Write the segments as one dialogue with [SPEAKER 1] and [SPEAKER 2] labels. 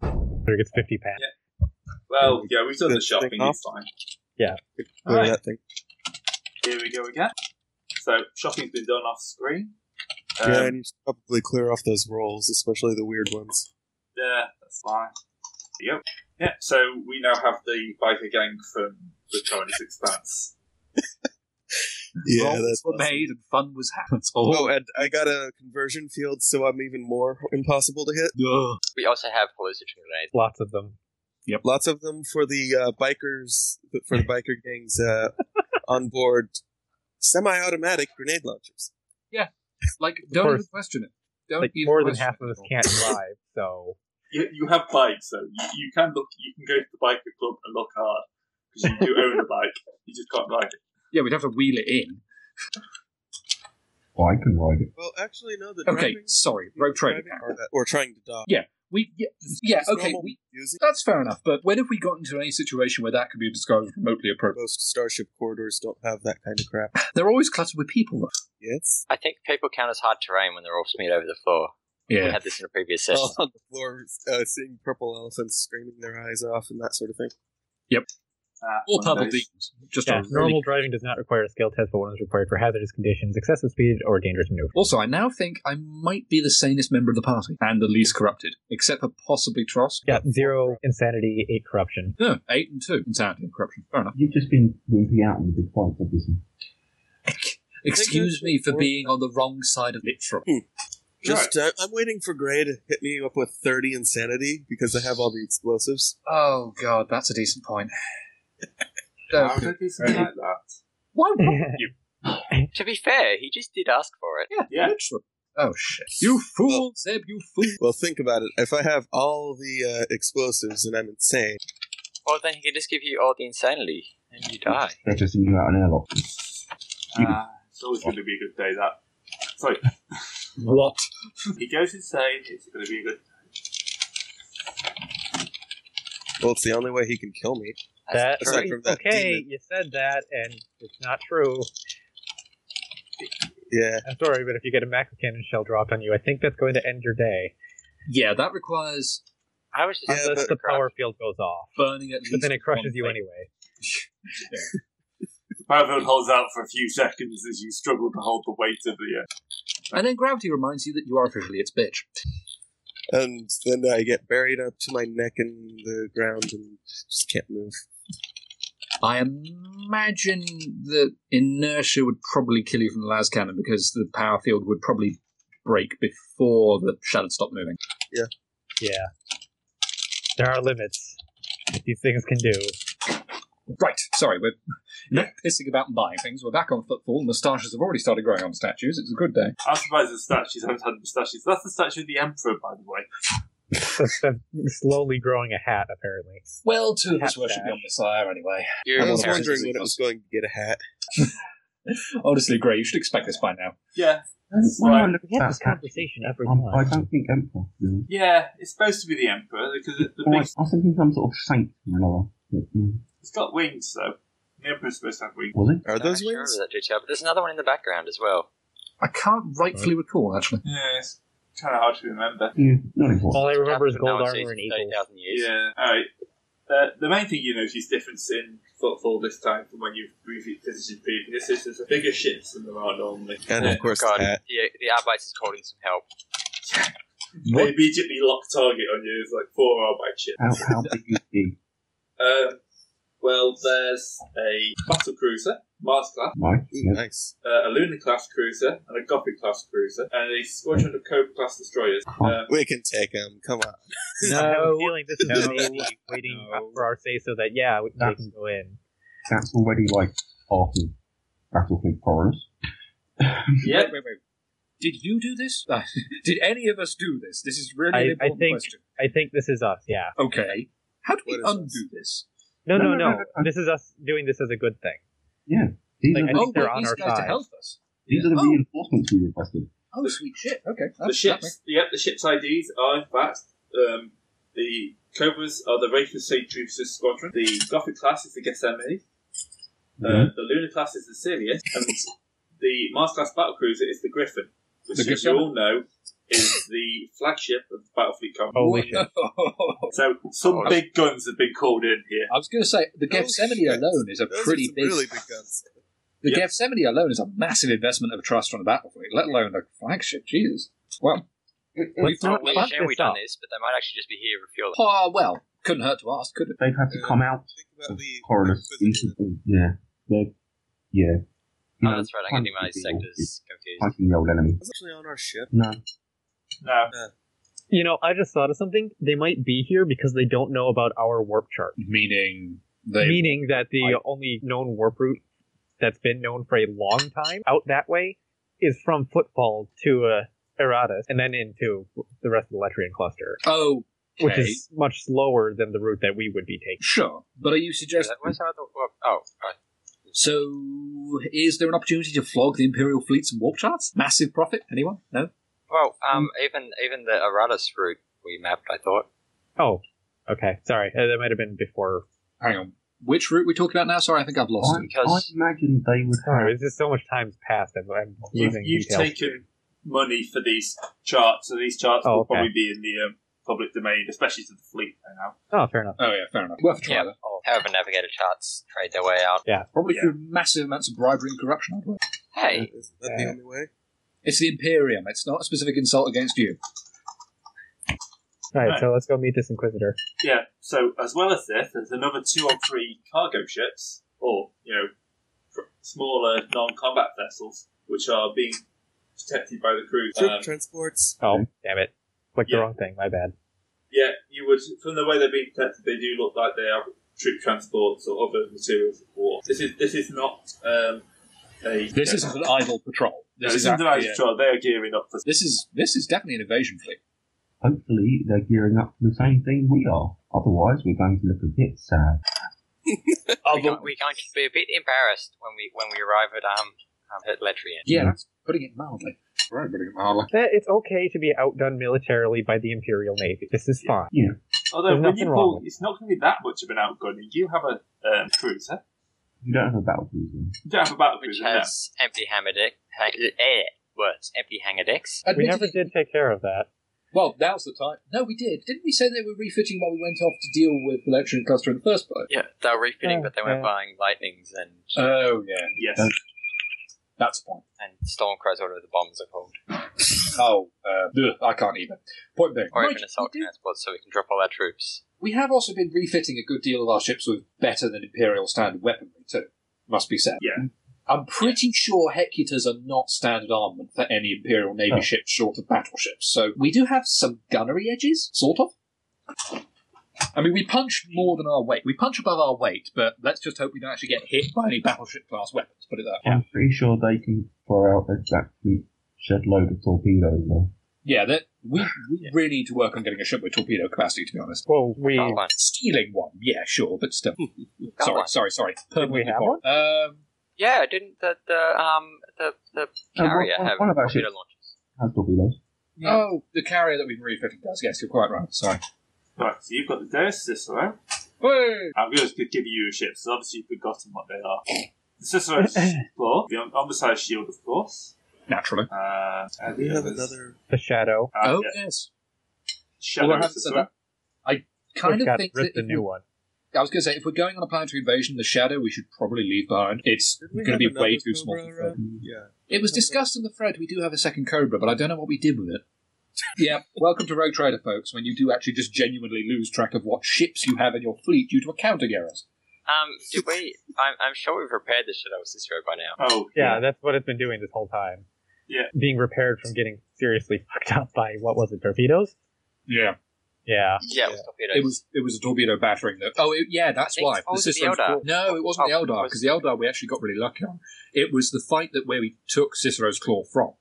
[SPEAKER 1] through gets fifty pounds.
[SPEAKER 2] Well, yeah, we've done the
[SPEAKER 3] Good thing
[SPEAKER 2] shopping.
[SPEAKER 3] off.
[SPEAKER 2] It's fine.
[SPEAKER 3] Throw
[SPEAKER 2] Alright.
[SPEAKER 3] that thing.
[SPEAKER 2] Here we go again. So shopping's been done off screen. Um,
[SPEAKER 3] yeah, I need to probably clear off those rolls, especially the weird ones.
[SPEAKER 2] Yeah, that's fine. Yep. Yeah, so we now have the biker gang from the Chinese Expanse.
[SPEAKER 3] Yeah,
[SPEAKER 4] Rolls
[SPEAKER 3] that's
[SPEAKER 4] were
[SPEAKER 3] awesome.
[SPEAKER 4] made and fun was had. That's all.
[SPEAKER 3] Oh, and I got a conversion field, so I'm even more impossible to hit.
[SPEAKER 4] Ugh.
[SPEAKER 5] We also have hallucinogen grenades.
[SPEAKER 1] Lots of them.
[SPEAKER 3] Lots of them for the uh, bikers, for the biker gangs uh, on board semi-automatic grenade launchers.
[SPEAKER 4] Like, don't
[SPEAKER 1] course.
[SPEAKER 4] even question it. Don't
[SPEAKER 1] Like
[SPEAKER 4] even
[SPEAKER 1] more than
[SPEAKER 4] question
[SPEAKER 1] half
[SPEAKER 4] it
[SPEAKER 1] of
[SPEAKER 4] at
[SPEAKER 1] us
[SPEAKER 4] all.
[SPEAKER 1] can't drive, so
[SPEAKER 2] You, you have bikes, so you, you can look. You can go to the biker club and look hard because you do own a bike. You just can't ride it.
[SPEAKER 4] Yeah, we'd have to wheel it in.
[SPEAKER 6] Well, I can ride it.
[SPEAKER 3] Well, actually, no. The
[SPEAKER 4] Okay,
[SPEAKER 3] driving,
[SPEAKER 4] sorry, rogue trading.
[SPEAKER 3] driving or, that, or trying to dock.
[SPEAKER 4] We yeah, yeah
[SPEAKER 3] It's
[SPEAKER 4] okay.
[SPEAKER 3] normal
[SPEAKER 4] We,
[SPEAKER 3] using
[SPEAKER 4] that's fair enough. But when have we got into any situation where that could be described as remotely appropriate?
[SPEAKER 3] most starship corridors don't have that kind of crap.
[SPEAKER 4] They're always cluttered with people. though.
[SPEAKER 3] Yes,
[SPEAKER 5] I think people count as hard terrain when they're all smeared over the floor. We had this in a previous session.
[SPEAKER 3] all on the floor, uh, seeing purple elephants screaming their eyes off and that sort of thing.
[SPEAKER 2] Ah,
[SPEAKER 4] all
[SPEAKER 2] one of
[SPEAKER 4] purple
[SPEAKER 2] those.
[SPEAKER 4] demons. Just
[SPEAKER 1] yeah,
[SPEAKER 4] a really-
[SPEAKER 1] normal driving does not require a skill test, but one is required for hazardous conditions, excessive speed, or dangerous maneuver.
[SPEAKER 4] Also, I now think I might be the sanest member of the party and the least corrupted, except for possibly Trosk.
[SPEAKER 1] Yeah, zero insanity, eight corruption.
[SPEAKER 4] No, eight and two insanity and corruption. Fair enough.
[SPEAKER 6] You've just been wimping out in the big fights, obviously.
[SPEAKER 4] Excuse
[SPEAKER 3] that's
[SPEAKER 4] me for
[SPEAKER 3] four.
[SPEAKER 4] being on the wrong side of literal.
[SPEAKER 3] Just uh, I'm waiting for Gray to hit me up with 30 insanity because I have all the explosives.
[SPEAKER 4] Oh god, that's a decent point.
[SPEAKER 2] How
[SPEAKER 4] Uh,
[SPEAKER 2] did they say like that?
[SPEAKER 4] why would
[SPEAKER 1] Oh.
[SPEAKER 5] To be fair, he just did ask for it.
[SPEAKER 4] yeah,
[SPEAKER 2] Yeah.
[SPEAKER 4] literal. Oh shit! You fool, Zeb! You fool!
[SPEAKER 3] Well, think about it. If I have all the uh, explosives and I'm insane,
[SPEAKER 5] Or then he could just give you all the insanity and you die.
[SPEAKER 6] They're just in you out an airlock.
[SPEAKER 2] Ah, it's always going to be a good day. That. So
[SPEAKER 4] What?
[SPEAKER 2] he goes insane. It's going to be a good.
[SPEAKER 3] well, it's the only way he can kill me.
[SPEAKER 1] That,
[SPEAKER 3] Aside from that
[SPEAKER 1] okay,
[SPEAKER 3] demon.
[SPEAKER 1] you said that, and it's not true.
[SPEAKER 3] Yeah,
[SPEAKER 1] I'm sorry, but if you get a macro cannon shell dropped on you, I think that's going to end your day.
[SPEAKER 4] Yeah, that requires
[SPEAKER 5] I was just
[SPEAKER 3] Yeah,
[SPEAKER 1] Unless
[SPEAKER 3] but-
[SPEAKER 1] the power field goes off.
[SPEAKER 4] burning at least.
[SPEAKER 1] But then it crushes
[SPEAKER 4] one
[SPEAKER 1] you
[SPEAKER 4] thing.
[SPEAKER 1] anyway.
[SPEAKER 2] The Paravel holds out for a few seconds as you struggle to hold the weight of the. Uh,
[SPEAKER 4] And then gravity reminds you that you are officially its bitch.
[SPEAKER 3] and then I get buried up to my neck in the ground and just can't move.
[SPEAKER 4] I imagine that inertia would probably kill you from the las cannon because the power field would probably break before the shadow stopped moving.
[SPEAKER 1] Yeah. There are limits. that These things can do.
[SPEAKER 4] Right, sorry, we're not pissing about and buying things. We're back on football. Moustaches have already started growing on statues. It's a good day.
[SPEAKER 2] I'm surprised uh, the statues haven't had mustaches. That's the statue of the emperor, by the way.
[SPEAKER 1] That's, that's slowly growing a hat, apparently.
[SPEAKER 4] Well, two of us
[SPEAKER 1] Catch
[SPEAKER 4] worship
[SPEAKER 1] that.
[SPEAKER 4] the Messiah anyway.
[SPEAKER 5] You're
[SPEAKER 3] I was
[SPEAKER 5] terrible.
[SPEAKER 3] wondering when it was going to get a hat.
[SPEAKER 4] Honestly, Gray, you should expect this by now.
[SPEAKER 2] Yeah,
[SPEAKER 6] When I look
[SPEAKER 1] We
[SPEAKER 6] at
[SPEAKER 1] have
[SPEAKER 6] that
[SPEAKER 1] this
[SPEAKER 6] cat,
[SPEAKER 1] conversation every
[SPEAKER 6] um, I
[SPEAKER 1] time.
[SPEAKER 6] don't think Emperor. Really.
[SPEAKER 2] yeah. It's supposed to be the emperor because it, the
[SPEAKER 6] Or I, I
[SPEAKER 2] big,
[SPEAKER 6] was thinking some sort of saint or another. But, mm,
[SPEAKER 2] it's got wings, so the emperor's supposed to have wings.
[SPEAKER 6] was it?
[SPEAKER 3] Are
[SPEAKER 5] I'm not
[SPEAKER 3] those
[SPEAKER 5] sure
[SPEAKER 3] wings?
[SPEAKER 5] about that detail, but there's another one in the background as well.
[SPEAKER 4] I can't rightfully recall, actually.
[SPEAKER 2] Yeah, it's kind of hard to remember.
[SPEAKER 6] Yeah, not important.
[SPEAKER 2] Oh.
[SPEAKER 1] All I remember is
[SPEAKER 5] Happened
[SPEAKER 1] gold
[SPEAKER 5] now in
[SPEAKER 1] armor and eagles.
[SPEAKER 5] 30,000 years.
[SPEAKER 2] Yeah. All right. Uh, the main thing you notice difference in footfall this time from when you've briefly visited previous is there's a bigger ships than there are normally.
[SPEAKER 3] And
[SPEAKER 2] Uh,
[SPEAKER 3] of course,
[SPEAKER 5] God,
[SPEAKER 3] the hat.
[SPEAKER 5] the, the Arbite is calling some help.
[SPEAKER 2] they immediately lock target on you. It's like four arbite ships.
[SPEAKER 6] How, how big is he?
[SPEAKER 2] Um, well, there's a battle cruiser, Mars class,
[SPEAKER 6] Right?
[SPEAKER 3] Ooh,
[SPEAKER 6] Yeah.
[SPEAKER 3] nice.
[SPEAKER 2] uh, a Lunar class cruiser, and a Gothic class cruiser, and a squadron of Cobra class destroyers. Um,
[SPEAKER 3] We can take him. Come on.
[SPEAKER 1] I have a
[SPEAKER 4] No.
[SPEAKER 1] feeling this is
[SPEAKER 4] No.
[SPEAKER 1] the Navy waiting for our say so that, yeah, we they
[SPEAKER 6] That's-
[SPEAKER 1] can go in.
[SPEAKER 6] That's already like half of Battlefield Forest.
[SPEAKER 2] yeah,
[SPEAKER 4] Wait, wait, wait. Did you do this? Did any of us do this? This is really
[SPEAKER 1] I-
[SPEAKER 4] an
[SPEAKER 1] I
[SPEAKER 4] important
[SPEAKER 1] think-
[SPEAKER 4] question.
[SPEAKER 1] I think this is us, yeah.
[SPEAKER 4] Okay. How do we
[SPEAKER 3] What is
[SPEAKER 4] undo
[SPEAKER 3] this?
[SPEAKER 4] this?
[SPEAKER 1] No,
[SPEAKER 6] No,
[SPEAKER 1] no,
[SPEAKER 6] no, no,
[SPEAKER 1] no.
[SPEAKER 6] no, no.
[SPEAKER 1] This is us doing this as a good thing.
[SPEAKER 6] These,
[SPEAKER 1] Like,
[SPEAKER 6] are,
[SPEAKER 1] I think
[SPEAKER 4] oh,
[SPEAKER 1] they're
[SPEAKER 4] well,
[SPEAKER 1] on
[SPEAKER 4] these
[SPEAKER 1] our
[SPEAKER 4] guys to
[SPEAKER 1] side.
[SPEAKER 4] help us.
[SPEAKER 6] these are the
[SPEAKER 4] Oh.
[SPEAKER 6] reinforcements we requested.
[SPEAKER 4] Oh, sweet shit. Okay.
[SPEAKER 2] the
[SPEAKER 4] that's- that
[SPEAKER 2] ships. Yep, the ships' IDs are in fact um, the Cobras are the Wraith of St. Drusus squadron. The Gothic class is the Gethsemane. Uh,
[SPEAKER 1] Hmm?
[SPEAKER 6] Mhm.
[SPEAKER 2] the Lunar class is the Sirius, and the Mars class battlecruiser is the Griffin, which,
[SPEAKER 4] The
[SPEAKER 2] as
[SPEAKER 4] Griffin?
[SPEAKER 2] you all know, is the flagship of the Battlefleet Company.
[SPEAKER 1] Holy shit.
[SPEAKER 4] I
[SPEAKER 2] So some
[SPEAKER 5] Oh,
[SPEAKER 2] big guns have been called in here.
[SPEAKER 4] was going to say the Gethsemane
[SPEAKER 3] shit.
[SPEAKER 4] alone is a
[SPEAKER 3] Those
[SPEAKER 4] pretty
[SPEAKER 3] are some
[SPEAKER 4] big.
[SPEAKER 3] really big guns.
[SPEAKER 4] the
[SPEAKER 2] Yeah.
[SPEAKER 4] Gethsemane alone is a massive investment of trust on the battlefield, let alone a flagship. Jesus. Well, we've
[SPEAKER 5] Oh,
[SPEAKER 1] not
[SPEAKER 5] we
[SPEAKER 1] fucked
[SPEAKER 5] share we
[SPEAKER 1] this
[SPEAKER 5] done
[SPEAKER 1] up.
[SPEAKER 5] this, but they might actually just be here refueling.
[SPEAKER 4] oh, well, couldn't hurt to ask, could it?
[SPEAKER 6] They've had to come out
[SPEAKER 3] Think about
[SPEAKER 6] of
[SPEAKER 3] the
[SPEAKER 6] corridors instantly. Yeah. They're, yeah.
[SPEAKER 5] Oh,
[SPEAKER 6] No,
[SPEAKER 5] that's right. I'm getting my
[SPEAKER 6] punching people is
[SPEAKER 5] sectors confused.
[SPEAKER 6] Punching the old enemy.
[SPEAKER 3] was actually on our ship.
[SPEAKER 6] No.
[SPEAKER 2] No,
[SPEAKER 1] You know, I just thought of something. They might be here because they don't know about our warp chart.
[SPEAKER 4] Meaning they.
[SPEAKER 1] Meaning that the
[SPEAKER 4] I-
[SPEAKER 1] only known warp route that's been known for a long time out that way is from Footfall to uh, Erratus and then into the rest of the Letrian cluster,
[SPEAKER 4] oh,
[SPEAKER 1] which is much slower than the route that we would be taking.
[SPEAKER 4] sure. But are you
[SPEAKER 5] Where's
[SPEAKER 4] suggesting?
[SPEAKER 5] that? Where's that? Oh, all right.
[SPEAKER 4] So, is there an opportunity to flog the Imperial fleets and warp charts? Massive profit? Anyone? No.
[SPEAKER 5] Well, um, even even the Aratus route we mapped, I thought.
[SPEAKER 1] Oh, okay. Sorry. Uh, that might have been before.
[SPEAKER 4] Hang on. Which route are we talking about now? Sorry, I think I've lost
[SPEAKER 6] I,
[SPEAKER 4] it.
[SPEAKER 1] Oh,
[SPEAKER 6] I
[SPEAKER 5] Because-
[SPEAKER 6] imagine they would have.
[SPEAKER 1] Sorry. It's just so much time's passed. I'm, I'm
[SPEAKER 2] you've,
[SPEAKER 1] losing
[SPEAKER 2] you've
[SPEAKER 1] details.
[SPEAKER 2] taken money for these charts, so these charts
[SPEAKER 1] Oh,
[SPEAKER 2] will
[SPEAKER 1] okay.
[SPEAKER 2] probably be in the um, public domain, especially to the fleet by now.
[SPEAKER 1] oh, fair enough.
[SPEAKER 4] Oh yeah, fair enough. Worth a try.
[SPEAKER 5] Yeah.
[SPEAKER 4] though.
[SPEAKER 5] However, navigator charts trade their way out.
[SPEAKER 4] Probably
[SPEAKER 2] Yeah.
[SPEAKER 4] through massive amounts of bribery and corruption. I'd work.
[SPEAKER 5] Hey, uh,
[SPEAKER 3] Isn't that the
[SPEAKER 1] Yeah.
[SPEAKER 3] only way?
[SPEAKER 4] It's the Imperium. It's not a specific insult against you.
[SPEAKER 1] All right,
[SPEAKER 2] Right.
[SPEAKER 1] So let's go meet this Inquisitor.
[SPEAKER 2] Yeah, so as well as this, there's another two or three cargo ships, or, you know, fr- smaller non combat vessels, which are being protected by the crew.
[SPEAKER 3] Troop
[SPEAKER 2] Um,
[SPEAKER 3] transports.
[SPEAKER 1] Oh, damn it. Clicked
[SPEAKER 2] Yeah.
[SPEAKER 1] the wrong thing. My bad.
[SPEAKER 2] yeah, you would, from the way they're being protected, they do look like they are troop transports or other materials of war. This is, this is not um, a.
[SPEAKER 4] This isn't an idle patrol.
[SPEAKER 2] No,
[SPEAKER 4] This
[SPEAKER 2] this
[SPEAKER 4] is
[SPEAKER 2] isn't an
[SPEAKER 4] actually
[SPEAKER 2] ice
[SPEAKER 4] a-
[SPEAKER 2] trial. They are gearing up for
[SPEAKER 4] This is this is definitely an invasion fleet.
[SPEAKER 6] Hopefully, they're gearing up for the same thing we are. Otherwise, we're going to look a bit sad.
[SPEAKER 5] we
[SPEAKER 4] Other-
[SPEAKER 5] can we going to be a bit embarrassed when we when we arrive at um, um at Letrian.
[SPEAKER 4] yeah, that's putting it mildly. Right, putting it mildly.
[SPEAKER 1] That Eh, it's okay to be outdone militarily by the Imperial Navy. This is fine.
[SPEAKER 2] Although
[SPEAKER 1] There's
[SPEAKER 2] when
[SPEAKER 1] nothing
[SPEAKER 2] you
[SPEAKER 1] wrong
[SPEAKER 2] pull,
[SPEAKER 1] with
[SPEAKER 2] it's not going to be that much of an outgunning. You have a um, cruiser.
[SPEAKER 6] You don't have a battle cruiser.
[SPEAKER 2] You don't have a battle
[SPEAKER 5] which
[SPEAKER 2] cruiser. no.
[SPEAKER 5] has empty hammer deck, ha- eh, words, empty hangar decks.
[SPEAKER 1] We never
[SPEAKER 4] Admittedly-
[SPEAKER 1] did take care of that.
[SPEAKER 4] Well, now's the time. No, we did. Didn't we say they were refitting while we went off to deal with the lecturing cluster in the first place?
[SPEAKER 5] Yeah, they were refitting,
[SPEAKER 1] Yeah,
[SPEAKER 5] but they weren't
[SPEAKER 1] yeah.
[SPEAKER 5] buying lightnings and
[SPEAKER 4] Oh yeah,
[SPEAKER 2] Yes.
[SPEAKER 6] Uh,
[SPEAKER 4] that's the point.
[SPEAKER 5] and Stormcrow's order of the bombs are called,
[SPEAKER 4] Oh, uh, ugh, I can't even. Point being,
[SPEAKER 5] or
[SPEAKER 4] Mike,
[SPEAKER 5] even assault
[SPEAKER 4] we, do-
[SPEAKER 5] transports, so we can drop all our troops.
[SPEAKER 4] we have also been refitting a good deal of our ships with better than imperial standard weaponry too. Must be said.
[SPEAKER 2] Yeah.
[SPEAKER 4] I'm pretty sure Hecutas are not standard armament for any Imperial Navy
[SPEAKER 6] Oh.
[SPEAKER 4] ship short of battleships, so we do have some gunnery edges, sort of. I mean, we punch more than our weight. We punch above our weight, but let's just hope we don't actually get hit by any battleship class weapons. Put it that way.
[SPEAKER 6] I'm pretty sure they can throw out a jackfruit shed load of torpedoes, though.
[SPEAKER 4] Yeah, that we, we really need to work on getting a ship with torpedo capacity. To be honest,
[SPEAKER 1] Well, we
[SPEAKER 5] Got one.
[SPEAKER 4] stealing one, yeah, sure, but still.
[SPEAKER 5] Got
[SPEAKER 4] sorry,
[SPEAKER 5] one.
[SPEAKER 4] sorry, sorry. Permanently
[SPEAKER 1] have
[SPEAKER 4] borrowed. Um,
[SPEAKER 5] Yeah, didn't the the um the the
[SPEAKER 6] No,
[SPEAKER 5] carrier
[SPEAKER 6] one- one-
[SPEAKER 5] have
[SPEAKER 6] one of our
[SPEAKER 5] torpedo
[SPEAKER 6] ships.
[SPEAKER 5] launchers?
[SPEAKER 6] Has torpedoes.
[SPEAKER 4] Oh, the carrier that we've been refitting does. Yes, you're quite right. Sorry.
[SPEAKER 2] Right, so you've got the Deus Cicero.
[SPEAKER 4] Whey!
[SPEAKER 2] I'm going to give you your ships. So obviously, you've forgotten what they are. The Cicero's claw, the Om- Ombudsman's shield, of course.
[SPEAKER 4] Naturally.
[SPEAKER 2] Uh, and
[SPEAKER 3] We
[SPEAKER 2] the
[SPEAKER 3] have
[SPEAKER 2] others.
[SPEAKER 3] another.
[SPEAKER 1] the shadow.
[SPEAKER 2] Uh,
[SPEAKER 4] oh
[SPEAKER 2] yeah,
[SPEAKER 4] yes.
[SPEAKER 2] Shadow
[SPEAKER 4] Well, I haven't said
[SPEAKER 2] Cicero.
[SPEAKER 4] Kind
[SPEAKER 1] We've
[SPEAKER 4] of
[SPEAKER 1] got
[SPEAKER 4] think that
[SPEAKER 1] ripped a
[SPEAKER 4] if we-
[SPEAKER 1] new one.
[SPEAKER 4] I was going to say if we're going on a planetary invasion, the shadow we should probably leave behind. It's
[SPEAKER 3] Did we
[SPEAKER 4] going to
[SPEAKER 3] have
[SPEAKER 4] be way
[SPEAKER 3] another
[SPEAKER 4] too small.
[SPEAKER 3] Cobra
[SPEAKER 4] for Fred.
[SPEAKER 3] around? Yeah.
[SPEAKER 4] It was discussed in the thread. We do have a second Cobra, but I don't know what we did with it. yeah, welcome to Rogue Trader, folks. When you do actually just genuinely lose track of what ships you have in your fleet due to accounting errors.
[SPEAKER 5] Um, did we? I'm, I'm sure we've repaired the Shadow of Cicero by now.
[SPEAKER 2] Oh,
[SPEAKER 1] Yeah, that's what it's been doing this whole time.
[SPEAKER 2] Yeah.
[SPEAKER 1] Being repaired from getting seriously fucked up by what was it, torpedoes?
[SPEAKER 4] Yeah,
[SPEAKER 1] Yeah.
[SPEAKER 5] Yeah, it was torpedoes.
[SPEAKER 4] it was it was a torpedo battering that. Oh, it, yeah, that's
[SPEAKER 5] Thanks.
[SPEAKER 4] why.
[SPEAKER 5] Oh, was it the
[SPEAKER 4] Cicerone's
[SPEAKER 5] Eldar?
[SPEAKER 4] claw- No, it wasn't
[SPEAKER 5] Oh,
[SPEAKER 4] the Eldar
[SPEAKER 5] was-
[SPEAKER 4] because the Eldar we actually got really lucky on. It was the fight that where we took Cicero's claw from,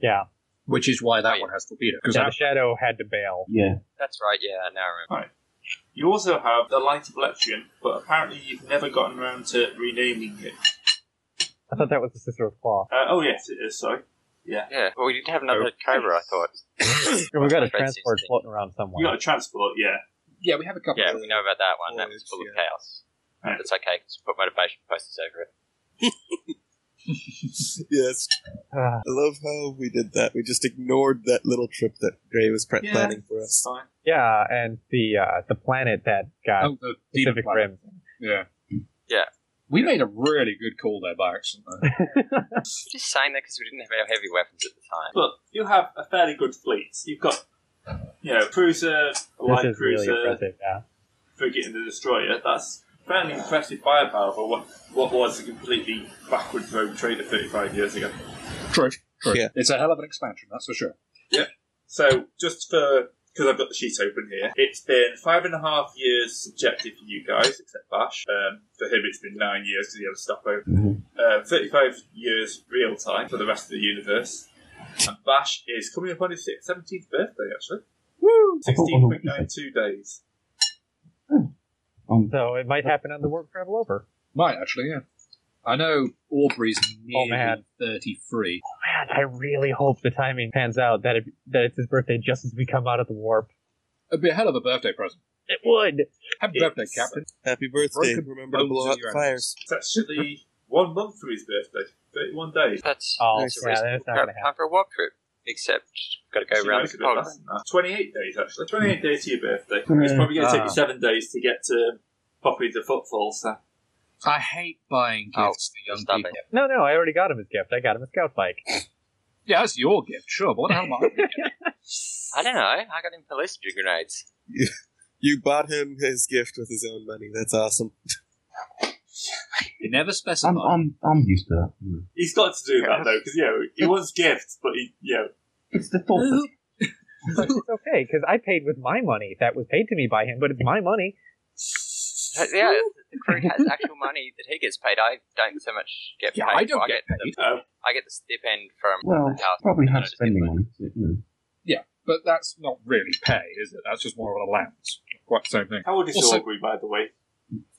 [SPEAKER 1] Yeah.
[SPEAKER 4] which is why that
[SPEAKER 5] Oh, yeah.
[SPEAKER 4] one has torpedo because
[SPEAKER 1] yeah the shadow had to bail.
[SPEAKER 6] Yeah.
[SPEAKER 5] That's right. Yeah, now I remember.
[SPEAKER 2] You also have the Light of Letrian, but apparently you've never gotten around to renaming it.
[SPEAKER 1] I thought that was the Sister of Claw.
[SPEAKER 2] Uh, oh, yes, it is, sorry.
[SPEAKER 5] Yeah, well, we didn't have another Cobra. I thought.
[SPEAKER 1] And we've got a
[SPEAKER 5] Red Season
[SPEAKER 1] transport
[SPEAKER 5] thing.
[SPEAKER 1] floating around
[SPEAKER 2] you got
[SPEAKER 1] somewhere.
[SPEAKER 2] a transport, yeah.
[SPEAKER 4] yeah, we have a couple.
[SPEAKER 5] Yeah,
[SPEAKER 4] of
[SPEAKER 5] we know about that one. That was
[SPEAKER 3] Voyage,
[SPEAKER 5] full of
[SPEAKER 3] yeah.
[SPEAKER 5] chaos.
[SPEAKER 2] Right.
[SPEAKER 5] That's okay. 'cause we put motivation posters over it.
[SPEAKER 3] Yes.
[SPEAKER 1] Ah,
[SPEAKER 3] I love how we did that. We just ignored that little trip that Gray was pre-
[SPEAKER 2] Yeah.
[SPEAKER 3] planning for us.
[SPEAKER 2] Fine.
[SPEAKER 1] yeah, and the uh, the planet that got
[SPEAKER 4] Oh, the demon
[SPEAKER 1] Pacific Rim.
[SPEAKER 4] planet. Yeah.
[SPEAKER 5] Yeah.
[SPEAKER 4] We made a really good call there by accident. though.
[SPEAKER 5] Just saying that because we didn't have any heavy weapons at the time.
[SPEAKER 2] Look, you have a fairly good fleet. You've got, you know, cruiser, a
[SPEAKER 1] This
[SPEAKER 2] light
[SPEAKER 1] is really
[SPEAKER 2] cruiser,
[SPEAKER 1] impressive. Yeah.
[SPEAKER 2] frigate, and the destroyer. That's fairly impressive firepower for what, what was a completely backwards rogue trader 35 years ago.
[SPEAKER 4] True. True.
[SPEAKER 3] Yeah.
[SPEAKER 4] It's a hell of an expansion, that's for sure.
[SPEAKER 2] So, just for because I've got the sheet open here, it's been five and a half years subjective for you guys, except Bash. Um, for him, it's been nine years because he had a stopover.
[SPEAKER 6] Mhm.
[SPEAKER 2] Uh, Thirty-five years real time for the rest of the universe. And Bash is coming up on his six- 17th birthday, actually. Woo!
[SPEAKER 6] I thought-
[SPEAKER 2] Sixteen point nine two days.
[SPEAKER 6] Um,
[SPEAKER 1] So it might happen on the world travel over.
[SPEAKER 4] Might actually, yeah. I know Aubrey's nearly
[SPEAKER 1] Oh, man.
[SPEAKER 4] 33.
[SPEAKER 1] Man, I really hope the timing pans out that it, that it's his birthday just as we come out of the warp.
[SPEAKER 4] It'd be a hell of a birthday present.
[SPEAKER 1] It would.
[SPEAKER 4] Happy
[SPEAKER 2] It's-
[SPEAKER 4] birthday, Captain.
[SPEAKER 3] Happy birthday.
[SPEAKER 4] Broken
[SPEAKER 3] Remember to
[SPEAKER 4] bones
[SPEAKER 3] blow
[SPEAKER 4] in
[SPEAKER 3] out the
[SPEAKER 4] your
[SPEAKER 3] fires.
[SPEAKER 2] It's actually one month from his birthday. Thirty-one days.
[SPEAKER 5] That's
[SPEAKER 1] Oh,
[SPEAKER 3] Nice.
[SPEAKER 5] that's a
[SPEAKER 1] yeah, that's not
[SPEAKER 5] reasonable
[SPEAKER 1] gonna
[SPEAKER 5] time for a walk trip. Except got to go
[SPEAKER 2] Actually,
[SPEAKER 5] around
[SPEAKER 2] most
[SPEAKER 5] the
[SPEAKER 2] of it
[SPEAKER 5] cog.
[SPEAKER 2] less than that. 28 days, actually. 28 days to your birthday. It's probably going to take
[SPEAKER 1] Ah.
[SPEAKER 2] you seven days to get to Poppy the Footfall, so.
[SPEAKER 4] I hate buying
[SPEAKER 5] Oh,
[SPEAKER 4] gifts for young
[SPEAKER 5] stop
[SPEAKER 4] people.
[SPEAKER 1] No, no, I already got him his gift. I got him a scout bike.
[SPEAKER 4] Yeah, that's your gift, sure, but what the hell am I gonna get?
[SPEAKER 5] I don't know. I got him ballistic grenades.
[SPEAKER 3] You bought him his gift with his own money. That's awesome.
[SPEAKER 4] You never specify.
[SPEAKER 6] I'm, I'm, I'm used to that. you know.
[SPEAKER 2] He's got to do
[SPEAKER 5] Yeah.
[SPEAKER 2] that, though, because, you know, he wants gifts, but he, you know,
[SPEAKER 6] It's the thought. that-
[SPEAKER 1] But it's okay because I paid with my money that was paid to me by him, but it's my money.
[SPEAKER 5] Uh, Yeah, the crew has actual money that he gets paid. I don't so much get
[SPEAKER 4] yeah,
[SPEAKER 5] paid.
[SPEAKER 4] I don't
[SPEAKER 5] but
[SPEAKER 4] get paid.
[SPEAKER 5] The,
[SPEAKER 2] Um,
[SPEAKER 5] I get the stipend from
[SPEAKER 6] Well,
[SPEAKER 5] the house.
[SPEAKER 6] probably
[SPEAKER 5] I
[SPEAKER 6] have
[SPEAKER 5] don't get
[SPEAKER 6] spending
[SPEAKER 5] paid.
[SPEAKER 6] on it. You know.
[SPEAKER 4] But that's not really pay, is it? That's just more of an allowance. Not Quite the same thing.
[SPEAKER 2] how old is
[SPEAKER 4] Also-
[SPEAKER 2] Aubrey, by the way?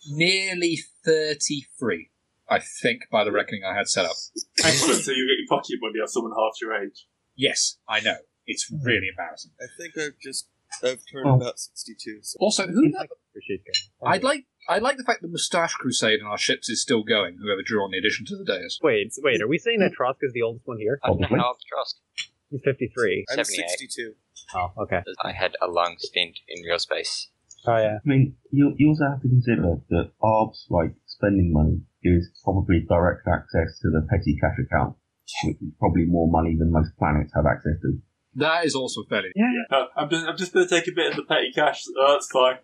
[SPEAKER 4] Nearly 33, I think, by the reckoning I had set up.
[SPEAKER 2] Excellent, so you get your pocket money off someone half your age.
[SPEAKER 4] Yes, I know. It's really embarrassing.
[SPEAKER 3] I think I've just I've turned
[SPEAKER 6] Oh.
[SPEAKER 3] about sixty-two. So.
[SPEAKER 4] Also, who the
[SPEAKER 1] Appreciate it.
[SPEAKER 4] I'd like I like the fact the Moustache Crusade in our ships is still going. Whoever drew on the addition to the days.
[SPEAKER 1] Wait, wait. Are we saying that Trosk is the oldest one here?
[SPEAKER 5] I don't know
[SPEAKER 6] Probably.
[SPEAKER 5] how old Trosk
[SPEAKER 1] He's fifty-three.
[SPEAKER 3] I'm
[SPEAKER 5] 78.
[SPEAKER 3] sixty-two.
[SPEAKER 1] Oh, okay.
[SPEAKER 5] is. I had a long stint in real space.
[SPEAKER 1] Oh yeah.
[SPEAKER 6] I mean, you, you also have to consider that ARB's like spending money is probably direct access to the petty cash account, which is probably more money than most planets have access to.
[SPEAKER 4] That is also fairly.
[SPEAKER 1] Yeah.
[SPEAKER 2] Uh, I'm just, I'm just going to take a bit of the petty cash. Oh, that's fine.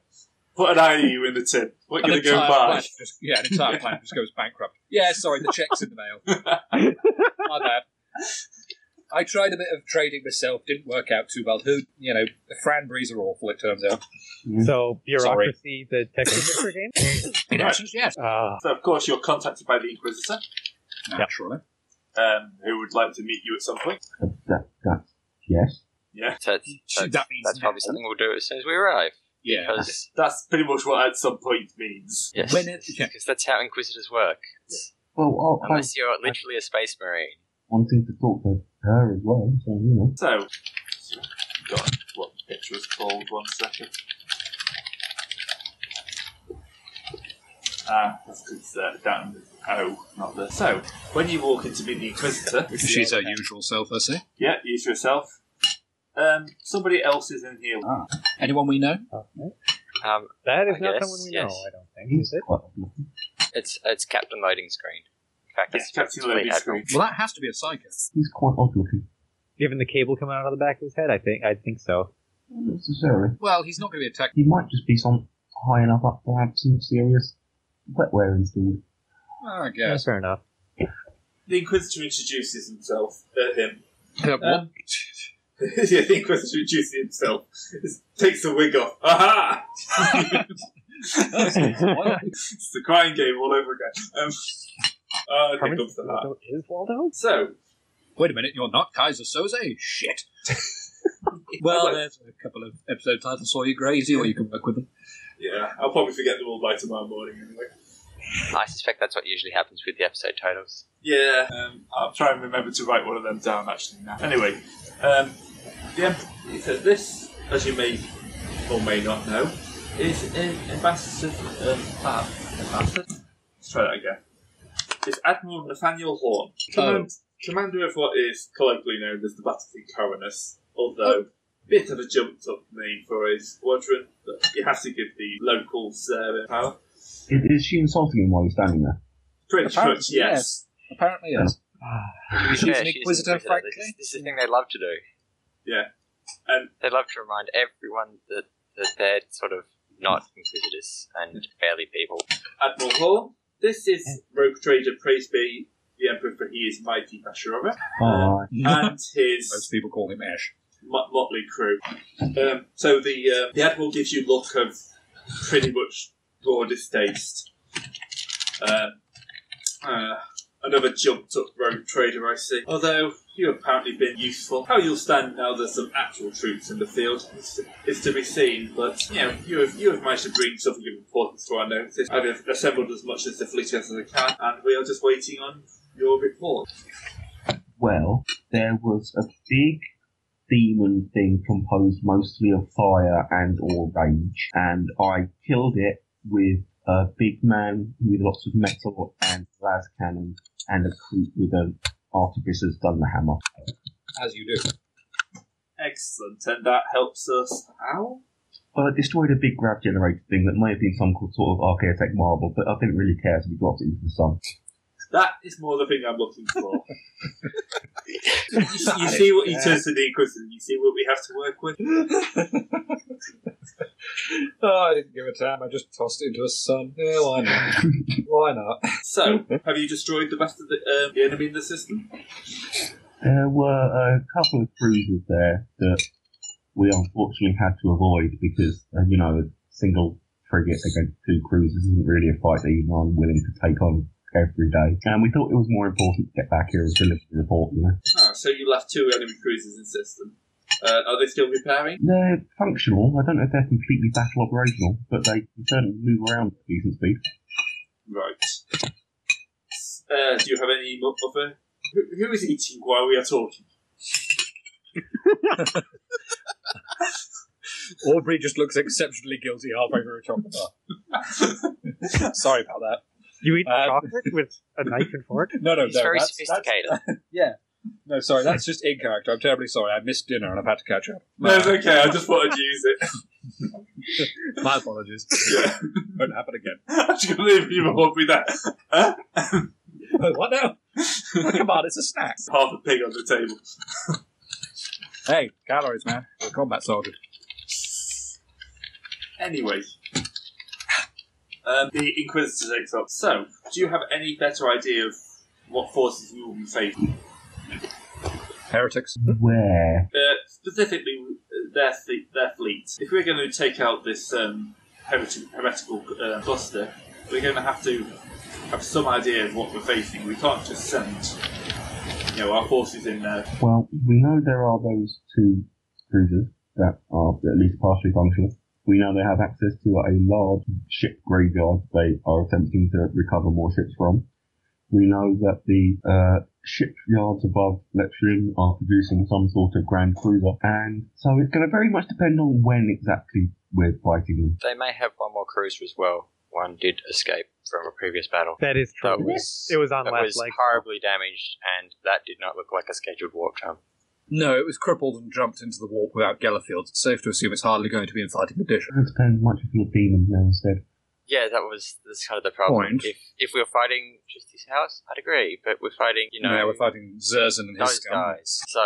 [SPEAKER 2] Put an IOU in the tin. We're
[SPEAKER 4] An
[SPEAKER 2] going to go
[SPEAKER 4] entire
[SPEAKER 2] buy.
[SPEAKER 4] planet just, yeah, an entire planet just goes bankrupt. Yeah, sorry, the check's in the mail. My bad. I tried a bit of trading myself, didn't work out too well. Who, you know, the Franburys are awful. It turns out.
[SPEAKER 5] Mm-hmm.
[SPEAKER 1] So bureaucracy, the Technicolor game.
[SPEAKER 4] In essence, yes,
[SPEAKER 1] Ah,
[SPEAKER 2] So, of course, you're contacted by the Inquisitor,
[SPEAKER 4] naturally.
[SPEAKER 2] um, who would like to meet you at some point.
[SPEAKER 6] That, that, that's yes.
[SPEAKER 2] Yeah.
[SPEAKER 5] So that's, that's,
[SPEAKER 4] That means
[SPEAKER 5] that's probably
[SPEAKER 4] now.
[SPEAKER 5] something we'll do as soon as we arrive.
[SPEAKER 4] Yeah.
[SPEAKER 5] Because
[SPEAKER 2] That's pretty much what at some point means.
[SPEAKER 5] yes,
[SPEAKER 4] When it, yeah.
[SPEAKER 5] because that's how Inquisitors work. It's-
[SPEAKER 6] Well, I, I
[SPEAKER 5] Unless you're literally a space marine.
[SPEAKER 6] wanting to talk to her as well, so you know.
[SPEAKER 2] So, got what the picture is called. One second. Ah, that's because uh, down. Oh, not there. So, when you walk in to meet the Inquisitor,
[SPEAKER 4] She's her usual self, I see.
[SPEAKER 2] yeah, use yourself. Um, somebody else is in here.
[SPEAKER 4] Ah. Anyone we know?
[SPEAKER 1] okay.
[SPEAKER 5] Um,
[SPEAKER 1] that is
[SPEAKER 5] I
[SPEAKER 1] not
[SPEAKER 5] guess,
[SPEAKER 1] someone we
[SPEAKER 5] yes.
[SPEAKER 1] know. I don't think
[SPEAKER 6] He's
[SPEAKER 1] is it.
[SPEAKER 6] quite lovely.
[SPEAKER 5] it's it's Captain Loading Screen. In fact,
[SPEAKER 2] Yes,
[SPEAKER 5] that's
[SPEAKER 2] Captain
[SPEAKER 5] Fleet
[SPEAKER 2] Loading
[SPEAKER 5] Admiral.
[SPEAKER 2] Screen.
[SPEAKER 4] Well, that has to be a psycho.
[SPEAKER 6] He's quite odd looking.
[SPEAKER 1] Given the cable coming out of the back of his head, I think I think so.
[SPEAKER 6] Not necessarily.
[SPEAKER 4] Well, he's not going to be attacked.
[SPEAKER 6] He might just be some high enough up to have some serious wetware installed.
[SPEAKER 4] I
[SPEAKER 1] Yeah,
[SPEAKER 4] guess.
[SPEAKER 1] fair enough.
[SPEAKER 2] The Inquisitor introduces himself. Uh, him.
[SPEAKER 4] Uh,
[SPEAKER 2] Um,
[SPEAKER 4] what?
[SPEAKER 2] yeah, the Inquisitor introduces himself. Takes the wig off. Aha!
[SPEAKER 4] Um,
[SPEAKER 2] it's the crying game all over again. Um, uh, here
[SPEAKER 1] Carmen
[SPEAKER 2] comes the hat.
[SPEAKER 1] Waldo is Waldo.
[SPEAKER 2] So,
[SPEAKER 4] Wait a minute, you're not Kaiser Soze? Shit.
[SPEAKER 2] I'd
[SPEAKER 4] well,
[SPEAKER 2] like-
[SPEAKER 4] there's a couple of episode titles for you, Grazy, or you can work with them.
[SPEAKER 2] yeah, I'll probably forget them all by tomorrow morning anyway.
[SPEAKER 5] I suspect that's what usually happens with the episode titles.
[SPEAKER 2] Yeah, um, I'll try and remember to write one of them down actually now. Anyway, um, the Emperor, he said this, as you may or may not know, is an ambassador. Um, ah, ambassador? Let's try that again. It's Admiral Nathaniel Horn.
[SPEAKER 4] Oh.
[SPEAKER 2] Command, commander of what is colloquially known as the Battlefield Coronus, although a bit of a jumped up name for his squadron, but you have to give the locals uh, power.
[SPEAKER 6] Is, is she insulting him while he's standing there?
[SPEAKER 2] Pretty
[SPEAKER 4] Apparently,
[SPEAKER 2] much, yes.
[SPEAKER 4] Apparently, yes. She's
[SPEAKER 5] Yeah,
[SPEAKER 4] an
[SPEAKER 5] she's
[SPEAKER 4] inquisitor,
[SPEAKER 5] inquisitor.
[SPEAKER 4] frankly.
[SPEAKER 5] This, this is the thing they love to do.
[SPEAKER 2] And
[SPEAKER 5] They love to remind everyone that, that they're sort of not inquisitors and barely people.
[SPEAKER 2] Admiral Hall, this is Rogue Trader Praiseby, the Emperor, for he is mighty Bashirova,
[SPEAKER 6] Oh,
[SPEAKER 2] and
[SPEAKER 4] Most
[SPEAKER 2] his
[SPEAKER 4] people call him Ash.
[SPEAKER 2] mo- motley crew. Um, so the uh, the Admiral gives you look of pretty much raw distaste. Um, uh, another jumped up rogue trader, I see. Although you've apparently been useful. How you'll stand now there's some actual troops in the field is, is to be seen, but you know, you have, you have managed to bring something of importance to our notice. I've assembled as much as the fleet as I can, and we are just waiting on your report.
[SPEAKER 6] well, there was a big demon thing composed mostly of fire and or rage, and I killed it with a big man with lots of metal and las cannon and a creep with an artificer's thunder hammer.
[SPEAKER 4] As you do.
[SPEAKER 2] Excellent, and that helps us. How?
[SPEAKER 6] Well, it destroyed a big grav generator thing that may have been some sort of archaeotech marvel, but I didn't really care so we dropped it into the sun.
[SPEAKER 2] That is more the thing I'm looking for. you, you see what he turns to the Inquisitor, you see what we have to work with?
[SPEAKER 4] Oh, I didn't give a damn. I just tossed it into a sun. Yeah, why not? why not?
[SPEAKER 2] So, have you destroyed the rest of the, um, the enemy in the system?
[SPEAKER 6] There were a couple of cruisers there that we unfortunately had to avoid because, uh, you know, a single frigate against two cruisers isn't really a fight that even I'm willing to take on every day. And we thought it was more important to get back here and deliver the report, you know.
[SPEAKER 2] Ah, so you left two enemy cruisers in system. Uh, are they still repairing?
[SPEAKER 6] They're functional. I don't know if they're completely battle operational, but they can certainly move around at decent speed.
[SPEAKER 2] Right. Uh, do you have any mo- other? Who, who is eating while we are talking?
[SPEAKER 4] Aubrey just looks exceptionally guilty halfway through a chocolate bar. Sorry about that.
[SPEAKER 1] You eat
[SPEAKER 4] Uh,
[SPEAKER 1] chocolate with a knife and fork?
[SPEAKER 4] No, no,
[SPEAKER 5] He's
[SPEAKER 4] Oh, no.
[SPEAKER 5] very
[SPEAKER 4] that's- that's-
[SPEAKER 5] sophisticated.
[SPEAKER 4] no, sorry, that's just in character. I'm terribly sorry. I missed dinner and I've had to catch up.
[SPEAKER 2] No, it's okay. I just wanted to use it.
[SPEAKER 4] My apologies.
[SPEAKER 2] Yeah.
[SPEAKER 4] Won't happen again.
[SPEAKER 2] I'm just gonna leave you all with that. Huh?
[SPEAKER 4] Oh, what now? Oh, come on, it's a snack.
[SPEAKER 2] Half a pig on the table.
[SPEAKER 4] Hey, calories, man. We're combat soldiers.
[SPEAKER 2] Anyway, um, the Inquisitor takes up. So, do you have any better idea of what forces you will be facing?
[SPEAKER 4] Heretics.
[SPEAKER 6] Where?
[SPEAKER 2] Uh, specifically, uh, their, fle- their fleet. If we're going to take out this um, heretic- heretical uh, cluster, we're going to have to have some idea of what we're facing. We can't just send, you know, our forces in uh, there.
[SPEAKER 6] Well, we know there are those two cruisers that are at least partially functional. We know they have access to a large ship graveyard they are attempting to recover more ships from. We know that the uh, shipyards above Letrium are producing some sort of grand cruiser, and so it's going to very much depend on when exactly we're fighting them.
[SPEAKER 5] They may have one more cruiser as well. One did escape from a previous battle.
[SPEAKER 1] That is true.
[SPEAKER 5] That was
[SPEAKER 1] it was on
[SPEAKER 5] that
[SPEAKER 1] last
[SPEAKER 5] was
[SPEAKER 1] leg.
[SPEAKER 5] horribly damaged, and that did not look like a scheduled warp time.
[SPEAKER 4] No, it was crippled and jumped into the warp without Gellerfield. It's safe to assume it's hardly going to be in fighting condition.
[SPEAKER 6] It depends much if you're demon now instead.
[SPEAKER 5] Yeah, that was that's kind of the problem.
[SPEAKER 4] Point.
[SPEAKER 5] If if we were fighting just his house, I'd agree, but we're fighting, you know,
[SPEAKER 4] yeah, we're fighting Zerzan and his
[SPEAKER 5] those
[SPEAKER 4] scum.
[SPEAKER 5] guys. So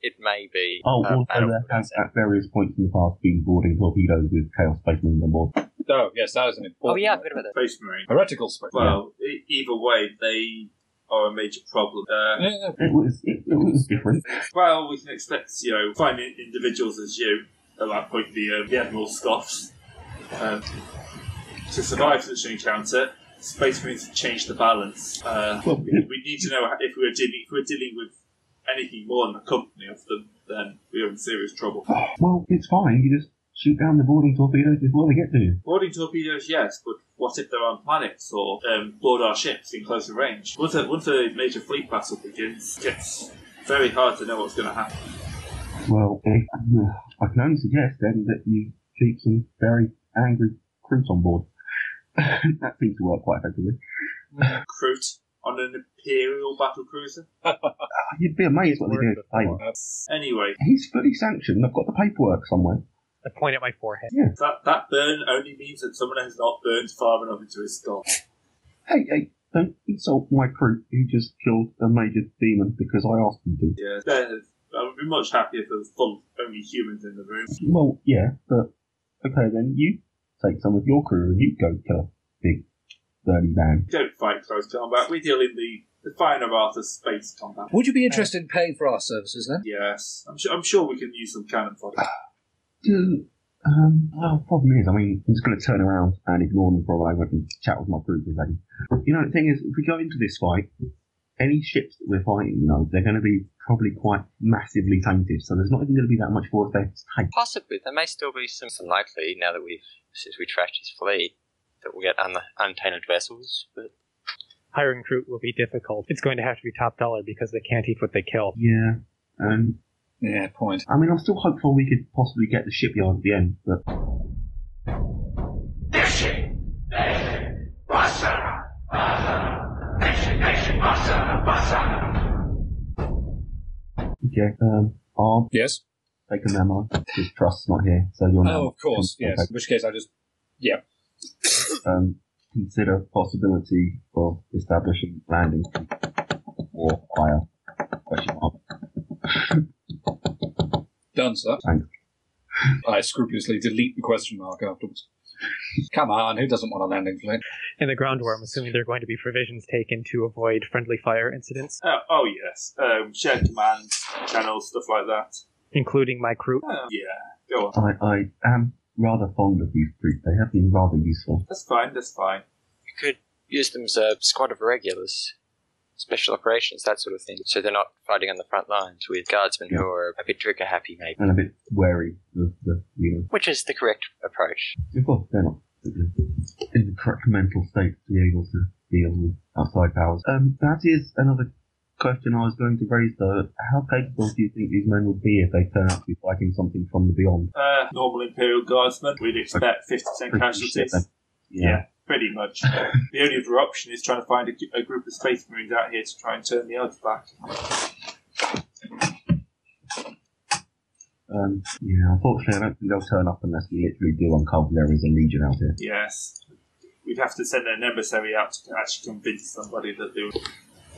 [SPEAKER 5] it may be.
[SPEAKER 6] Oh,
[SPEAKER 5] a
[SPEAKER 6] also
[SPEAKER 5] battle
[SPEAKER 6] there
[SPEAKER 5] for
[SPEAKER 6] has
[SPEAKER 5] consent.
[SPEAKER 6] at various points in the past been boarding torpedoes with Chaos Space Marines on board.
[SPEAKER 4] Oh, yes, that is an
[SPEAKER 5] Oh
[SPEAKER 4] important.
[SPEAKER 5] yeah, I
[SPEAKER 4] one.
[SPEAKER 5] forgot about that.
[SPEAKER 2] Space Marine.
[SPEAKER 4] heretical space.
[SPEAKER 2] Well, e- either way, they are a major problem. Uh,
[SPEAKER 4] Yeah, yeah.
[SPEAKER 6] It was it, it was different.
[SPEAKER 2] Well, we can expect, you know, fine in- individuals as you, at that point the, um, the Admiral scoffs, um, to survive such an encounter. Space Marines have changed the balance. Uh,
[SPEAKER 6] Well,
[SPEAKER 2] we we need to know how- if we're dealing, if we're dealing with anything more than a company of them, then we're in serious trouble.
[SPEAKER 6] well, it's fine. You just shoot down the boarding torpedoes before they get to you.
[SPEAKER 2] Boarding torpedoes, yes, but what if they're on planets or um, board our ships in closer range? Once a, once a major fleet battle begins, it gets very hard to know what's going to happen.
[SPEAKER 6] Well, if, uh, I can only suggest then that you keep some very angry crews on board. that seems to work quite effectively.
[SPEAKER 2] Crute, on an Imperial battle cruiser.
[SPEAKER 6] You'd be amazed what they do. at Spain.
[SPEAKER 2] Anyway,
[SPEAKER 6] He's fully sanctioned. I've got the paperwork somewhere.
[SPEAKER 1] I point at my forehead.
[SPEAKER 2] that, that burn only means that someone has not burned far enough into his skull.
[SPEAKER 6] Hey, hey, don't insult my crew who just killed a major demon because I asked them to.
[SPEAKER 2] Yeah, I would be much happier if there was full only humans in the room.
[SPEAKER 6] Well, yeah, but okay then. You take some of your crew and you go kill a big dirty man.
[SPEAKER 2] Don't fight close combat. We deal in the, the finer art of space combat.
[SPEAKER 4] Would
[SPEAKER 5] Uh,
[SPEAKER 4] you be interested in paying for our services then?
[SPEAKER 2] Yes, I'm sure. I'm sure we can use some cannon fodder.
[SPEAKER 6] Do- Um, well, the problem is, I mean, I'm just going to turn around and ignore them for a moment and chat with my crew for a second. You know, the thing is, if we go into this fight, any ships that we're fighting, you know, they're going to be probably quite massively tainted, so there's not even going to be that much for us there to take.
[SPEAKER 5] Possibly, there may still be some. It's unlikely now that we've since we trashed his fleet that we'll get un- untainted vessels. But
[SPEAKER 1] Hiring crew will be difficult. It's going to have to be top dollar because they can't eat what they kill.
[SPEAKER 6] Yeah, um,
[SPEAKER 4] Yeah, point.
[SPEAKER 6] I mean, I'm still hopeful we could possibly get the shipyard at the end, but okay, um, I'll
[SPEAKER 4] Yes.
[SPEAKER 6] take a memo. His trust's not here, so you're now.
[SPEAKER 4] Oh, of course. Yes. In which case, I just
[SPEAKER 6] um, consider possibility of establishing landing or fire. Question mark.
[SPEAKER 4] done sir.
[SPEAKER 6] Thanks.
[SPEAKER 4] I scrupulously delete the question mark afterwards. Come on, who doesn't want a landing fleet?
[SPEAKER 1] In the ground war, I'm assuming there are going to be provisions taken to avoid friendly fire incidents,
[SPEAKER 2] Uh, oh yes, um, shared command channels, stuff like that.
[SPEAKER 1] including my crew.
[SPEAKER 2] Uh, yeah, go on.
[SPEAKER 6] I, I am rather fond of these troops. They have been rather useful.
[SPEAKER 2] That's fine. That's fine.
[SPEAKER 5] you could use them as a squad of regulars, special operations, that sort of thing. So they're not fighting on the front lines with guardsmen
[SPEAKER 6] Yeah.
[SPEAKER 5] who are a bit trigger happy, maybe.
[SPEAKER 6] And a bit wary of the, you know,
[SPEAKER 5] Which is the correct approach.
[SPEAKER 6] Of course, they're not in the correct mental state to be able to deal with outside powers. Um, that is another question I was going to raise, though. How capable do you think these men would be if they turn out to be fighting something from the beyond?
[SPEAKER 2] Uh, normal Imperial Guardsmen, we'd expect fifty percent
[SPEAKER 6] Pretty shit, then.
[SPEAKER 2] casualties. Pretty much. the only other option is trying to find a, gu- a group of space marines out here to try and turn the odds back.
[SPEAKER 6] Um, yeah, unfortunately, I don't think they'll turn up unless we literally do uncover there is a legion out here.
[SPEAKER 2] Yes. We'd have to send an emissary out to actually convince somebody that there were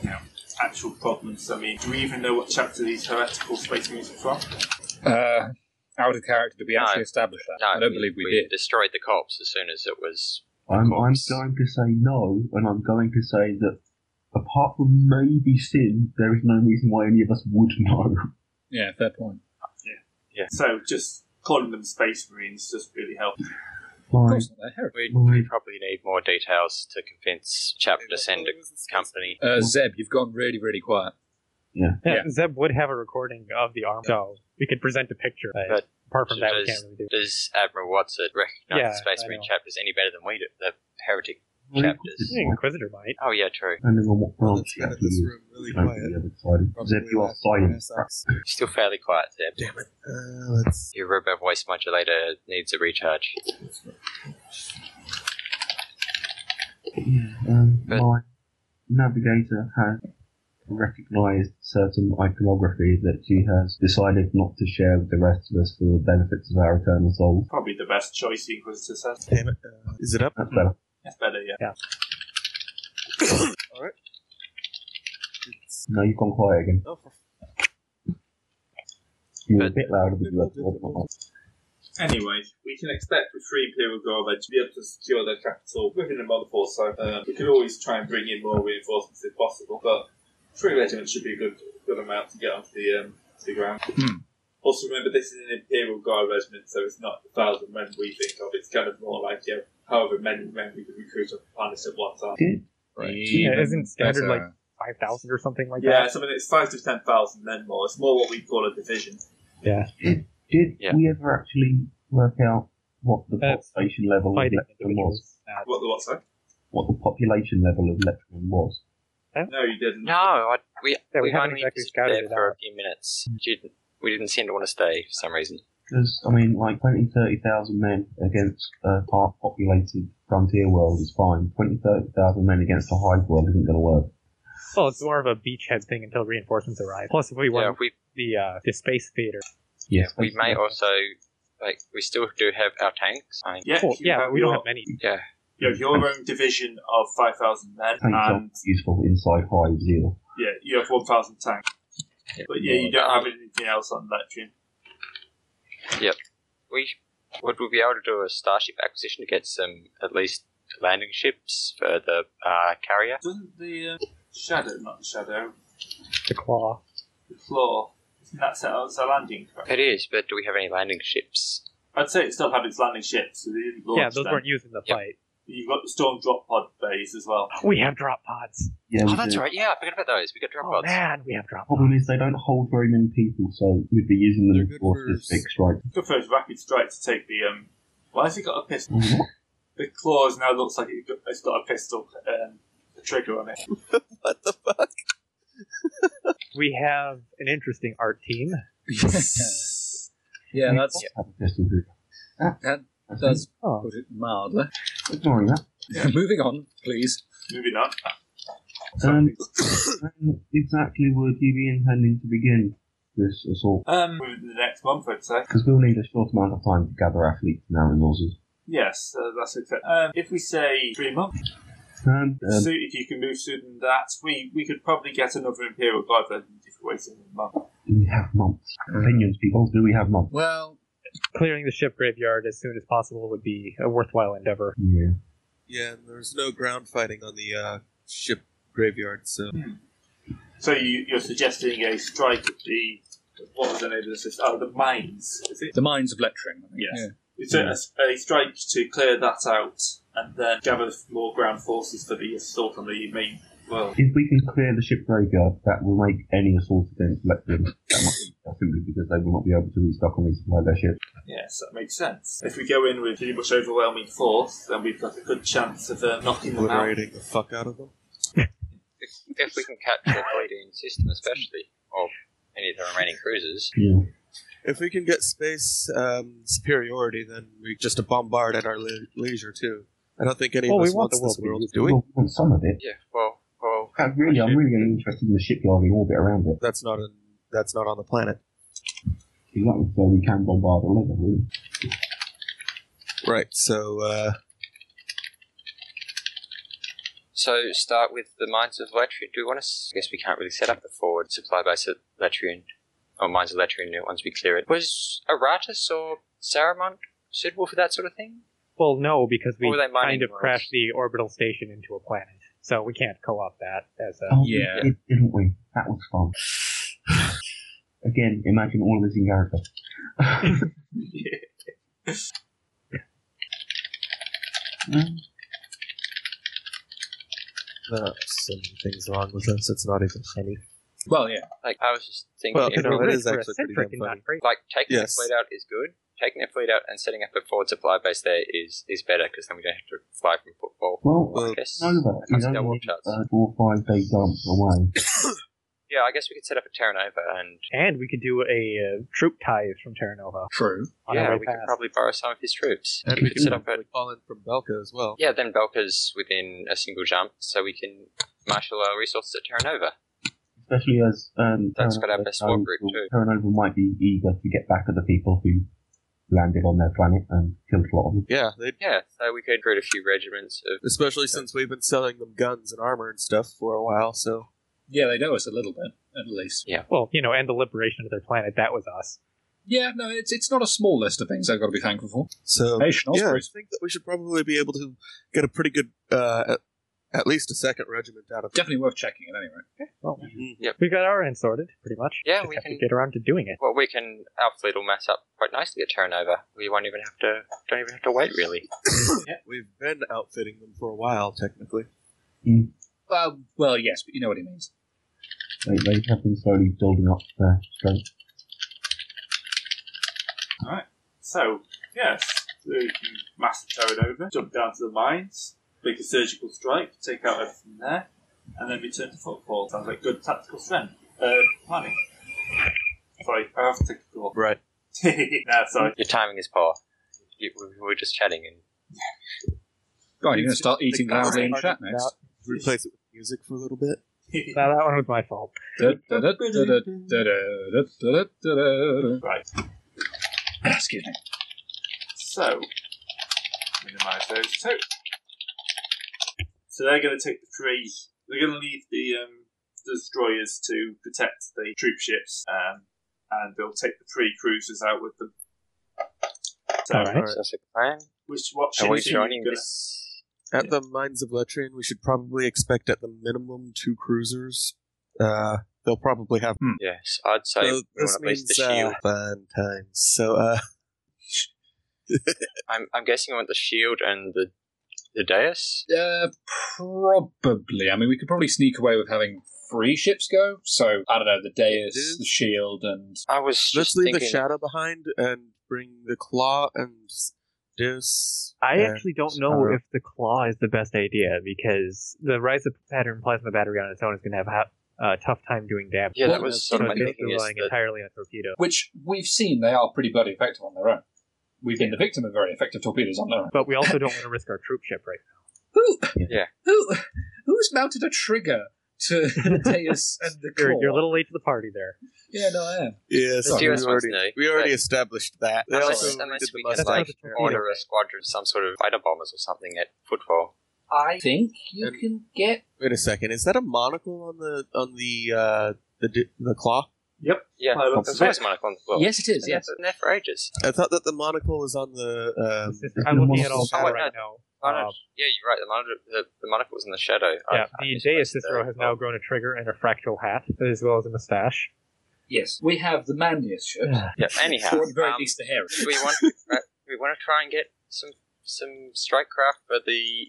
[SPEAKER 2] you know, actual problems. I mean, do we even know what chapter these heretical space marines are from?
[SPEAKER 4] Uh, out of character, did we
[SPEAKER 5] No.
[SPEAKER 4] actually establish that?
[SPEAKER 5] No,
[SPEAKER 4] I don't believe we, did.
[SPEAKER 5] destroyed the corpse as soon as it was.
[SPEAKER 6] I'm, I'm
[SPEAKER 5] course.
[SPEAKER 6] going to say no, and I'm going to say that apart from maybe sin, there is no reason why any of us would know.
[SPEAKER 4] Yeah, fair point.
[SPEAKER 2] So just calling them space marines just really helps.
[SPEAKER 4] Of
[SPEAKER 6] Fine.
[SPEAKER 4] course not, they're heroic.
[SPEAKER 5] We
[SPEAKER 6] Well, we-
[SPEAKER 5] probably need more details to convince Chapter to send a company.
[SPEAKER 4] Uh, Zeb, you've gone really, really quiet.
[SPEAKER 1] Yeah,
[SPEAKER 4] Yeah.
[SPEAKER 1] Zeb would have a recording of the arm, so we could present a picture. But,
[SPEAKER 5] But
[SPEAKER 1] apart from that, we
[SPEAKER 5] does-
[SPEAKER 1] can't really do.
[SPEAKER 5] Does Admiral Watson recognize
[SPEAKER 1] Yeah,
[SPEAKER 5] the Space
[SPEAKER 1] I
[SPEAKER 5] Marine
[SPEAKER 1] know.
[SPEAKER 5] chapters any better than we do? The heretic
[SPEAKER 6] It's
[SPEAKER 5] chapters.
[SPEAKER 1] The Inquisitor might.
[SPEAKER 5] Oh yeah, true.
[SPEAKER 6] Depending on what branch
[SPEAKER 3] Let's
[SPEAKER 6] you
[SPEAKER 3] get
[SPEAKER 6] actually
[SPEAKER 3] this
[SPEAKER 6] use.
[SPEAKER 3] room really
[SPEAKER 6] Don't
[SPEAKER 3] quiet.
[SPEAKER 6] be overexcited. Zeb,
[SPEAKER 3] Probably
[SPEAKER 6] you are
[SPEAKER 3] last
[SPEAKER 6] silent.
[SPEAKER 3] brass acts.
[SPEAKER 5] Still fairly quiet, Zeb.
[SPEAKER 3] Damn it. Uh, let's.
[SPEAKER 5] Your robot voice modulator needs a recharge.
[SPEAKER 6] Um,
[SPEAKER 5] But-
[SPEAKER 6] my navigator has recognised certain iconography that she has decided not to share with the rest of us for the benefits of our eternal souls.
[SPEAKER 2] Probably the best choice the Inquisitor says.
[SPEAKER 3] Damn it. Uh, is it up?
[SPEAKER 6] That's better.
[SPEAKER 2] That's better, yeah.
[SPEAKER 3] It's,
[SPEAKER 6] No, you've gone quiet again.
[SPEAKER 3] oh, for
[SPEAKER 6] You were a
[SPEAKER 5] But-
[SPEAKER 6] bit louder than you were before.
[SPEAKER 2] Anyway, we can expect with free Imperial Guard to be able to secure their capital within a month or so. Uh, we could always try and bring in more reinforcements if possible, but three regiments should be a good good amount to get onto the um, to the ground.
[SPEAKER 4] Hmm.
[SPEAKER 2] Also, remember this is an Imperial Guard regiment, so it's not the thousand men we think of. It's kind of more like you know, however many men we could recruit off the planet at one time.
[SPEAKER 6] Did
[SPEAKER 1] Yeah, isn't
[SPEAKER 4] uh,
[SPEAKER 1] standard, like- Five thousand or something like
[SPEAKER 2] Yeah,
[SPEAKER 1] that.
[SPEAKER 2] so I mean it's five to ten thousand men more. It's more what we call a division.
[SPEAKER 6] did
[SPEAKER 5] Yeah.
[SPEAKER 6] we ever actually work out what the
[SPEAKER 1] That's
[SPEAKER 6] population level of
[SPEAKER 1] Fighting
[SPEAKER 6] Lectrum was?
[SPEAKER 1] individuals. Uh,
[SPEAKER 2] What the what's that?
[SPEAKER 6] What the population level of Lectrum was?
[SPEAKER 2] No, you didn't.
[SPEAKER 5] No, I, we
[SPEAKER 1] Yeah, we
[SPEAKER 5] we've
[SPEAKER 1] haven't
[SPEAKER 5] only
[SPEAKER 1] exactly
[SPEAKER 5] visited
[SPEAKER 1] scouted
[SPEAKER 5] there
[SPEAKER 1] it
[SPEAKER 5] for
[SPEAKER 1] out.
[SPEAKER 5] a few minutes. Didn't, we didn't seem to want to stay for some reason.
[SPEAKER 6] Because, I mean, like 20, 30,000 men against a part populated frontier world is fine. 20, 30,000 men against a hive world isn't going to work.
[SPEAKER 1] Well, it's more of a beachhead thing until reinforcements arrive. Plus, if we
[SPEAKER 5] Yeah,
[SPEAKER 1] want
[SPEAKER 5] we
[SPEAKER 1] the uh, the space theater,
[SPEAKER 6] Yes,
[SPEAKER 5] we may also like we still do have our tanks. I,
[SPEAKER 2] Yeah,
[SPEAKER 1] Cool,
[SPEAKER 2] you
[SPEAKER 1] yeah,
[SPEAKER 2] have
[SPEAKER 1] we don't
[SPEAKER 2] your,
[SPEAKER 1] have many.
[SPEAKER 2] You have your own division of 5,000 men,
[SPEAKER 6] Tanks are
[SPEAKER 5] Um,
[SPEAKER 2] and
[SPEAKER 6] useful in sci-fi zeal.
[SPEAKER 2] yeah, you have 1,000 tanks. But yeah, you don't have anything else on Letrian.
[SPEAKER 5] we would we be able to do a starship acquisition to get some at least landing ships for the uh, carrier?
[SPEAKER 2] Doesn't the uh, shadow, not the shadow,
[SPEAKER 1] The claw.
[SPEAKER 2] the claw, isn't that set up as a landing craft?
[SPEAKER 5] It is, but do we have any landing ships?
[SPEAKER 2] I'd say it still had its landing ships. So they didn't launch
[SPEAKER 1] Yeah, those
[SPEAKER 2] them.
[SPEAKER 1] weren't used in the
[SPEAKER 5] Yeah.
[SPEAKER 1] fight.
[SPEAKER 2] You've got the storm drop pod bays as well.
[SPEAKER 1] We have drop pods.
[SPEAKER 6] Yeah,
[SPEAKER 5] Oh,
[SPEAKER 6] we
[SPEAKER 5] that's
[SPEAKER 6] do.
[SPEAKER 5] right. Yeah, I forgot about those. We got drop
[SPEAKER 1] Oh
[SPEAKER 5] pods.
[SPEAKER 1] man, we have drop pods.
[SPEAKER 6] Problem is, they don't hold very many people, so we'd be using
[SPEAKER 3] They're
[SPEAKER 6] them
[SPEAKER 3] good
[SPEAKER 6] for
[SPEAKER 3] for
[SPEAKER 6] specific strike.
[SPEAKER 2] Good for his rapid strike to take the. um. Why has he got a pistol?
[SPEAKER 6] What?
[SPEAKER 2] The claws now looks like it got- it's got a pistol um, a trigger on it.
[SPEAKER 3] What the fuck?
[SPEAKER 1] We have an interesting art team.
[SPEAKER 4] yeah, that's,
[SPEAKER 6] Have a pistol group.
[SPEAKER 4] that does
[SPEAKER 1] Oh,
[SPEAKER 4] put it mildly.
[SPEAKER 6] Ignoring that.
[SPEAKER 4] Moving on, please.
[SPEAKER 2] Moving on.
[SPEAKER 6] Um, when exactly would you be intending to begin this assault?
[SPEAKER 2] Um, within the next month, I'd say.
[SPEAKER 6] Because we'll need a short amount of time to gather athletes and our resources.
[SPEAKER 2] Yes, uh, that's okay. Um, if we say three months,
[SPEAKER 6] And um,
[SPEAKER 2] so if you can move sooner than that, we, we could probably get another Imperial Guard version if we waited a month.
[SPEAKER 6] do we have months?
[SPEAKER 4] Uh.
[SPEAKER 6] Opinions, people. Do we have months?
[SPEAKER 4] Well,
[SPEAKER 1] clearing the ship graveyard as soon as possible would be a worthwhile endeavor.
[SPEAKER 6] Yeah.
[SPEAKER 3] Yeah, and there's no ground fighting on the uh, ship graveyard, so
[SPEAKER 2] So you, you're suggesting a strike at the what was the name of the system? Oh, the mines. Is it?
[SPEAKER 4] the minds of lecturing. I think.
[SPEAKER 2] Yes.
[SPEAKER 4] Yeah.
[SPEAKER 2] It's a, a strike to clear that out and then gather more ground forces for the assault on the main world.
[SPEAKER 6] If we can clear the ship graveyard, that will make any assault against Lectrum that much easier, simply because they will not be able to restock and resupply their ships.
[SPEAKER 2] Yes, that makes sense. If we go in with pretty much overwhelming force, then we've got a good chance of uh, knocking them out.
[SPEAKER 3] obliterating the fuck out of them.
[SPEAKER 5] If, if we can capture the Palladian system, especially, or any of the remaining cruisers,
[SPEAKER 6] Yeah.
[SPEAKER 3] If we can get space um, superiority, then we just bombard at our le- leisure too. I don't think any
[SPEAKER 1] Well,
[SPEAKER 3] of
[SPEAKER 1] we
[SPEAKER 3] us
[SPEAKER 1] want
[SPEAKER 3] wants
[SPEAKER 1] the world
[SPEAKER 3] this
[SPEAKER 1] to be
[SPEAKER 3] world,
[SPEAKER 1] used
[SPEAKER 3] do we?
[SPEAKER 6] Well, we want some of it.
[SPEAKER 5] yeah. Well, well,
[SPEAKER 6] In fact, really, I'm really only interested in the shipyard and orbit around it.
[SPEAKER 3] That's not on. That's not on the planet,
[SPEAKER 6] Exactly, so we can bombard the leather, really.
[SPEAKER 3] right? So uh,
[SPEAKER 5] So start with the mines of Latrian. Do we want to? s- I guess we can't really set up the forward supply base at Latrian, or mines of Latrian once we clear it. Was Aratus or Saramont suitable for that sort of thing?
[SPEAKER 1] Well, no, because we
[SPEAKER 5] Or were they mining
[SPEAKER 1] kind of
[SPEAKER 5] worlds?
[SPEAKER 1] crashed the orbital station into a planet, so we can't co-opt that as a.
[SPEAKER 6] Oh,
[SPEAKER 4] Yeah.
[SPEAKER 6] we did, didn't we? That was fun. Again, imagine all of this in character. Um,
[SPEAKER 3] uh, something's wrong with us. It's not even funny.
[SPEAKER 4] Well, yeah.
[SPEAKER 5] Like I was just thinking,
[SPEAKER 3] Well,
[SPEAKER 5] if
[SPEAKER 3] you know,
[SPEAKER 5] we
[SPEAKER 1] We're
[SPEAKER 3] that
[SPEAKER 5] were-
[SPEAKER 1] rich,
[SPEAKER 3] is
[SPEAKER 1] we're
[SPEAKER 3] actually pretty
[SPEAKER 1] eccentric and
[SPEAKER 3] damn
[SPEAKER 1] not
[SPEAKER 3] funny.
[SPEAKER 1] great.
[SPEAKER 5] like taking
[SPEAKER 3] Yes.
[SPEAKER 5] the fleet out is good. Taking the fleet out and setting up a forward supply base there is is better because then we don't have to fly from football.
[SPEAKER 6] well,
[SPEAKER 3] Well,
[SPEAKER 5] I guess.
[SPEAKER 6] Nova
[SPEAKER 5] That's
[SPEAKER 6] is
[SPEAKER 5] double
[SPEAKER 6] only
[SPEAKER 5] shots.
[SPEAKER 6] uh, four or five day dump away.
[SPEAKER 5] Yeah, I guess we could set up a Terra Nova and
[SPEAKER 1] And we could do a uh, troop ties from Terra Nova
[SPEAKER 4] True.
[SPEAKER 1] on
[SPEAKER 5] yeah,
[SPEAKER 1] our way
[SPEAKER 5] we
[SPEAKER 1] past.
[SPEAKER 5] could probably borrow some of his troops.
[SPEAKER 3] And
[SPEAKER 5] we
[SPEAKER 3] we
[SPEAKER 5] could set
[SPEAKER 3] can
[SPEAKER 5] up a
[SPEAKER 3] call in from Belka as well.
[SPEAKER 5] yeah, then Belka's within a single jump, so we can marshal our resources at Terra Nova.
[SPEAKER 6] Especially as um,
[SPEAKER 5] That's got our
[SPEAKER 6] Terranova
[SPEAKER 5] best
[SPEAKER 6] knows
[SPEAKER 5] war group,
[SPEAKER 6] that
[SPEAKER 5] too.
[SPEAKER 6] Terranova might be eager to get back at the people who landed on their planet and killed a lot of them.
[SPEAKER 3] Yeah, they
[SPEAKER 5] Yeah, so we could recruit a few regiments of.
[SPEAKER 3] especially since we've been selling them guns and armor and stuff for a while. So
[SPEAKER 4] Yeah, they know us a little bit, at least.
[SPEAKER 1] Well, you know, and the liberation of their planet. That was us.
[SPEAKER 4] Yeah, no, it's it's not a small list of things I've got to be thankful for.
[SPEAKER 3] so
[SPEAKER 4] Nation
[SPEAKER 3] yeah, I
[SPEAKER 4] Ospreys.
[SPEAKER 3] think that we should probably be able to get a pretty good, uh, at, at least a second regiment out of them.
[SPEAKER 4] Definitely worth checking it anyway.
[SPEAKER 1] Well,
[SPEAKER 3] Mhm.
[SPEAKER 1] we got our end sorted pretty much.
[SPEAKER 5] Yeah,
[SPEAKER 1] Just
[SPEAKER 5] we
[SPEAKER 1] have
[SPEAKER 5] can-
[SPEAKER 1] to get around to doing it.
[SPEAKER 5] Well, we can. Our fleet will mass up quite nicely at Terra Nova. We won't even have to. Don't even have to wait, really.
[SPEAKER 3] We've been outfitting them for a while, technically.
[SPEAKER 4] Well, Uh, well, yes, but you know what he means.
[SPEAKER 6] They, they have been slowly building up their strength.
[SPEAKER 2] So, yes, we can mass the turret over, jump down to the mines, make a surgical strike, take out everything there, and then return to football. Sounds like good tactical strength. Uh, planning. Sorry, I have to take a call.
[SPEAKER 3] Right.
[SPEAKER 2] no, sorry.
[SPEAKER 5] Your timing is poor. You, we were just chatting, and Uh,
[SPEAKER 4] Right, you're going to start eating loudly in chat next.
[SPEAKER 3] Replace it with music for a little bit.
[SPEAKER 1] Now that one was my fault.
[SPEAKER 2] Right.
[SPEAKER 4] Excuse me.
[SPEAKER 2] So, minimize those two. So they're going to take the three. They're going to leave the um, destroyers to protect the troop ships, um, and they'll take the three cruisers out with them. So,
[SPEAKER 1] All right.
[SPEAKER 5] So that's a plan.
[SPEAKER 2] which what
[SPEAKER 5] Are we
[SPEAKER 2] ships are you
[SPEAKER 5] joining
[SPEAKER 2] going
[SPEAKER 5] this?
[SPEAKER 3] At the Mines of Letrian, we should probably expect at the minimum two cruisers. Uh, they'll probably have.
[SPEAKER 5] Yes, I'd say
[SPEAKER 3] So
[SPEAKER 5] we want
[SPEAKER 3] this
[SPEAKER 5] at least the
[SPEAKER 3] means
[SPEAKER 5] shield.
[SPEAKER 3] uh, fun times. So, uh,
[SPEAKER 5] I'm, I'm guessing I want the shield and the the dais.
[SPEAKER 4] Uh, probably. I mean, we could probably sneak away with having three ships go. So I don't know, the Deus, the Shield, and
[SPEAKER 5] I was just
[SPEAKER 3] let's leave
[SPEAKER 5] thinking.
[SPEAKER 3] the shadow behind and bring the claw and this.
[SPEAKER 1] I
[SPEAKER 3] and-
[SPEAKER 1] actually don't know
[SPEAKER 3] Alright.
[SPEAKER 1] if the claw is the best idea because the rise of pattern plasma battery on its own is going to have a ha- uh, tough time doing damage.
[SPEAKER 5] Yeah, that
[SPEAKER 4] Well,
[SPEAKER 5] was sort of
[SPEAKER 1] so
[SPEAKER 5] my
[SPEAKER 1] it's
[SPEAKER 5] thinking. Is
[SPEAKER 1] relying
[SPEAKER 5] that
[SPEAKER 1] entirely on torpedo.
[SPEAKER 4] which we've seen they are pretty bloody effective on their own. We've been the victim of very effective torpedoes on their own.
[SPEAKER 1] But we also don't want to risk our troop ship right
[SPEAKER 4] Who?
[SPEAKER 5] Yeah.
[SPEAKER 4] Who? Who's mounted a trigger to the Deus and the
[SPEAKER 1] now. You're,
[SPEAKER 4] Claw?
[SPEAKER 1] you're a little late to the party there.
[SPEAKER 4] Yeah, no, I am.
[SPEAKER 3] Yeah, so we
[SPEAKER 5] US ones,
[SPEAKER 3] already,
[SPEAKER 5] no.
[SPEAKER 3] we already established that. They
[SPEAKER 5] unless,
[SPEAKER 3] also
[SPEAKER 5] unless
[SPEAKER 3] did
[SPEAKER 5] we
[SPEAKER 3] the
[SPEAKER 5] can
[SPEAKER 1] That's
[SPEAKER 5] like
[SPEAKER 1] not a torpedo,
[SPEAKER 5] order a
[SPEAKER 1] right?
[SPEAKER 5] squadron, some sort of fighter bombers or something at football.
[SPEAKER 4] I think you
[SPEAKER 3] And-
[SPEAKER 4] can get.
[SPEAKER 3] Wait a second. Is that a monocle on the on the uh, the di- the claw?
[SPEAKER 5] Yeah,
[SPEAKER 2] Well,
[SPEAKER 5] well,
[SPEAKER 2] that's
[SPEAKER 5] there's always Monaco on the floor.
[SPEAKER 4] yes, it is.
[SPEAKER 5] And they're-
[SPEAKER 4] Yes.
[SPEAKER 5] they're there for ages.
[SPEAKER 3] I thought that the monocle was on the. Um,
[SPEAKER 1] It's just- I'm looking
[SPEAKER 6] most
[SPEAKER 1] at all
[SPEAKER 5] Oh,
[SPEAKER 1] four
[SPEAKER 5] wait,
[SPEAKER 1] right now.
[SPEAKER 5] Monaco-
[SPEAKER 1] Um,
[SPEAKER 5] yeah, you're right. The Monaco, the, the Monaco was in the shadow. I-
[SPEAKER 1] yeah,
[SPEAKER 5] I
[SPEAKER 1] the
[SPEAKER 5] misplaced
[SPEAKER 1] Deus
[SPEAKER 5] the-
[SPEAKER 1] Cicero has now grown a trigger and a fractal hat, as well as a mustache.
[SPEAKER 4] Yes. We have the manliest ship.
[SPEAKER 5] Yeah. Anyhow,
[SPEAKER 4] Or at the very
[SPEAKER 5] um,
[SPEAKER 4] least, the hairiest.
[SPEAKER 5] we want right, we want to try and get some some strike craft for the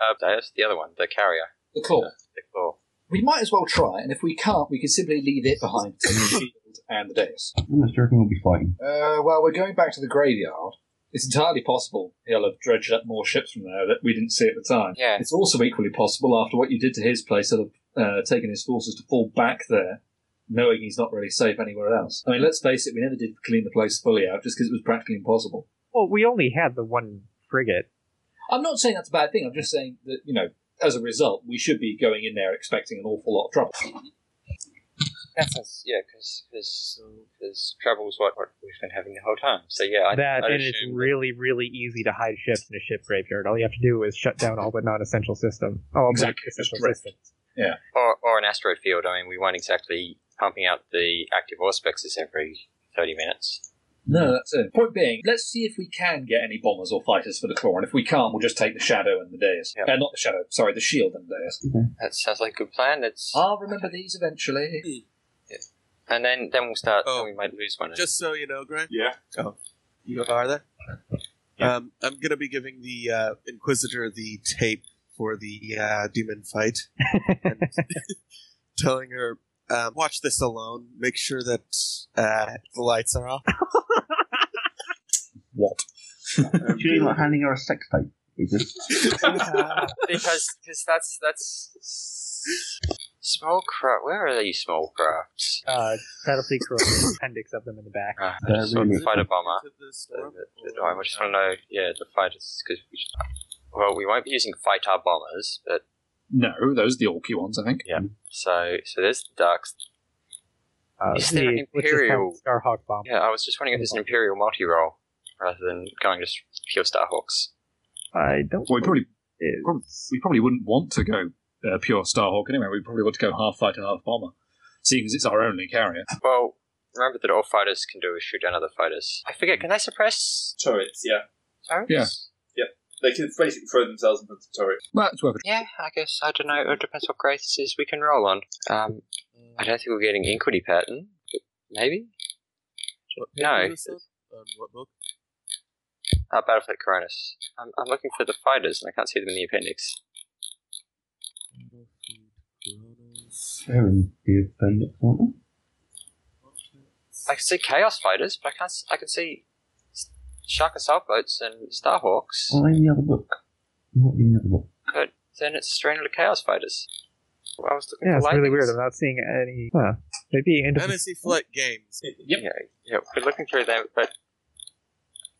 [SPEAKER 5] uh, that's the other one, the carrier,
[SPEAKER 4] The Claw.
[SPEAKER 5] the claw.
[SPEAKER 4] We might as well try, and if we can't, we can simply leave it behind the shield and the dais.
[SPEAKER 6] I'm not sure if we'll be fighting.
[SPEAKER 4] Uh, well, we're going back to the graveyard. It's entirely possible he'll have dredged up more ships from there that we didn't see at the time.
[SPEAKER 5] Yeah.
[SPEAKER 4] It's also equally possible, after what you did to his place, he'll have uh, taken his forces to fall back there, knowing he's not really safe anywhere else. I mean, let's face it, we never did clean the place fully out just because it was practically impossible.
[SPEAKER 1] Well, we only had the one frigate.
[SPEAKER 4] I'm not saying that's a bad thing. I'm just saying that, you know, as a result, we should be going in there expecting an awful lot of trouble.
[SPEAKER 5] That's us, yeah, because because trouble's what, what we've been having the whole time. So yeah, I,
[SPEAKER 1] that
[SPEAKER 5] I'd
[SPEAKER 1] and it's
[SPEAKER 5] assume
[SPEAKER 1] really, really easy to hide ships in a ship graveyard. All you have to do is shut down all but non-essential systems. All
[SPEAKER 4] Exactly,
[SPEAKER 1] but essential
[SPEAKER 4] correct.
[SPEAKER 1] systems.
[SPEAKER 5] or or an asteroid field. I mean, we weren't exactly pumping out the active auspexes every thirty minutes.
[SPEAKER 4] No, that's it. Point being, let's see if we can get any bombers or fighters for the claw, and if we can't, we'll just take the shadow and the dais.
[SPEAKER 5] Yeah.
[SPEAKER 4] Uh, not the shadow, sorry, the shield and the dais.
[SPEAKER 5] That sounds like a good plan. That's
[SPEAKER 4] I'll remember these eventually.
[SPEAKER 5] and then then we'll start.
[SPEAKER 3] Oh.
[SPEAKER 5] then we might lose one.
[SPEAKER 3] just so you know, Grant,
[SPEAKER 2] Yeah.
[SPEAKER 3] you are there. Um, I'm gonna be giving the uh, Inquisitor the tape for the uh, demon fight, and telling her, um, "Watch this alone. Make sure that uh, the lights are off."
[SPEAKER 4] What?
[SPEAKER 2] Um,
[SPEAKER 6] She's like handing her a sex tape. It's just
[SPEAKER 5] because because that's that's small craft. Where are these small crafts?
[SPEAKER 1] Uh, Battlefield Crow appendix of them in the back.
[SPEAKER 5] Ah, I
[SPEAKER 6] They're
[SPEAKER 5] just saw the
[SPEAKER 6] really-
[SPEAKER 5] fighter bomber.
[SPEAKER 3] Into the storm,
[SPEAKER 5] The- the- the- I just want to know, yeah, the fighters because we should, well, we won't be using fighter bombers, but
[SPEAKER 4] No, those are the orky ones, I think.
[SPEAKER 5] So, so there's the ducks.
[SPEAKER 1] Uh,
[SPEAKER 5] Is there an
[SPEAKER 1] which is called
[SPEAKER 5] Imperial-
[SPEAKER 1] Starhawk bomb?
[SPEAKER 5] Yeah, I was just wondering if there's an Imperial multi-roll rather than going just pure Starhawks.
[SPEAKER 1] I don't.
[SPEAKER 4] Well, we probably
[SPEAKER 1] it-
[SPEAKER 4] we probably wouldn't want to go uh, pure Starhawk anyway. We probably want to go half fighter, half bomber, seeing as it's our only carrier.
[SPEAKER 5] Well, remember that all fighters can do is shoot down other fighters. I forget. Can they suppress
[SPEAKER 2] turrets, yeah.
[SPEAKER 5] turrets?
[SPEAKER 4] Yeah.
[SPEAKER 2] They can basically throw themselves in front of turrets.
[SPEAKER 4] Well, it's worth it.
[SPEAKER 5] Yeah, I guess I don't know. It depends what grade this is we can roll on. Um, I don't think we're getting Inquity pattern. but Maybe
[SPEAKER 3] What page
[SPEAKER 5] No.
[SPEAKER 3] is this on? On what book?
[SPEAKER 5] uh, Battlefleet Coronis. I'm, I'm looking for the fighters, and I can't see them in the appendix.
[SPEAKER 6] they're in the appendix, aren't they?
[SPEAKER 5] I can see Chaos fighters, but I can't. s- I can see s- Shark assault boats and Starhawks.
[SPEAKER 1] Mm.
[SPEAKER 6] Are they in the other book? Not in the other book.
[SPEAKER 5] but then it's Stranger Chaos Fighters. Well, I was looking
[SPEAKER 1] yeah,
[SPEAKER 5] for
[SPEAKER 1] it's really
[SPEAKER 5] lightnings.
[SPEAKER 1] weird. I'm not seeing any. Huh. Maybe into
[SPEAKER 3] Fantasy Flight Games.
[SPEAKER 4] Yep.
[SPEAKER 5] Yeah, yeah, we're looking through them, but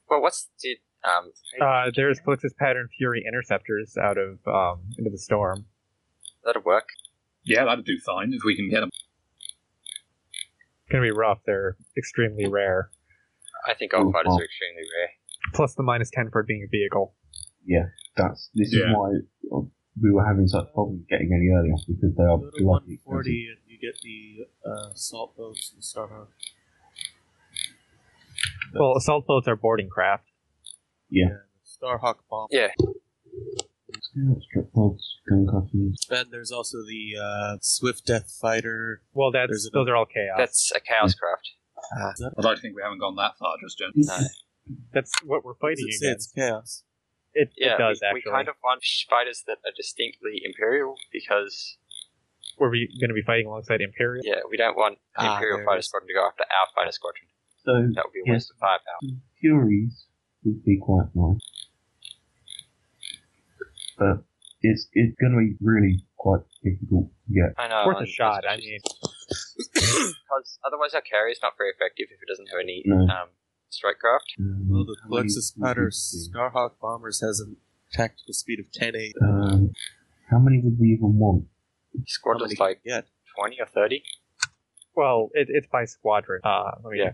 [SPEAKER 5] well, what's the um?
[SPEAKER 1] uh, there's Calyxus pattern Fury interceptors out of um, into the storm.
[SPEAKER 5] that'll work.
[SPEAKER 4] Yeah, that'd do fine if we can get them.
[SPEAKER 1] It's going to be rough. They're extremely rare.
[SPEAKER 5] I think all
[SPEAKER 6] Oh,
[SPEAKER 5] fighters
[SPEAKER 6] wow.
[SPEAKER 5] are extremely rare.
[SPEAKER 1] Plus the minus 10 for it being a vehicle.
[SPEAKER 6] That's this
[SPEAKER 4] Yeah.
[SPEAKER 6] is why uh, we were having such problems getting any earlier because they are
[SPEAKER 3] Go to
[SPEAKER 6] bloody expensive.
[SPEAKER 3] 140 and you get the uh, salt boats and start off.
[SPEAKER 1] Well, assault boats are boarding craft.
[SPEAKER 6] Yeah.
[SPEAKER 3] Starhawk bomb.
[SPEAKER 5] Yeah.
[SPEAKER 6] Yeah, Strip pods, gun cutters.
[SPEAKER 3] And there's also the uh, Swift Death Fighter.
[SPEAKER 1] Well, that's
[SPEAKER 3] There's a-
[SPEAKER 1] those are all chaos. That's,
[SPEAKER 5] That's a
[SPEAKER 1] Mm.
[SPEAKER 5] chaos craft.
[SPEAKER 3] Ah, is that
[SPEAKER 4] I'd like to think we haven't gone that far just yet.
[SPEAKER 5] No.
[SPEAKER 1] what we're
[SPEAKER 3] does
[SPEAKER 1] fighting
[SPEAKER 3] it say
[SPEAKER 1] against.
[SPEAKER 3] it's chaos.
[SPEAKER 1] It,
[SPEAKER 5] Yeah,
[SPEAKER 1] it does
[SPEAKER 5] we, we
[SPEAKER 1] actually.
[SPEAKER 5] kind of want fighters that are distinctly imperial because
[SPEAKER 1] Were we going to be fighting alongside Imperial?
[SPEAKER 5] yeah, we don't want the
[SPEAKER 3] Ah,
[SPEAKER 5] imperial
[SPEAKER 3] there it
[SPEAKER 5] fighter
[SPEAKER 3] is.
[SPEAKER 5] squadron to go after our fighter squadron.
[SPEAKER 6] So
[SPEAKER 5] That would be a
[SPEAKER 6] Yeah.
[SPEAKER 5] waste of firepower.
[SPEAKER 6] Furies would be quite nice. But it's it's gonna be really quite difficult to get.
[SPEAKER 5] I know.
[SPEAKER 1] Worth a
[SPEAKER 5] and
[SPEAKER 1] shot. I
[SPEAKER 5] especially
[SPEAKER 1] mean,
[SPEAKER 5] because otherwise our carrier is not very effective if it doesn't have any
[SPEAKER 6] No.
[SPEAKER 5] um, strike craft.
[SPEAKER 6] Um,
[SPEAKER 3] Well, the
[SPEAKER 6] how many
[SPEAKER 3] Plexus Powder
[SPEAKER 6] would we do?
[SPEAKER 3] Starhawk Bombers has a tactical speed of 10 8.
[SPEAKER 6] Um, how many would we even want?
[SPEAKER 3] How
[SPEAKER 5] Squadron's
[SPEAKER 3] many
[SPEAKER 5] like
[SPEAKER 3] can you get?
[SPEAKER 5] twenty or thirty.
[SPEAKER 1] well, it, it's by squadron. Uh, let me
[SPEAKER 5] Yeah.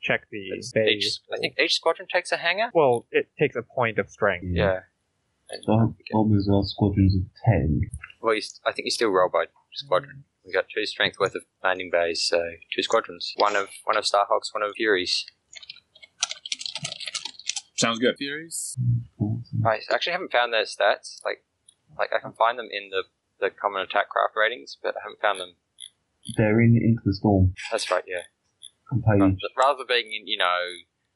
[SPEAKER 1] check the
[SPEAKER 5] It's
[SPEAKER 1] bay.
[SPEAKER 5] Each, I think each squadron takes a hanger.
[SPEAKER 1] Well, it takes a point of strength.
[SPEAKER 5] Yeah. And
[SPEAKER 6] So our bombers are squadrons of ten.
[SPEAKER 5] Well, you, st- I think you still roll by squadron. We got two strength worth of landing bays, so two squadrons. One of one of Starhawks, one of Furies.
[SPEAKER 4] Sounds good.
[SPEAKER 3] Furies?
[SPEAKER 5] I actually haven't found their stats. Like, like I can find them in the the common attack craft ratings, but I haven't found them.
[SPEAKER 6] They're in into the storm.
[SPEAKER 5] That's right, yeah.
[SPEAKER 6] On
[SPEAKER 1] Um,
[SPEAKER 5] Rather,
[SPEAKER 6] page,
[SPEAKER 5] rather than being in, you know,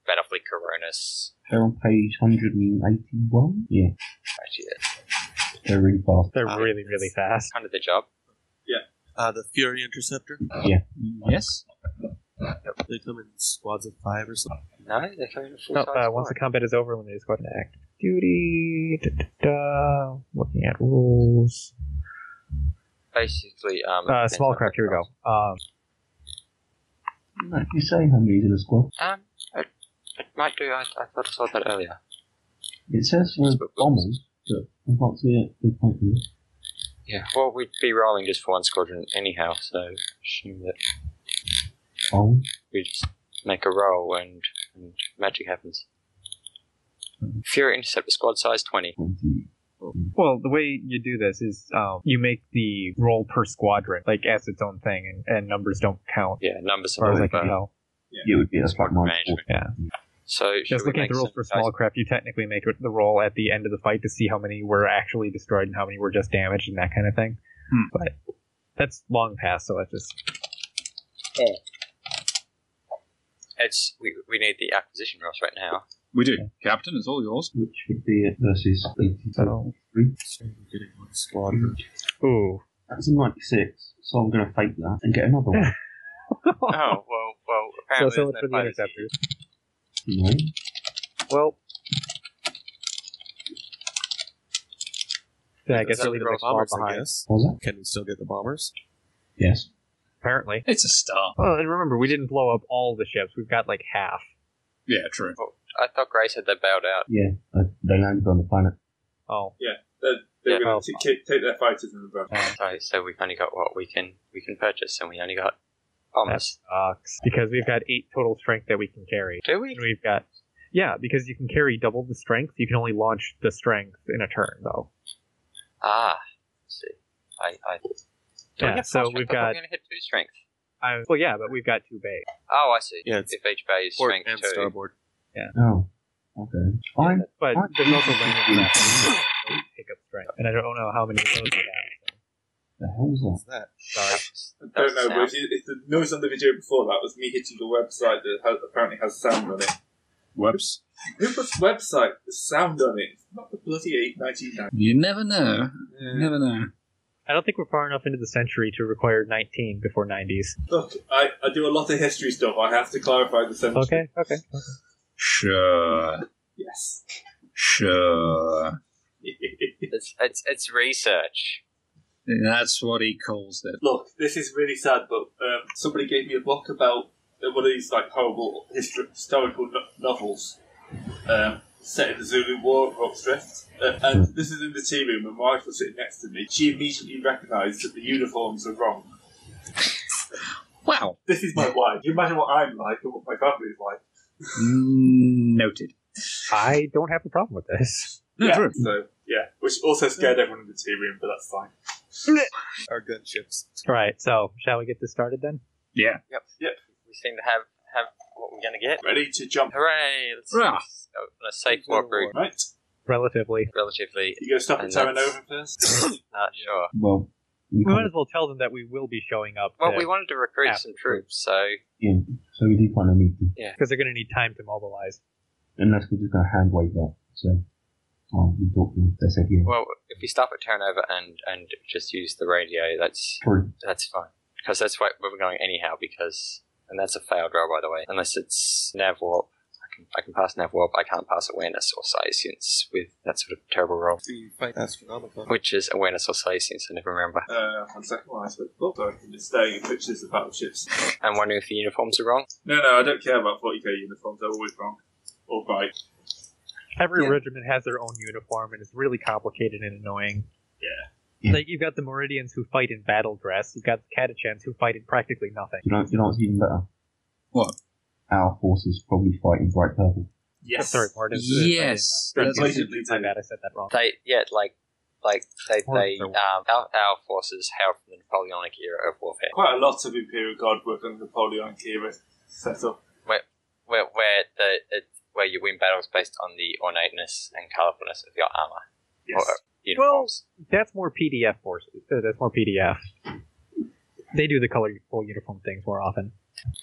[SPEAKER 5] Battlefleet Coronas.
[SPEAKER 6] they're on page hundred and eighty-one. Yeah,
[SPEAKER 5] Actually, that's
[SPEAKER 6] they're really fast.
[SPEAKER 1] They're
[SPEAKER 3] Ah,
[SPEAKER 1] really, really fast.
[SPEAKER 5] kind of the job.
[SPEAKER 3] Uh, the Fury Interceptor?
[SPEAKER 4] Yes.
[SPEAKER 3] They come in squads of five or something.
[SPEAKER 5] No, they're coming in full
[SPEAKER 1] No,
[SPEAKER 5] size.
[SPEAKER 1] uh, once the combat is over, when the squadron act duty, da, da, da, looking at rules.
[SPEAKER 5] Basically, um,
[SPEAKER 1] Uh, small craft. Here we go. Um,
[SPEAKER 6] You say how many's in a squad?
[SPEAKER 5] Um, it, it might do. I, I thought I saw that earlier.
[SPEAKER 6] It says for bombers, but I can't see it. There's point in it.
[SPEAKER 5] Yeah. Well, we'd be rolling just for one squadron anyhow, so assume that
[SPEAKER 6] Oh,
[SPEAKER 5] we just make a roll and, and magic happens. Fury interceptor squad size twenty.
[SPEAKER 6] 20.
[SPEAKER 1] well, the way you do this is um, you make the roll per squadron like as its own thing, and, and numbers don't count
[SPEAKER 5] Yeah, numbers
[SPEAKER 1] as far as I
[SPEAKER 5] are
[SPEAKER 1] can
[SPEAKER 5] over.
[SPEAKER 1] tell.
[SPEAKER 6] Yeah, it would be that's like
[SPEAKER 5] Squadron
[SPEAKER 6] my
[SPEAKER 5] management. So should
[SPEAKER 1] Just
[SPEAKER 5] we
[SPEAKER 1] looking at
[SPEAKER 5] make
[SPEAKER 1] the rules
[SPEAKER 5] some
[SPEAKER 1] for
[SPEAKER 5] dice-
[SPEAKER 1] small craft, you technically make it the roll at the end of the fight to see how many were actually destroyed and how many were just damaged and that kind of thing.
[SPEAKER 4] Hmm.
[SPEAKER 1] But that's long past, so let's just
[SPEAKER 5] It's we, we need the acquisition rules right now.
[SPEAKER 4] We do. Captain, it's all yours.
[SPEAKER 6] which would be it versus 83.
[SPEAKER 3] Sure, you're getting one squadron.
[SPEAKER 1] ooh.
[SPEAKER 6] That's a 96, so I'm going to fake that and get another one.
[SPEAKER 5] oh well, well.
[SPEAKER 1] so
[SPEAKER 5] Apparently,
[SPEAKER 1] so much
[SPEAKER 5] there's
[SPEAKER 1] for the
[SPEAKER 5] no fighters here.
[SPEAKER 1] interceptors.
[SPEAKER 6] no.
[SPEAKER 1] Well, then I
[SPEAKER 3] Does
[SPEAKER 1] guess
[SPEAKER 3] that
[SPEAKER 1] I'll leave
[SPEAKER 3] get
[SPEAKER 1] the
[SPEAKER 3] the
[SPEAKER 1] squad
[SPEAKER 3] bombers, I
[SPEAKER 1] behind.
[SPEAKER 3] guess.
[SPEAKER 6] Was that?
[SPEAKER 3] Can we still get the bombers?
[SPEAKER 6] Yes.
[SPEAKER 1] Apparently.
[SPEAKER 4] It's a star.
[SPEAKER 1] Well, and remember, we didn't blow up all the ships. We've got like half.
[SPEAKER 4] Yeah, true.
[SPEAKER 5] I thought Gray said they bailed out.
[SPEAKER 6] Yeah, uh, they landed on the planet.
[SPEAKER 1] Oh,
[SPEAKER 5] Yeah.
[SPEAKER 2] They're going to take their fighters and run.
[SPEAKER 5] So, so we've only got what we can we can purchase, and we only got bombers.
[SPEAKER 1] sucks. Because we've got eight total strength that we can carry.
[SPEAKER 5] Do
[SPEAKER 1] And
[SPEAKER 5] we?
[SPEAKER 1] we've got yeah, because you can carry double the strength. You can only launch the strength in a turn, though.
[SPEAKER 5] Ah, let's see, I, I. Do we
[SPEAKER 1] Yeah,
[SPEAKER 5] have
[SPEAKER 1] so
[SPEAKER 5] four strength?
[SPEAKER 1] we've
[SPEAKER 5] I thought we
[SPEAKER 1] got-
[SPEAKER 5] only had two strength.
[SPEAKER 1] I, well, yeah, but we've got two bays.
[SPEAKER 5] Oh, I see.
[SPEAKER 3] Yeah, it's
[SPEAKER 5] if each bay is
[SPEAKER 3] port
[SPEAKER 5] strength
[SPEAKER 3] and
[SPEAKER 5] two.
[SPEAKER 3] starboard.
[SPEAKER 6] Oh, okay. I
[SPEAKER 1] But
[SPEAKER 6] What?
[SPEAKER 1] there's also language that pick up strength, and I don't know how many of those we have.
[SPEAKER 6] the hell was
[SPEAKER 3] What's that?
[SPEAKER 1] Sorry.
[SPEAKER 5] That
[SPEAKER 2] I don't know,
[SPEAKER 5] sound-
[SPEAKER 2] but if, you, if the noise on the video before that was me hitting a website that has, apparently has sound on it.
[SPEAKER 4] Whoops.
[SPEAKER 2] Who puts website with sound on it? It's not the bloody 899.
[SPEAKER 4] You never know. You
[SPEAKER 2] Yeah.
[SPEAKER 4] never know.
[SPEAKER 1] I don't think we're far enough into the century to require 19 before 90s.
[SPEAKER 2] Look, I, I do a lot of history stuff. I have to clarify the century.
[SPEAKER 1] Okay, okay.
[SPEAKER 4] Sure.
[SPEAKER 2] Yes.
[SPEAKER 4] Sure.
[SPEAKER 5] It's, it's it's research.
[SPEAKER 4] That's what he calls it.
[SPEAKER 2] Look, this is really sad, but um, somebody gave me a book about uh, one of these like horrible histo- historical no- novels. Um, set in the Zulu War at Rock's Drift. Uh, and this is in the tea room, and my wife was sitting next to me. She immediately recognised that the uniforms are wrong.
[SPEAKER 4] Wow.
[SPEAKER 2] This is my wife. You imagine what I'm like and what my family is like.
[SPEAKER 4] Mm, Noted.
[SPEAKER 1] I don't have a problem with this.
[SPEAKER 2] yeah, so, yeah. Which also scared everyone in the tea room, but that's fine.
[SPEAKER 3] Our gunships.
[SPEAKER 1] All right, so shall we get this started then?
[SPEAKER 4] Yeah.
[SPEAKER 5] We seem to have have what we're going to get.
[SPEAKER 2] Ready to jump.
[SPEAKER 5] Hooray! Let's
[SPEAKER 4] Rah.
[SPEAKER 5] go on a safe walk route,
[SPEAKER 2] Right?
[SPEAKER 1] Relatively.
[SPEAKER 5] relatively.
[SPEAKER 2] You gonna stop at
[SPEAKER 5] And that's-
[SPEAKER 2] Terranova first?
[SPEAKER 5] Not sure.
[SPEAKER 6] Well, we
[SPEAKER 1] We
[SPEAKER 6] kind
[SPEAKER 1] might
[SPEAKER 6] of,
[SPEAKER 1] as well tell them that we will be showing up
[SPEAKER 5] Well,
[SPEAKER 1] to-
[SPEAKER 5] we wanted to recruit
[SPEAKER 1] Yeah.
[SPEAKER 5] some troops, so
[SPEAKER 6] yeah, so we do kind of need to,
[SPEAKER 1] because they're going to need time to mobilize.
[SPEAKER 6] unless we're just going to hand wave that. So, fine, we talked to them. They said, yeah,
[SPEAKER 5] well, if we stop at Terranova and and just use the radio, that's
[SPEAKER 6] true.
[SPEAKER 5] that's fine because that's where where we're going anyhow. Because and that's a failed roll, by the way, unless it's nav warp. I can, I can pass nav warp. I can't pass awareness or science with that sort of terrible roll,
[SPEAKER 3] The fight astronomical.
[SPEAKER 5] which is awareness or science. I never remember.
[SPEAKER 2] Uh, one second while I switch up, so I can just stay in pictures of battleships.
[SPEAKER 5] I'm wondering if the uniforms are wrong.
[SPEAKER 2] No, no, I don't care about 40k uniforms. They're always wrong. All right.
[SPEAKER 1] Every
[SPEAKER 3] Yeah.
[SPEAKER 1] regiment has their own uniform, and it's really complicated and annoying.
[SPEAKER 6] Yeah.
[SPEAKER 1] Like you've got the Meridians who fight in battle dress. You've got the Catachans who fight in practically nothing.
[SPEAKER 6] Do you know, do you know what's even better?
[SPEAKER 4] What?
[SPEAKER 6] Our forces probably fight in bright purple.
[SPEAKER 2] Yes.
[SPEAKER 1] Sorry, Meridians. uh, fight in,
[SPEAKER 4] Yes.
[SPEAKER 1] uh,
[SPEAKER 4] That's
[SPEAKER 1] Red
[SPEAKER 2] what you
[SPEAKER 1] Meridians.
[SPEAKER 2] should
[SPEAKER 1] My bad, I said that wrong.
[SPEAKER 5] They yeah, like like they
[SPEAKER 1] Or
[SPEAKER 5] they
[SPEAKER 1] the-
[SPEAKER 5] um, our, our forces hail from the Napoleonic era of warfare,
[SPEAKER 2] Quite a lot of Imperial Guard work on the Napoleonic era setup.
[SPEAKER 5] where where the it, where you win battles based on the ornateness and colorfulness of your armor
[SPEAKER 2] Yes.
[SPEAKER 5] or uniforms.
[SPEAKER 1] That's more PDF forces. Uh, that's more PDF. They do the colorful uniform things more often.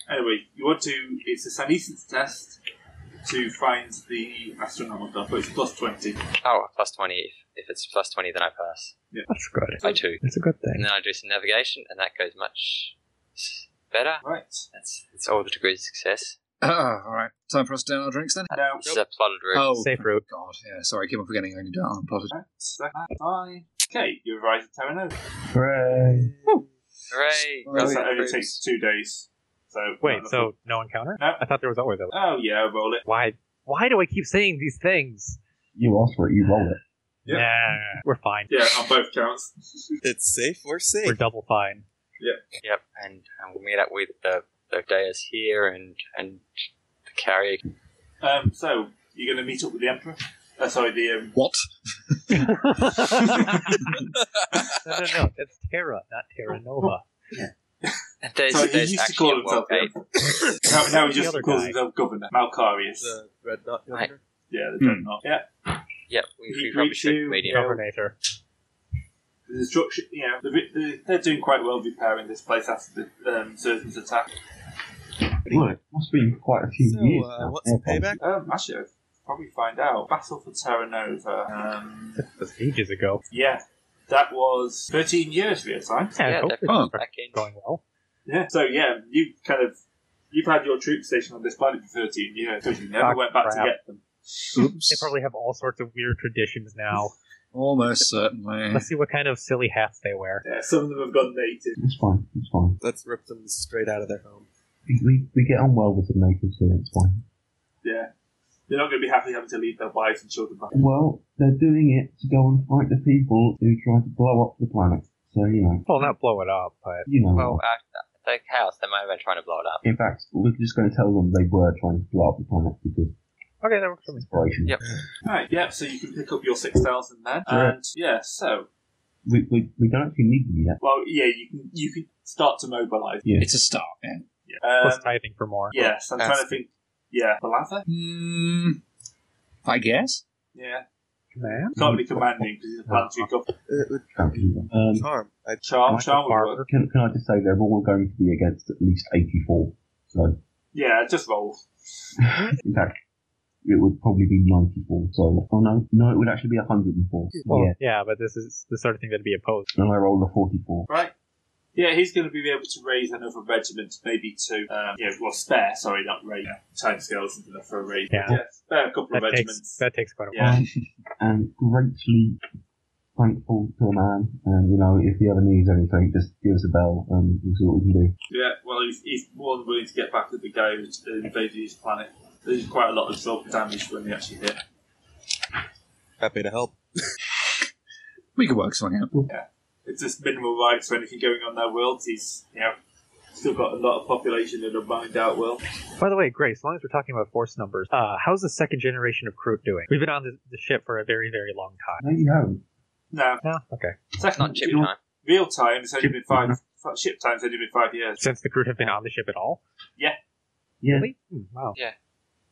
[SPEAKER 2] Anyway, you want to. It's a Sanisance test to find the astronomical, but it's plus 20.
[SPEAKER 5] Oh, plus twenty. If, if it's plus twenty, then I pass.
[SPEAKER 1] That's good.
[SPEAKER 5] I two,
[SPEAKER 1] That's a good
[SPEAKER 5] and
[SPEAKER 1] thing.
[SPEAKER 5] then I do some navigation, and that goes much better.
[SPEAKER 2] Right.
[SPEAKER 5] That's it's all the degrees of success.
[SPEAKER 4] Ah, all right. Time for us to down our drinks then.
[SPEAKER 2] Now,
[SPEAKER 5] This is a plotted route.
[SPEAKER 4] Oh,
[SPEAKER 1] Safe route.
[SPEAKER 4] God. Yeah. Sorry, I keep on forgetting I only do it unplotted.
[SPEAKER 2] Hi. Okay, you arrive at Terranova.
[SPEAKER 6] Hooray!
[SPEAKER 5] Hooray!
[SPEAKER 4] Oh,
[SPEAKER 5] Got
[SPEAKER 2] That's-
[SPEAKER 5] some
[SPEAKER 2] That only
[SPEAKER 5] troops.
[SPEAKER 2] takes two days. So
[SPEAKER 1] Wait,
[SPEAKER 2] not
[SPEAKER 1] so no encounter?
[SPEAKER 2] No.
[SPEAKER 1] I thought there was always a.
[SPEAKER 2] enough. Oh yeah, roll it.
[SPEAKER 1] Why? Why do I keep saying these things?
[SPEAKER 6] You asked for it, you roll it.
[SPEAKER 2] Yeah.
[SPEAKER 1] Nah, we're fine.
[SPEAKER 2] Yeah, on both counts.
[SPEAKER 3] It's safe or
[SPEAKER 1] We're
[SPEAKER 3] safe.
[SPEAKER 1] double fine.
[SPEAKER 5] Yep, and um, we'll meet up with the the Deus here and and the carrier.
[SPEAKER 2] Um, so you're going to meet up with the Emperor. Uh, sorry, the um,
[SPEAKER 4] What?
[SPEAKER 1] no, no, no. That's Terra, not Terra Nova.
[SPEAKER 5] And there's,
[SPEAKER 2] sorry, he
[SPEAKER 5] there's
[SPEAKER 2] used to call
[SPEAKER 5] actually a world
[SPEAKER 2] himself the
[SPEAKER 5] gate.
[SPEAKER 2] Emperor. now, now he
[SPEAKER 1] The
[SPEAKER 2] just
[SPEAKER 1] other
[SPEAKER 2] calls
[SPEAKER 1] guy.
[SPEAKER 2] himself Governor Malcarius.
[SPEAKER 3] The red knot
[SPEAKER 5] Right.
[SPEAKER 3] yonder.
[SPEAKER 2] yeah, the
[SPEAKER 4] Hmm.
[SPEAKER 2] dreadnought. Yeah,
[SPEAKER 5] Yep, we,
[SPEAKER 2] He
[SPEAKER 5] we probably
[SPEAKER 2] greets
[SPEAKER 5] should
[SPEAKER 2] you,
[SPEAKER 5] meet him.
[SPEAKER 2] yeah.
[SPEAKER 1] Governator.
[SPEAKER 2] the destruction. You know, the, the, they're doing quite well repairing this place after the um, Surgeon's attack.
[SPEAKER 6] Look, must have been quite a few years
[SPEAKER 3] So, uh,
[SPEAKER 6] now.
[SPEAKER 3] what's the
[SPEAKER 6] Aircon.
[SPEAKER 3] payback?
[SPEAKER 2] Um, actually, I'll probably find out. Battle for Terra Nova. Um,
[SPEAKER 1] That was ages ago.
[SPEAKER 2] yeah, that was 13 years for your time.
[SPEAKER 1] Yeah, I
[SPEAKER 5] Yeah,
[SPEAKER 1] hope
[SPEAKER 5] definitely.
[SPEAKER 1] it's
[SPEAKER 4] Oh.
[SPEAKER 5] Back in.
[SPEAKER 1] going well.
[SPEAKER 2] Yeah. So yeah, you kind of you've had your troop stationed on this planet for 13 years because you never
[SPEAKER 1] Ah,
[SPEAKER 2] went back
[SPEAKER 1] crap.
[SPEAKER 2] to get them.
[SPEAKER 1] They
[SPEAKER 4] Oops.
[SPEAKER 1] probably have all sorts of weird traditions now.
[SPEAKER 4] Almost certainly.
[SPEAKER 1] Let's see what kind of silly hats they wear.
[SPEAKER 2] Yeah, some of them have gone native.
[SPEAKER 6] It's fine, it's fine.
[SPEAKER 3] Let's rip them straight out of their home.
[SPEAKER 6] We, we, we get on well with the natives here, it's fine.
[SPEAKER 2] Yeah. They're not going to be happy having to leave their wives and children back.
[SPEAKER 6] Well, they're doing it to go and fight the people who try to blow up the planet. So, you know,
[SPEAKER 1] Well, not blow it up, but
[SPEAKER 6] you know.
[SPEAKER 5] Well,
[SPEAKER 6] what.
[SPEAKER 5] uh, the house, they might have been trying to blow it up.
[SPEAKER 6] in fact, we're just going to tell them they were trying to blow up the planet because
[SPEAKER 1] okay, that works for me.
[SPEAKER 6] inspiration.
[SPEAKER 5] Yep.
[SPEAKER 2] Right, yeah, so you can pick up your 6,000 then.
[SPEAKER 6] Yeah.
[SPEAKER 2] And yeah, so,
[SPEAKER 6] We, we, we don't actually need them yet.
[SPEAKER 2] well, yeah, you can you can start to mobilise.
[SPEAKER 4] It's a start. Yeah.
[SPEAKER 2] Um,
[SPEAKER 1] Plus tithing for more.
[SPEAKER 2] yes, I'm trying to think. Yeah, Balatha?
[SPEAKER 4] Hmm. I guess.
[SPEAKER 2] Yeah.
[SPEAKER 1] Man.
[SPEAKER 2] Can't really command him because he's a planetary governor.
[SPEAKER 3] It would
[SPEAKER 6] Can't do that. Um,
[SPEAKER 3] charm. I
[SPEAKER 2] Charm,
[SPEAKER 6] Michael
[SPEAKER 2] charm would
[SPEAKER 1] Barber.
[SPEAKER 2] work.
[SPEAKER 6] Can, can I just say they're all going to be against at least 84. So,
[SPEAKER 2] Yeah, just roll.
[SPEAKER 6] in fact, it would probably be 94. So, oh no, no, it would actually be 104.
[SPEAKER 1] Well,
[SPEAKER 6] Yeah,
[SPEAKER 1] yeah. but this is the sort of thing that'd be opposed.
[SPEAKER 6] and I rolled a 44.
[SPEAKER 2] Right. Yeah, he's going to be able to raise another regiment, maybe two. Um, yeah, well, spare, sorry, not raise. Time scales isn't enough for a raise.
[SPEAKER 1] Yeah.
[SPEAKER 2] spare a couple
[SPEAKER 1] That
[SPEAKER 2] of
[SPEAKER 1] takes
[SPEAKER 2] regiments.
[SPEAKER 1] that takes quite a
[SPEAKER 2] Yeah.
[SPEAKER 6] Um, And greatly thankful to the man. And, you know, if he ever needs anything, just give us a bell and we'll see what we can do.
[SPEAKER 2] Yeah, well, he's, he's more than willing to get back at the guy who invaded his planet. There's quite a lot of absorbed damage when they actually hit.
[SPEAKER 3] Happy to help.
[SPEAKER 4] We could work something out.
[SPEAKER 2] It's just minimal rights for anything going on in their world. He's, you know, still got a lot of population that are mined out well.
[SPEAKER 1] By the way, Grace, as long as we're talking about force numbers, uh, how's the second generation of Kroot doing? We've been on the, the ship for a very, very long time.
[SPEAKER 6] No, you haven't.
[SPEAKER 2] No,
[SPEAKER 1] No? Okay.
[SPEAKER 2] second
[SPEAKER 5] Not chip
[SPEAKER 2] real-
[SPEAKER 5] time.
[SPEAKER 2] Real time, it's only
[SPEAKER 6] Chip
[SPEAKER 2] been five. Ship time's only been five years.
[SPEAKER 1] Since the Kroot have been on the ship at all?
[SPEAKER 6] Yeah.
[SPEAKER 1] Really? Hmm, wow.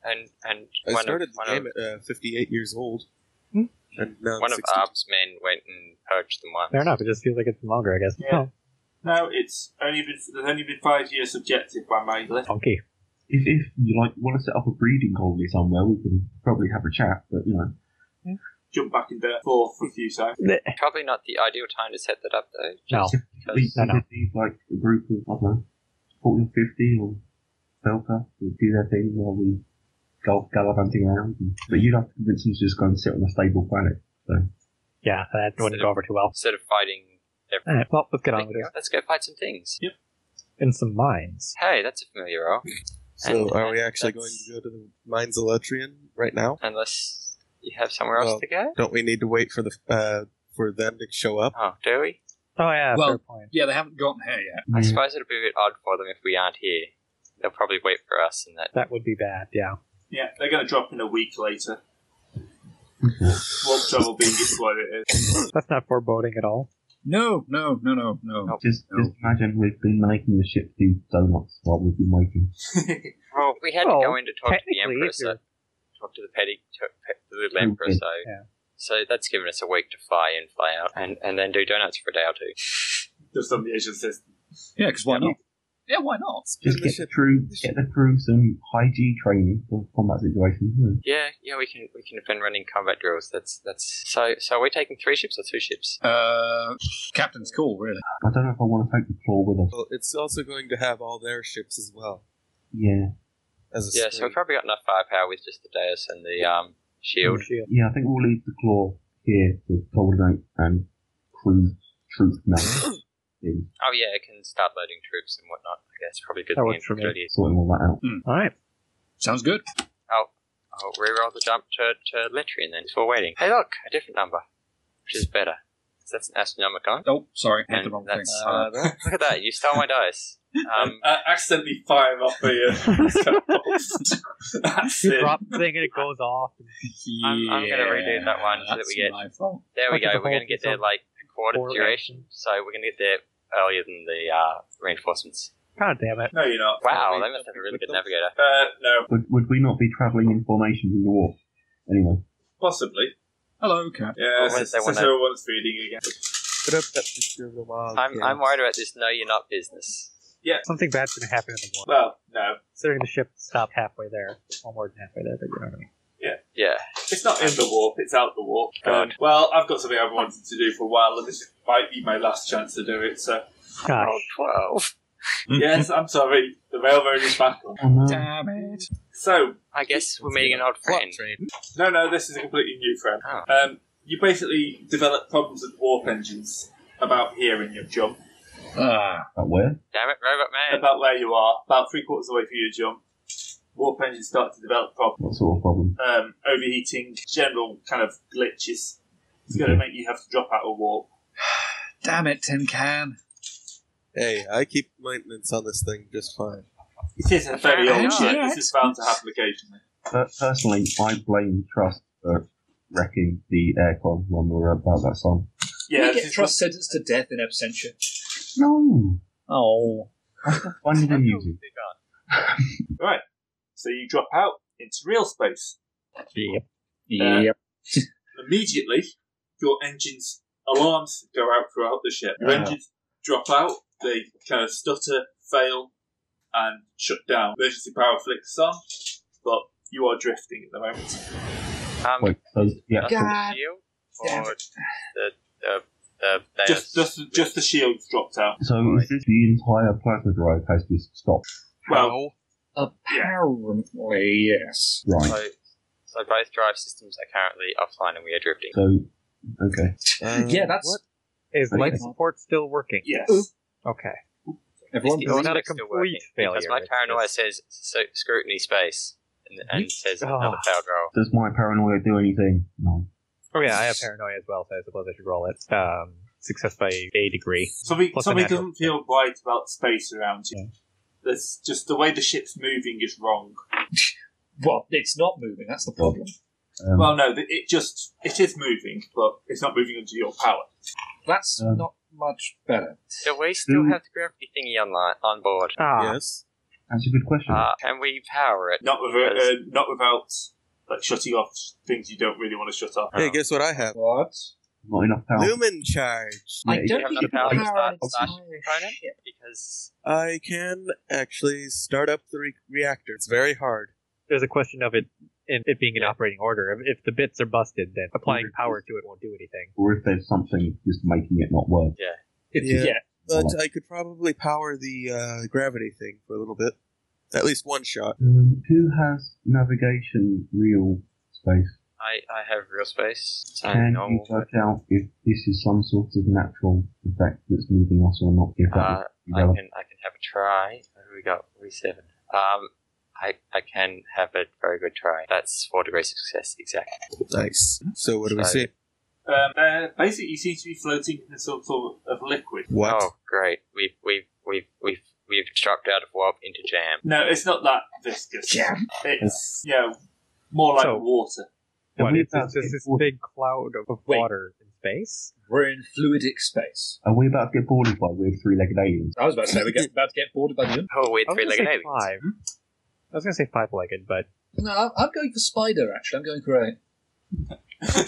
[SPEAKER 5] And and
[SPEAKER 3] I
[SPEAKER 5] one
[SPEAKER 3] started
[SPEAKER 5] of,
[SPEAKER 3] the
[SPEAKER 5] one
[SPEAKER 3] game
[SPEAKER 5] of,
[SPEAKER 3] at uh, 58 years old.
[SPEAKER 1] Hmm.
[SPEAKER 3] And now I'm
[SPEAKER 5] one of
[SPEAKER 3] 60.
[SPEAKER 5] uh, Arb's men went and purged them once.
[SPEAKER 1] Fair enough. It just feels like it's been longer, I guess.
[SPEAKER 2] Yeah.
[SPEAKER 1] Oh,
[SPEAKER 2] No, it's only been there's only been five years subjective by my list.
[SPEAKER 1] funky.
[SPEAKER 6] If, if you like want to set up a breeding colony somewhere, we can probably have a chat. But you know,
[SPEAKER 2] Jump back into four for a few times.
[SPEAKER 5] Probably not the ideal time to set that up though.
[SPEAKER 1] No.
[SPEAKER 6] we
[SPEAKER 5] Because
[SPEAKER 1] No,
[SPEAKER 6] we
[SPEAKER 1] no.
[SPEAKER 6] could leave like a group of I don't know, 40 or 50 or Belka to do their thing while we go gallivanting around. And, but you'd have to convince them to just go and sit on a stable planet.
[SPEAKER 1] Yeah, that wouldn't go over too well.
[SPEAKER 5] instead of fighting
[SPEAKER 1] All
[SPEAKER 5] everything,
[SPEAKER 1] right, well, let's get on with it.
[SPEAKER 5] let's go fight some things.
[SPEAKER 1] In some mines.
[SPEAKER 5] Hey, that's a familiar role.
[SPEAKER 3] So
[SPEAKER 5] And-
[SPEAKER 3] are we
[SPEAKER 5] and
[SPEAKER 3] actually going
[SPEAKER 5] that's-
[SPEAKER 3] to go to the Mines Elytrian right now?
[SPEAKER 5] Unless you have somewhere else
[SPEAKER 3] Well-
[SPEAKER 5] to go?
[SPEAKER 3] Don't we need to wait for the uh, for them to show up?
[SPEAKER 5] Oh, do we?
[SPEAKER 1] Oh, yeah,
[SPEAKER 4] Well-
[SPEAKER 1] fair point.
[SPEAKER 4] Yeah, they haven't gotten here yet.
[SPEAKER 5] I
[SPEAKER 1] Mm.
[SPEAKER 5] suppose it'll be a bit odd for them if we aren't here. They'll probably wait for us and that.
[SPEAKER 1] That would be bad, yeah.
[SPEAKER 2] Yeah, they're going to drop in a week later. Warp travel being explored it is.
[SPEAKER 1] That's not foreboding at all.
[SPEAKER 4] No, no, no, no, no.
[SPEAKER 6] Just,
[SPEAKER 4] Oh, No.
[SPEAKER 6] just imagine we've been making the ship do donuts while we've been waiting.
[SPEAKER 5] Well, we had
[SPEAKER 1] Well,
[SPEAKER 5] to go in to talk to the
[SPEAKER 1] technically,
[SPEAKER 5] emperor,
[SPEAKER 1] if
[SPEAKER 5] so
[SPEAKER 1] you're- Mm,
[SPEAKER 5] talk to the petty, to, pe, the little emperor. So,
[SPEAKER 1] Yeah.
[SPEAKER 5] so that's given us a week to fly in, fly out, and, and then do donuts for a day or two.
[SPEAKER 2] Just on the Asian system.
[SPEAKER 4] Yeah, because why not? Yeah, why not?
[SPEAKER 6] Just
[SPEAKER 3] the
[SPEAKER 6] get the
[SPEAKER 3] ship-
[SPEAKER 6] crew,
[SPEAKER 3] the ship-
[SPEAKER 6] get the crew some high G training for combat situations. you know.
[SPEAKER 5] Yeah, yeah, we can we can have been running combat drills. That's that's so so. Are we taking three ships or two ships?
[SPEAKER 4] Uh, captain's call, really.
[SPEAKER 6] I don't know if I want to take the claw with us.
[SPEAKER 3] Well, it's also going to have all their ships as well.
[SPEAKER 6] Yeah,
[SPEAKER 3] As a
[SPEAKER 5] Yeah, so
[SPEAKER 3] screen.
[SPEAKER 5] we've probably got enough firepower with just the Deus and the um shield.
[SPEAKER 1] Shield.
[SPEAKER 6] yeah. I think we'll leave the claw here to coordinate and crew truth now. in
[SPEAKER 5] Oh yeah, it can start loading troops and whatnot. I guess probably a good
[SPEAKER 1] Mm. That
[SPEAKER 5] thing
[SPEAKER 1] works for me.
[SPEAKER 5] infantry is-
[SPEAKER 6] sorting all that out.
[SPEAKER 1] All right.
[SPEAKER 4] Sounds good.
[SPEAKER 5] I'll reroll the jump to, to Letrian then for waiting. Hey, look, a different number, which is better. 'Cause That's an astronomicon.
[SPEAKER 4] Oh, sorry, hit the
[SPEAKER 5] And
[SPEAKER 4] wrong thing.
[SPEAKER 5] that's-
[SPEAKER 4] Uh,
[SPEAKER 3] Uh, that-
[SPEAKER 5] Look at that, you stole my dice. Um,
[SPEAKER 2] I accidentally fire off the. Uh, That's
[SPEAKER 1] You
[SPEAKER 2] it.
[SPEAKER 1] drop the thing and it goes off.
[SPEAKER 5] I'm- I'm gonna redo that one so that
[SPEAKER 4] that's
[SPEAKER 5] we get-
[SPEAKER 4] my fault.
[SPEAKER 5] there we
[SPEAKER 1] Look at the
[SPEAKER 5] go. We're going to
[SPEAKER 1] whole
[SPEAKER 5] get there
[SPEAKER 1] piece of
[SPEAKER 5] like a quarter
[SPEAKER 1] forward
[SPEAKER 5] duration, so we're going to get there earlier than the uh, reinforcements.
[SPEAKER 1] God damn it.
[SPEAKER 2] No, you're not.
[SPEAKER 5] Wow,
[SPEAKER 3] we
[SPEAKER 5] they must have a really
[SPEAKER 3] with
[SPEAKER 5] good
[SPEAKER 3] them?
[SPEAKER 5] navigator.
[SPEAKER 2] Uh, no,
[SPEAKER 6] Would, would we not be travelling in formation through the warp? Anyway,
[SPEAKER 2] possibly.
[SPEAKER 4] Hello, cat.
[SPEAKER 2] Yeah,
[SPEAKER 5] Well,
[SPEAKER 2] since
[SPEAKER 5] they wanna-
[SPEAKER 2] since everyone's feeding again.
[SPEAKER 3] put up that picture of the wild
[SPEAKER 5] I'm,
[SPEAKER 3] cat.
[SPEAKER 5] I'm worried about this no, you're not business.
[SPEAKER 1] Something bad's going to happen in the war.
[SPEAKER 2] Well, no,
[SPEAKER 1] Considering the ship stopped halfway there. Well, more than halfway there, but you know what I mean.
[SPEAKER 5] Yeah.
[SPEAKER 2] it's not in the warp, it's out the warp.
[SPEAKER 5] God.
[SPEAKER 2] well, I've got something I've wanted to do for a while, and this might be my last chance to do it, so.
[SPEAKER 1] Gosh.
[SPEAKER 5] Oh, 12.
[SPEAKER 2] yes, I'm sorry, the railroad is back on.
[SPEAKER 6] oh no,
[SPEAKER 4] Damn it.
[SPEAKER 2] So,
[SPEAKER 5] I guess we're meeting an old
[SPEAKER 3] Plot
[SPEAKER 5] friend.
[SPEAKER 3] train.
[SPEAKER 2] No, no, this is a completely new friend.
[SPEAKER 5] Oh.
[SPEAKER 2] Um, you basically develop problems with warp engines about here in your jump,
[SPEAKER 4] Ah,
[SPEAKER 6] but where?
[SPEAKER 5] Damn it, Robot Man.
[SPEAKER 2] about where you are, about three quarters away from your jump. Warp engines start to develop problems,
[SPEAKER 6] What sort of problem?
[SPEAKER 2] um, overheating, general kind of glitches. It's going to make you have to drop out of warp.
[SPEAKER 4] damn it, Tin Can.
[SPEAKER 3] Hey, I keep maintenance on this thing just fine.
[SPEAKER 2] It is a very
[SPEAKER 5] Apparently
[SPEAKER 2] old ship.
[SPEAKER 4] not.
[SPEAKER 2] This is bound to happen occasionally.
[SPEAKER 6] Per- personally, I blame Trust for wrecking the aircon when we were about that song.
[SPEAKER 2] Yeah,
[SPEAKER 4] we
[SPEAKER 2] this
[SPEAKER 4] get
[SPEAKER 2] is
[SPEAKER 4] trust sentenced to death in absentia.
[SPEAKER 6] No,
[SPEAKER 5] Uh,
[SPEAKER 4] Oh.
[SPEAKER 6] finally the music.
[SPEAKER 2] so you drop out into real space.
[SPEAKER 1] Yep.
[SPEAKER 4] Yep.
[SPEAKER 2] immediately your engine's alarms go out throughout the ship. Your
[SPEAKER 6] Yeah.
[SPEAKER 2] engines drop out, they kind of stutter, fail, and shut down. Emergency power flicks on, but you are drifting at the moment.
[SPEAKER 5] Um,
[SPEAKER 6] Wait, so yeah,
[SPEAKER 4] God
[SPEAKER 5] Just the shield
[SPEAKER 4] damn
[SPEAKER 5] or the the uh, the
[SPEAKER 2] Just,
[SPEAKER 5] Deus?
[SPEAKER 2] just, just the shield's dropped out.
[SPEAKER 6] so is this the entire plasma drive has just stopped?
[SPEAKER 2] Well,
[SPEAKER 3] How?
[SPEAKER 4] Apparently, Oh, yes.
[SPEAKER 6] Right.
[SPEAKER 5] so, so both drive systems are currently offline and we are drifting.
[SPEAKER 6] So okay,
[SPEAKER 3] Uh,
[SPEAKER 4] yeah, that's.
[SPEAKER 1] what? Is
[SPEAKER 6] Okay.
[SPEAKER 1] life support still working?
[SPEAKER 2] yes.
[SPEAKER 4] Oop.
[SPEAKER 1] Okay.
[SPEAKER 4] Everyone
[SPEAKER 5] The
[SPEAKER 1] It's
[SPEAKER 4] believes-
[SPEAKER 1] not a
[SPEAKER 5] automatic's still
[SPEAKER 1] complete
[SPEAKER 5] working,
[SPEAKER 1] failure,
[SPEAKER 5] Because my
[SPEAKER 1] it's
[SPEAKER 5] paranoia
[SPEAKER 1] just-
[SPEAKER 5] says so, scrutiny space and, and says
[SPEAKER 1] Ah.
[SPEAKER 5] another failed roll.
[SPEAKER 6] does my paranoia do anything? No.
[SPEAKER 1] Oh yeah, I have paranoia as well, so I suppose I should roll it. Um, success by a degree.
[SPEAKER 2] Something,
[SPEAKER 1] Plus a
[SPEAKER 2] something
[SPEAKER 1] natural.
[SPEAKER 2] doesn't feel right about space around you. There's just the way the ship's moving is wrong.
[SPEAKER 4] Well, it's not moving. That's the problem.
[SPEAKER 6] Um,
[SPEAKER 2] Well, no, th- it just it is moving, but it's not moving under your power.
[SPEAKER 4] That's
[SPEAKER 5] Uh.
[SPEAKER 6] Um,
[SPEAKER 4] not much better.
[SPEAKER 5] Do we still
[SPEAKER 6] Hmm.
[SPEAKER 5] have the gravity thingy on, li- on board?
[SPEAKER 1] Ah,
[SPEAKER 3] Yes.
[SPEAKER 6] that's a good question.
[SPEAKER 5] Uh, can we power it?
[SPEAKER 2] Not without, uh, not without like shutting off things you don't really want to shut off.
[SPEAKER 3] Hey, guess what I have?
[SPEAKER 4] But
[SPEAKER 6] Not enough power.
[SPEAKER 3] Lumen charge.
[SPEAKER 6] Yeah,
[SPEAKER 4] I
[SPEAKER 6] you
[SPEAKER 4] don't
[SPEAKER 5] have
[SPEAKER 4] think
[SPEAKER 5] the
[SPEAKER 4] you
[SPEAKER 5] power
[SPEAKER 4] can
[SPEAKER 5] to
[SPEAKER 4] power
[SPEAKER 5] start
[SPEAKER 4] an entire
[SPEAKER 5] slash component?
[SPEAKER 4] ship.
[SPEAKER 5] Because
[SPEAKER 3] I can actually start up the re- reactor. It's very hard.
[SPEAKER 1] there's a question of it in it being in operating order. If, if the bits are busted, then applying power to it won't do anything.
[SPEAKER 6] Or if there's something just making it not work.
[SPEAKER 3] Yeah.
[SPEAKER 4] yeah.
[SPEAKER 3] But I could probably power the uh, gravity thing for a little bit. At least one shot.
[SPEAKER 6] Um, who has navigation real space?
[SPEAKER 5] I, I have real space. It's only
[SPEAKER 6] Can you
[SPEAKER 5] normal.
[SPEAKER 6] work out if this is some sort of natural effect that's moving us or not? If that
[SPEAKER 5] Uh,
[SPEAKER 6] would be
[SPEAKER 5] I
[SPEAKER 6] relevant.
[SPEAKER 5] can I can have a try. What do we got? We seven. Um, I I can have a very good try. That's four degrees of success exactly.
[SPEAKER 3] Nice. So what do we
[SPEAKER 5] Right.
[SPEAKER 3] see?
[SPEAKER 2] Um, uh, basically, you seem to be floating in some sort of liquid.
[SPEAKER 3] What?
[SPEAKER 5] Oh, great! We've we've we've we've we've dropped out of warp into jam.
[SPEAKER 2] No, it's not that viscous.
[SPEAKER 4] Jam.
[SPEAKER 2] It's you know more like
[SPEAKER 1] So-
[SPEAKER 2] water.
[SPEAKER 6] Have
[SPEAKER 1] What,
[SPEAKER 6] we
[SPEAKER 1] it's,
[SPEAKER 6] about
[SPEAKER 1] it's
[SPEAKER 6] to
[SPEAKER 1] just
[SPEAKER 6] get
[SPEAKER 1] this
[SPEAKER 6] bored-
[SPEAKER 1] big cloud of
[SPEAKER 4] Wait.
[SPEAKER 1] water in space?
[SPEAKER 4] We're in fluidic space.
[SPEAKER 6] Are we about to get boarded by weird three-legged aliens?
[SPEAKER 4] I was about to say we're get, about to get boarded by the moon.
[SPEAKER 5] Oh, we're
[SPEAKER 1] I was gonna
[SPEAKER 5] three-legged
[SPEAKER 1] say
[SPEAKER 5] aliens.
[SPEAKER 1] five. I was gonna say five-legged, but
[SPEAKER 4] No, I'm- I'm going for spider. Actually, I'm going for a.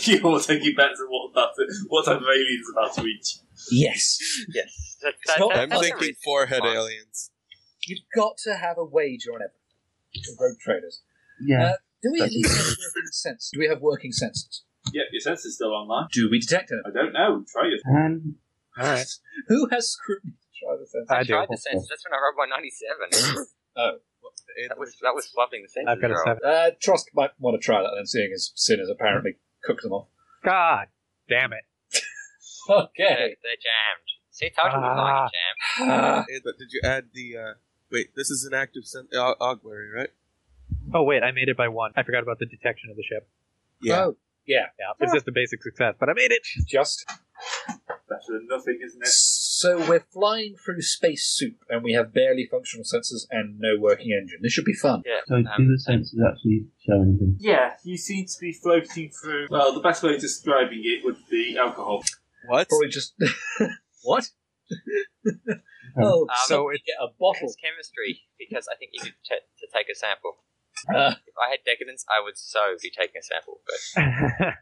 [SPEAKER 2] you all taking bets on what about to, what type of alien's about to eat.
[SPEAKER 4] Yes,
[SPEAKER 5] Yes, that,
[SPEAKER 4] It's not-
[SPEAKER 5] that-
[SPEAKER 3] I'm
[SPEAKER 5] that's a
[SPEAKER 3] thinking
[SPEAKER 5] reasonable
[SPEAKER 3] forehead
[SPEAKER 5] one.
[SPEAKER 3] aliens.
[SPEAKER 4] you've got to have a wager on everything. For road traders.
[SPEAKER 6] Yeah.
[SPEAKER 4] Uh, do we at
[SPEAKER 6] That's-
[SPEAKER 4] least have working sense? Do we have working senses?
[SPEAKER 2] Yep, your sense is still online.
[SPEAKER 4] Do we detect anything?
[SPEAKER 2] I don't know. Try it.
[SPEAKER 6] Can
[SPEAKER 1] all right.
[SPEAKER 4] Who has scrutiny to try the sense?
[SPEAKER 1] I
[SPEAKER 5] I
[SPEAKER 1] do.
[SPEAKER 5] tried the sense. That's when I rolled by ninety-seven.
[SPEAKER 4] Oh,
[SPEAKER 5] that was that was flubbing the sense.
[SPEAKER 1] I've got a seven.
[SPEAKER 4] uh, Trust might want to try that then, seeing as Sin has apparently cooked them off.
[SPEAKER 1] God damn it!
[SPEAKER 4] Okay.
[SPEAKER 5] They're, they're jammed. See, told you we
[SPEAKER 1] Ah.
[SPEAKER 5] like jam.
[SPEAKER 4] Ah,
[SPEAKER 3] Hey, but did you add the? Uh, wait, this is an active sen- au- augury, right?
[SPEAKER 1] Oh wait, I made it by one. I forgot about the detection of the ship.
[SPEAKER 4] Oh, yeah.
[SPEAKER 1] Yeah, it's just a basic success, but I made it.
[SPEAKER 4] Just
[SPEAKER 2] Better than nothing, isn't it?
[SPEAKER 4] so we're flying through space soup, and we have barely functional sensors and no working engine. This should be fun.
[SPEAKER 5] Yeah. um,
[SPEAKER 6] So do the senses actually show anything?
[SPEAKER 2] Yeah, you seem to be floating through. Well, the best way of describing it would be alcohol.
[SPEAKER 3] What?
[SPEAKER 4] Probably just what? oh,
[SPEAKER 5] Um,
[SPEAKER 4] so we get a bottle.
[SPEAKER 5] It's chemistry because I think you need to, to take a sample.
[SPEAKER 4] Uh.
[SPEAKER 5] if I had decadence, I would so be taking a sample. But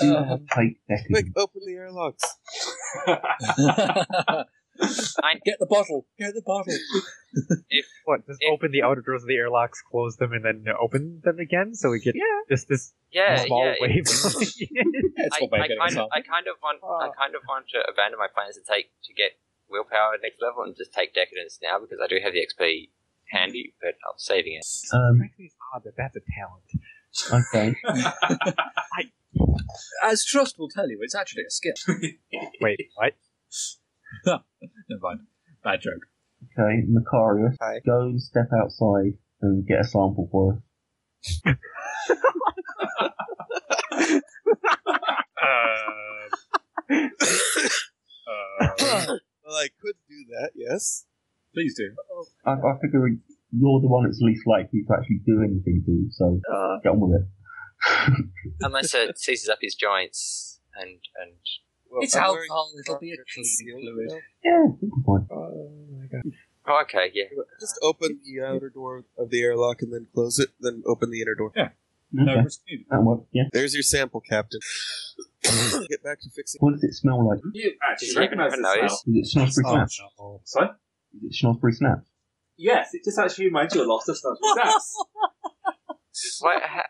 [SPEAKER 6] Do you
[SPEAKER 4] Uh,
[SPEAKER 6] have fake
[SPEAKER 3] Quick,
[SPEAKER 6] decadence?
[SPEAKER 3] open the airlocks.
[SPEAKER 4] get the bottle. Get the bottle.
[SPEAKER 1] what? Just
[SPEAKER 5] It-
[SPEAKER 1] open the outer doors of the airlocks, close them, and then open them again, so we get just this
[SPEAKER 5] yeah,
[SPEAKER 1] small
[SPEAKER 5] yeah,
[SPEAKER 1] wave.
[SPEAKER 4] That's
[SPEAKER 5] I,
[SPEAKER 4] what we're
[SPEAKER 5] I
[SPEAKER 4] getting
[SPEAKER 5] kind of,
[SPEAKER 4] ourselves.
[SPEAKER 5] I kind of want,
[SPEAKER 4] Ah.
[SPEAKER 5] I kind of want to abandon my plans to take to get willpower next level and just take decadence now because I do have the XP handy, but I'm saving it.
[SPEAKER 1] it
[SPEAKER 6] Um,
[SPEAKER 1] makes me odd that that's a talent.
[SPEAKER 6] okay.
[SPEAKER 4] As Trust will tell you, it's actually a skill.
[SPEAKER 1] Wait, what?
[SPEAKER 4] Never mind. Bad joke.
[SPEAKER 6] Okay. Macarius,
[SPEAKER 3] Hi.
[SPEAKER 6] go and step outside and get a sample for us.
[SPEAKER 4] Uh,
[SPEAKER 3] well, I could do that. Yes.
[SPEAKER 4] Please do.
[SPEAKER 6] I, I figure you're the one that's least likely to actually do anything to, so
[SPEAKER 4] Uh,
[SPEAKER 6] get on with it.
[SPEAKER 5] Unless it seizes up his joints and and
[SPEAKER 3] Well,
[SPEAKER 4] it's
[SPEAKER 3] I'm wearing-
[SPEAKER 4] alcohol. It'll be a
[SPEAKER 3] It's
[SPEAKER 4] cleaning
[SPEAKER 3] sealed
[SPEAKER 4] fluid.
[SPEAKER 3] now.
[SPEAKER 6] Yeah, it'll be fine.
[SPEAKER 5] oh, okay, yeah.
[SPEAKER 3] Just open the outer door of the airlock and then close it. Then open the inner door.
[SPEAKER 4] No,
[SPEAKER 6] Okay,
[SPEAKER 4] it's new.
[SPEAKER 6] that works. Yeah.
[SPEAKER 3] There's your sample, Captain. Get back to fixing.
[SPEAKER 6] What does it smell like?
[SPEAKER 2] you actually
[SPEAKER 5] Does he even
[SPEAKER 2] recognise
[SPEAKER 5] have a
[SPEAKER 2] this smell.
[SPEAKER 5] nose?
[SPEAKER 6] Does it smell free snaps?
[SPEAKER 2] Sorry?
[SPEAKER 6] Does it smell free snaps?
[SPEAKER 2] Yes, it just actually reminds you a lot of stuff. That's
[SPEAKER 5] What, ha,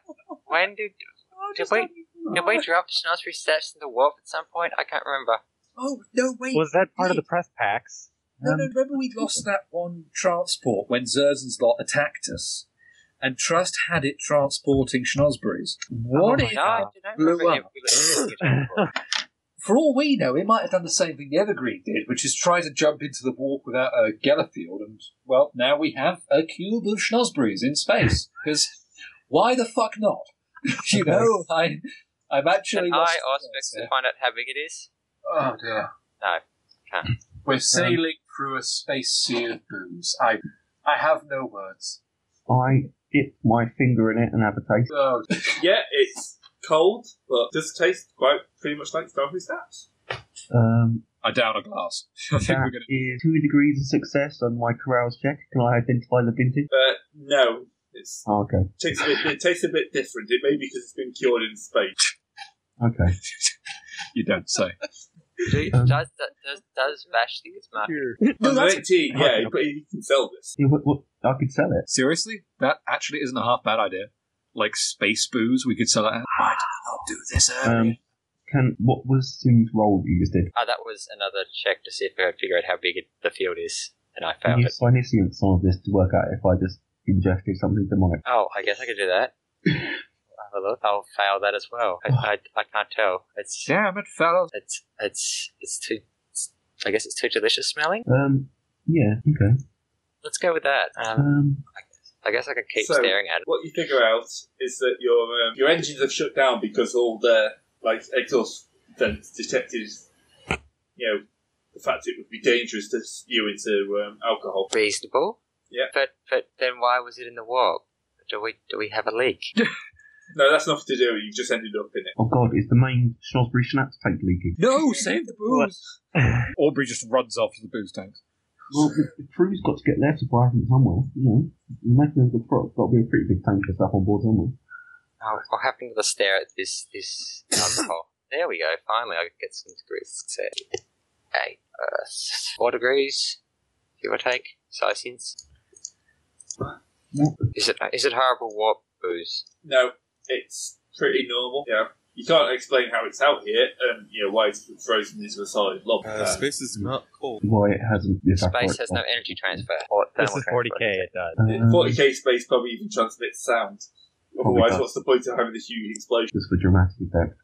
[SPEAKER 5] when did
[SPEAKER 4] Oh,
[SPEAKER 5] did we did we drop Snosbury steps in the wolf at some point? I can't remember.
[SPEAKER 4] Oh no! Wait.
[SPEAKER 1] Was that part of the press packs?
[SPEAKER 4] No, no, remember we lost that one transport when Zerzen's lot attacked us, and Trust had it transporting Schnosbury's. What
[SPEAKER 1] Oh my
[SPEAKER 4] if,
[SPEAKER 5] No, I don't
[SPEAKER 4] Blew
[SPEAKER 5] remember. him-
[SPEAKER 4] up.
[SPEAKER 5] we looked at him before.
[SPEAKER 4] for all we know, it might have done the same thing the Evergreen did, which is try to jump into the walk without a Gellerfield, and well, now we have a cube of Schnosbury's in space. Because why the fuck not? you know, I. I've actually
[SPEAKER 5] Can
[SPEAKER 4] lost
[SPEAKER 5] I ask Vex to find out how big it is?
[SPEAKER 4] Oh dear.
[SPEAKER 5] No, can't.
[SPEAKER 4] We're sailing through a space sea of booze. I, I have no words.
[SPEAKER 6] I dip my finger in it and have a taste.
[SPEAKER 4] Oh,
[SPEAKER 2] Yeah, it's cold, but does taste quite pretty much like strawberry snaps.
[SPEAKER 6] Um,
[SPEAKER 4] I down a glass. I think we're
[SPEAKER 6] that
[SPEAKER 4] gonna.
[SPEAKER 6] is two degrees of success on my carouse check. Can I identify the vintage?
[SPEAKER 2] Uh, no, it's,
[SPEAKER 6] Oh, okay,
[SPEAKER 2] tastes a bit, it tastes a bit different. It may be because it's been cured in space.
[SPEAKER 6] okay.
[SPEAKER 4] You don't say.
[SPEAKER 5] Do,
[SPEAKER 6] Um.
[SPEAKER 5] does, does, does Vash think it's marked?
[SPEAKER 2] No,
[SPEAKER 4] that's-
[SPEAKER 2] 19, yeah, you but you can sell this.
[SPEAKER 6] Yeah, what, what, I could sell it.
[SPEAKER 4] Seriously, that actually isn't a half bad idea. Like space booze, we could sell it. Why did I not do this earlier?
[SPEAKER 6] Um, can what was Sim's role that you just did?
[SPEAKER 5] Oh, that was another check to see if I could figure out how big it, the field is, and I
[SPEAKER 6] Can
[SPEAKER 5] failed
[SPEAKER 6] you
[SPEAKER 5] it.
[SPEAKER 6] sinusate some of this to work out if I just ingested something demonic?
[SPEAKER 5] Oh, I guess I could do that. Have a look. I'll fail that as well. I, I, I can't tell. It's
[SPEAKER 4] Damn it, fellas.
[SPEAKER 5] it's it's it's too. It's, I guess it's too delicious smelling.
[SPEAKER 6] Um, yeah, okay.
[SPEAKER 5] Let's go with that. Um,
[SPEAKER 6] Um,
[SPEAKER 5] I guess I could keep
[SPEAKER 2] So-
[SPEAKER 5] staring at it.
[SPEAKER 2] What you figure out is that your um, your engines have shut down because all the like exhaust vents detected, you know, the fact it would be dangerous to spew into um, alcohol.
[SPEAKER 5] Reasonable.
[SPEAKER 2] Yeah.
[SPEAKER 5] But but then why was it in the warp? Do we do we have a leak?
[SPEAKER 2] No, that's nothing to do. You just ended up in it.
[SPEAKER 6] oh god, is the main Shrewsbury Schnapps tank leaking?
[SPEAKER 4] No, save the booze. Aubrey just runs off to the booze tanks.
[SPEAKER 6] Well, the, the crew's got to get their supply from somewhere, you know. Making a good product, got to be a pretty big tank of stuff on board somewhere.
[SPEAKER 5] Oh, what happened to the stare at this this alcohol? there we go. Finally, I get some degrees of success. Eight, uh, s- four degrees, give or take. Sizings.
[SPEAKER 6] What?
[SPEAKER 5] Is it is it horrible warp booze?
[SPEAKER 2] No, it's pretty normal. Yeah, you can't explain how it's out here and you know why it's frozen into a solid lump.
[SPEAKER 3] Uh,
[SPEAKER 2] Um,
[SPEAKER 3] space is not cold.
[SPEAKER 6] Why it hasn't the
[SPEAKER 5] Space has no energy transfer or
[SPEAKER 1] This
[SPEAKER 5] thermal
[SPEAKER 1] is
[SPEAKER 5] transfer.
[SPEAKER 1] 40k. It does.
[SPEAKER 6] Um,
[SPEAKER 2] 40k Uh, space probably even transmits sound.
[SPEAKER 6] my
[SPEAKER 2] Otherwise,
[SPEAKER 6] God.
[SPEAKER 2] what's the point of having this huge explosion?
[SPEAKER 6] just for dramatic effect.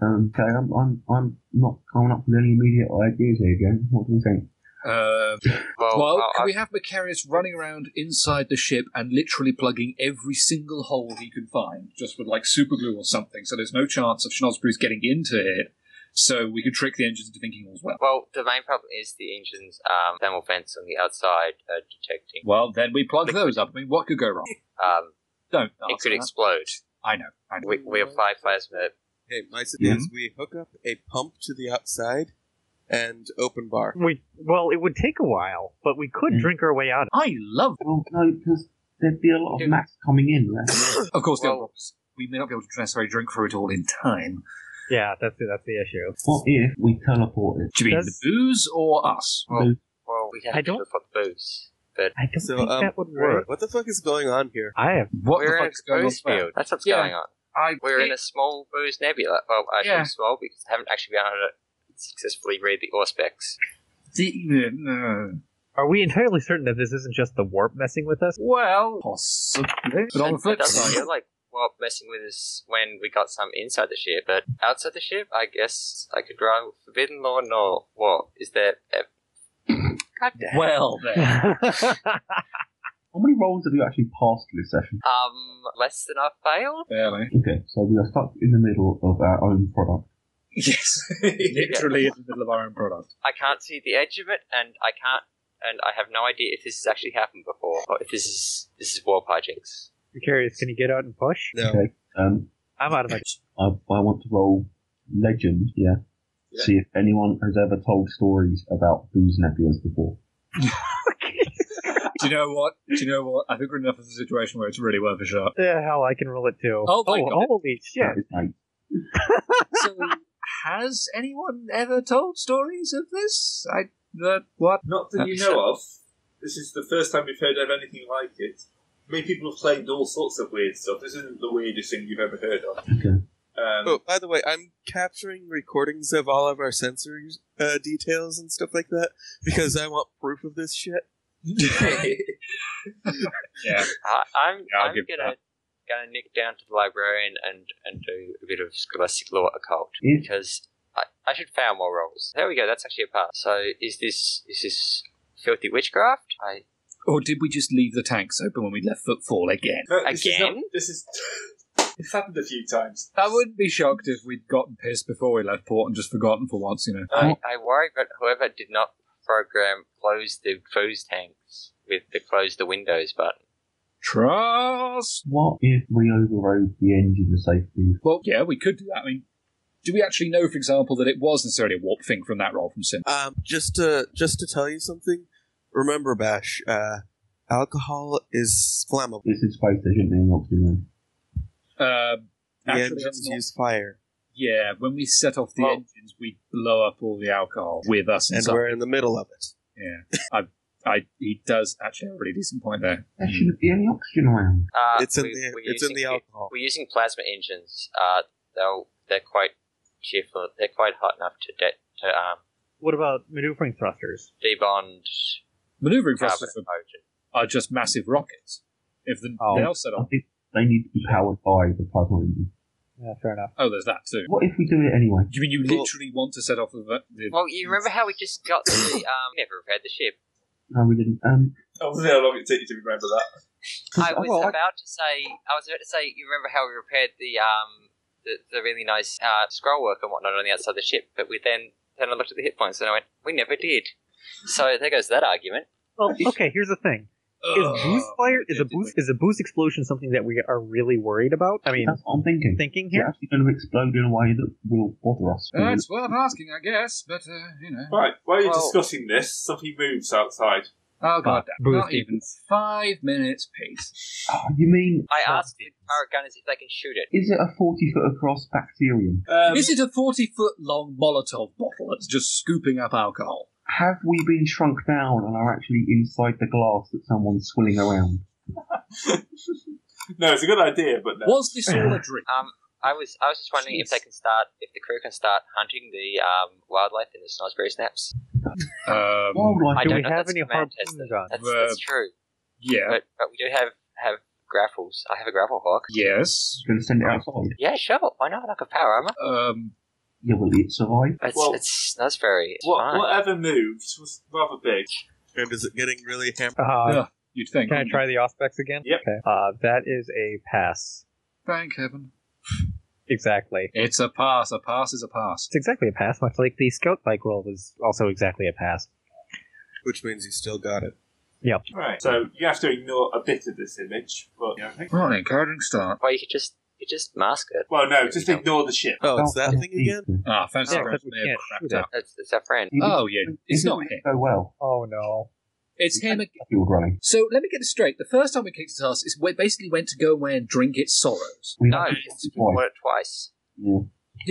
[SPEAKER 6] Um, okay, I'm, I'm, I'm not coming up with any immediate ideas here again. What do you think?
[SPEAKER 4] Um,
[SPEAKER 5] Well,
[SPEAKER 4] well,
[SPEAKER 5] I-
[SPEAKER 4] can
[SPEAKER 5] Oh, I-
[SPEAKER 4] we have Macarius running around inside the ship and literally plugging every single hole he can find, just with like super glue or something, so there's no chance of Schnozbrews getting into it, so we can trick the engines into thinking all's well.
[SPEAKER 5] well, the main problem is the engine's um, thermal vents on the outside are detecting.
[SPEAKER 4] Well, then we plug those up. I mean, what could go wrong?
[SPEAKER 5] Um,
[SPEAKER 4] Don't.
[SPEAKER 5] it
[SPEAKER 4] ask
[SPEAKER 5] could
[SPEAKER 4] that.
[SPEAKER 5] explode.
[SPEAKER 4] I know. I know.
[SPEAKER 5] We, we apply plasma.
[SPEAKER 3] Hey, my
[SPEAKER 6] Yeah.
[SPEAKER 3] suggestion is we hook up a pump to the outside and open bar.
[SPEAKER 1] We well, it would take a while, but we could
[SPEAKER 6] Mm.
[SPEAKER 1] drink our way out.
[SPEAKER 4] I love.
[SPEAKER 6] Well, no, because there'd be a lot of mass coming in. that's-
[SPEAKER 4] Of course, the
[SPEAKER 5] Well-
[SPEAKER 4] other problem is we may not be able to transfer a drink for it all in time.
[SPEAKER 1] Yeah, that's that's the issue.
[SPEAKER 6] What if we teleported?
[SPEAKER 4] Do you mean
[SPEAKER 1] Does-
[SPEAKER 4] the booze or us?
[SPEAKER 5] Well, well, we have
[SPEAKER 1] I
[SPEAKER 5] to
[SPEAKER 1] don't-
[SPEAKER 5] look for the booze, but
[SPEAKER 1] I don't
[SPEAKER 3] So,
[SPEAKER 1] think
[SPEAKER 3] um,
[SPEAKER 1] that would work.
[SPEAKER 3] What the fuck is going on here?
[SPEAKER 1] I have
[SPEAKER 4] What
[SPEAKER 5] we're
[SPEAKER 4] the
[SPEAKER 5] in a
[SPEAKER 4] fuck's going on?
[SPEAKER 5] booze field. That's what's
[SPEAKER 4] Yeah.
[SPEAKER 5] going on.
[SPEAKER 4] I,
[SPEAKER 5] We're in a small booze nebula. Well, I
[SPEAKER 4] Yeah.
[SPEAKER 5] think small because I haven't actually been able to successfully read the ore specs.
[SPEAKER 4] the, no.
[SPEAKER 1] Are we entirely certain that this isn't just the warp messing with us?
[SPEAKER 4] Well, possibly. But on the
[SPEAKER 5] It-
[SPEAKER 4] flip
[SPEAKER 5] it doesn't
[SPEAKER 4] side,
[SPEAKER 5] feel like well messing with us when we got some inside the ship, but outside the ship, I guess I could draw forbidden law. No, what is there? Uh, God damn.
[SPEAKER 4] well, then.
[SPEAKER 6] How many roles have you actually passed this session?
[SPEAKER 5] Um, less than I failed.
[SPEAKER 4] Barely.
[SPEAKER 6] Okay, so we are stuck in the middle of our own product.
[SPEAKER 4] Yes. Literally in the middle of our own product.
[SPEAKER 5] I can't see the edge of it, and I can't, and I have no idea if this has actually happened before, or if this is this is warp hijinks.
[SPEAKER 1] Precarious, can you get out and push?
[SPEAKER 3] No.
[SPEAKER 6] Okay. Um,
[SPEAKER 1] I'm out of my.
[SPEAKER 6] I, I want to roll legend, yeah.
[SPEAKER 2] Yeah.
[SPEAKER 6] See if anyone has ever told stories about booze nebulas before.
[SPEAKER 4] Do you know what? Do you know what? I think we're in enough of a situation where it's really worth a shot.
[SPEAKER 1] Yeah, hell, I can roll it too.
[SPEAKER 4] Oh my God.
[SPEAKER 1] holy shit!
[SPEAKER 6] That is eight.
[SPEAKER 4] So, has anyone ever told stories of this? I. That, what?
[SPEAKER 2] Not that you know of. This is the first time we've heard of anything like it. I mean, people have claimed all sorts of weird stuff. This isn't the weirdest thing you've ever heard of.
[SPEAKER 6] Okay.
[SPEAKER 2] Um,
[SPEAKER 3] Oh, by the way, I'm capturing recordings of all of our sensory uh, details and stuff like that because I want proof of this shit.
[SPEAKER 4] Yeah.
[SPEAKER 5] I, I'm,
[SPEAKER 4] Yeah, I'll
[SPEAKER 5] I'm
[SPEAKER 4] give
[SPEAKER 5] gonna gonna nick down to the librarian and and do a bit of scholastic law occult
[SPEAKER 6] Yeah.
[SPEAKER 5] because I, I should fail more rolls. There we go. That's actually a pass. So is this is this filthy witchcraft? I
[SPEAKER 4] Or did we just leave the tanks open when we left footfall again?
[SPEAKER 2] no, this is
[SPEAKER 5] Again?
[SPEAKER 2] not- this is It's happened a few times.
[SPEAKER 4] I wouldn't be shocked if we'd gotten pissed before we left port and just forgotten for once, you know.
[SPEAKER 5] I, I worry that whoever did not program close the closed tanks with the close the windows button.
[SPEAKER 4] Trust.
[SPEAKER 6] What if we overrode the engine to safety?
[SPEAKER 4] Well, yeah, we could do that. I mean, do we actually know, for example, that it was necessarily a warp thing from that roll from Sim?
[SPEAKER 3] Um, just to just to tell you something, remember, Bash, uh, alcohol is flammable.
[SPEAKER 6] It's in space, there shouldn't be any oxygen.
[SPEAKER 4] Um,
[SPEAKER 3] The
[SPEAKER 4] actually,
[SPEAKER 3] engines
[SPEAKER 4] that's not-
[SPEAKER 3] use fire,
[SPEAKER 4] yeah, when we set off the
[SPEAKER 5] Well-
[SPEAKER 4] engines, we blow up all the alcohol with us
[SPEAKER 3] and
[SPEAKER 4] inside.
[SPEAKER 3] we're in the middle of it.
[SPEAKER 4] Yeah, I, I, he does actually have a really decent point there.
[SPEAKER 6] There shouldn't be any oxygen around.
[SPEAKER 5] Uh,
[SPEAKER 3] it's in
[SPEAKER 5] we-
[SPEAKER 3] the
[SPEAKER 5] we're
[SPEAKER 3] it's in
[SPEAKER 5] using-
[SPEAKER 3] the alcohol.
[SPEAKER 5] We're using plasma engines. Uh, they'll, they're quite cheerful. They're quite hot enough to de- to um,
[SPEAKER 1] What about maneuvering thrusters?
[SPEAKER 5] debond
[SPEAKER 4] Maneuvering
[SPEAKER 5] carbon
[SPEAKER 4] thrusters
[SPEAKER 5] hydrogen.
[SPEAKER 4] are just massive rockets. If the,
[SPEAKER 1] Oh.
[SPEAKER 4] they are set
[SPEAKER 6] I
[SPEAKER 4] off,
[SPEAKER 6] think they need to be powered by the plasma engine.
[SPEAKER 1] Yeah, fair enough.
[SPEAKER 4] oh, there's that too.
[SPEAKER 6] What if we do it anyway?
[SPEAKER 4] You mean you
[SPEAKER 3] Well-
[SPEAKER 4] literally want to set off the, the
[SPEAKER 5] Well, you remember how we just got the um, never repaired the ship.
[SPEAKER 6] No, we didn't. Um,
[SPEAKER 2] I don't know how long it take you to remember that.
[SPEAKER 5] I was
[SPEAKER 3] well, I-
[SPEAKER 5] about to say. I was about to say. You remember how we repaired the um the, the really nice uh, scroll work and whatnot on the outside of the ship, but we then then I looked at the hit points and I went, we never did. So there goes that argument.
[SPEAKER 1] Well, okay, here's the thing. Is
[SPEAKER 4] uh,
[SPEAKER 1] boost fire is a boost is a boost explosion something that we are really worried about? I mean,
[SPEAKER 6] that's what I'm thinking.
[SPEAKER 1] thinking
[SPEAKER 6] Is it
[SPEAKER 1] here.
[SPEAKER 6] actually going to explode in a way that will bother us?
[SPEAKER 4] That's worth asking, I guess. But uh, you know,
[SPEAKER 2] Right, while you're
[SPEAKER 5] Well-
[SPEAKER 2] discussing this, something moves outside.
[SPEAKER 4] oh god,
[SPEAKER 1] Fuck.
[SPEAKER 4] damn, not
[SPEAKER 1] Boosty.
[SPEAKER 4] even five minutes, peace.
[SPEAKER 6] Oh, you mean
[SPEAKER 5] I
[SPEAKER 1] Well,
[SPEAKER 5] asked the pirate gunners if they can shoot it.
[SPEAKER 6] is it a forty foot across bacterium?
[SPEAKER 2] Um,
[SPEAKER 4] is it a forty-foot-long Molotov bottle that's just scooping up alcohol?
[SPEAKER 6] Have we been shrunk down and are actually inside the glass that someone's swilling around?
[SPEAKER 2] no, it's a good idea, but no.
[SPEAKER 4] Was this all a drink?
[SPEAKER 5] Um, I was I was just wondering if they
[SPEAKER 4] Jeez.
[SPEAKER 5] can start if the crew can start hunting the um, wildlife in the Snoresberry snaps.
[SPEAKER 4] Um,
[SPEAKER 6] Wildlife.
[SPEAKER 5] I
[SPEAKER 1] do
[SPEAKER 5] don't
[SPEAKER 1] we
[SPEAKER 5] know,
[SPEAKER 1] have
[SPEAKER 5] that's
[SPEAKER 1] any
[SPEAKER 5] command
[SPEAKER 1] harpoon
[SPEAKER 5] tested.
[SPEAKER 1] guns?
[SPEAKER 5] That's,
[SPEAKER 4] Uh,
[SPEAKER 5] that's true,
[SPEAKER 4] yeah.
[SPEAKER 5] but, but we do have have grapples. I have a grapple hawk.
[SPEAKER 4] Yes.
[SPEAKER 6] Going to send it outside?
[SPEAKER 5] Yeah, sure. Why not? I could power armor.
[SPEAKER 4] Um,
[SPEAKER 6] Yeah, will it survive?
[SPEAKER 5] It's
[SPEAKER 2] Well-
[SPEAKER 5] it's Snoresberry. It's
[SPEAKER 2] What,
[SPEAKER 5] fine.
[SPEAKER 2] whatever moved was rather big.
[SPEAKER 3] And is it getting really hammered?
[SPEAKER 1] Uh,
[SPEAKER 4] yeah, you'd think.
[SPEAKER 1] Can I
[SPEAKER 4] wouldn't
[SPEAKER 1] try the aspects again?
[SPEAKER 2] Yep.
[SPEAKER 1] Okay. Uh, that is a pass.
[SPEAKER 4] you? Thank heaven.
[SPEAKER 1] Exactly.
[SPEAKER 4] It's a pass. A pass is a pass.
[SPEAKER 1] It's exactly a pass, much like the scout bike roll was also exactly a pass.
[SPEAKER 3] Which means you still got it.
[SPEAKER 2] Right, so you have to ignore a bit of this image, but you know, think-
[SPEAKER 4] Right, encouraging start.
[SPEAKER 5] Well, you could just you just mask it.
[SPEAKER 2] well, no, just ignore the ship.
[SPEAKER 3] Oh, it's that
[SPEAKER 6] Oh,
[SPEAKER 3] thing again.
[SPEAKER 6] Jesus.
[SPEAKER 4] Ah, fancy
[SPEAKER 1] Yeah,
[SPEAKER 4] oh,
[SPEAKER 1] except we
[SPEAKER 4] may have
[SPEAKER 1] can't
[SPEAKER 4] crapped out.
[SPEAKER 5] It's, it's our friend.
[SPEAKER 4] Oh yeah, it's
[SPEAKER 6] If it
[SPEAKER 4] not
[SPEAKER 6] didn't
[SPEAKER 4] him.
[SPEAKER 6] Go well.
[SPEAKER 1] Oh no.
[SPEAKER 4] It's him. ag-
[SPEAKER 6] You were running.
[SPEAKER 4] So let me get this straight. The first time we kicked his ass is we basically went to go away and drink its sorrows.
[SPEAKER 6] We
[SPEAKER 5] No,
[SPEAKER 6] have to
[SPEAKER 5] it's
[SPEAKER 6] twice.
[SPEAKER 5] what twice.
[SPEAKER 6] Yeah.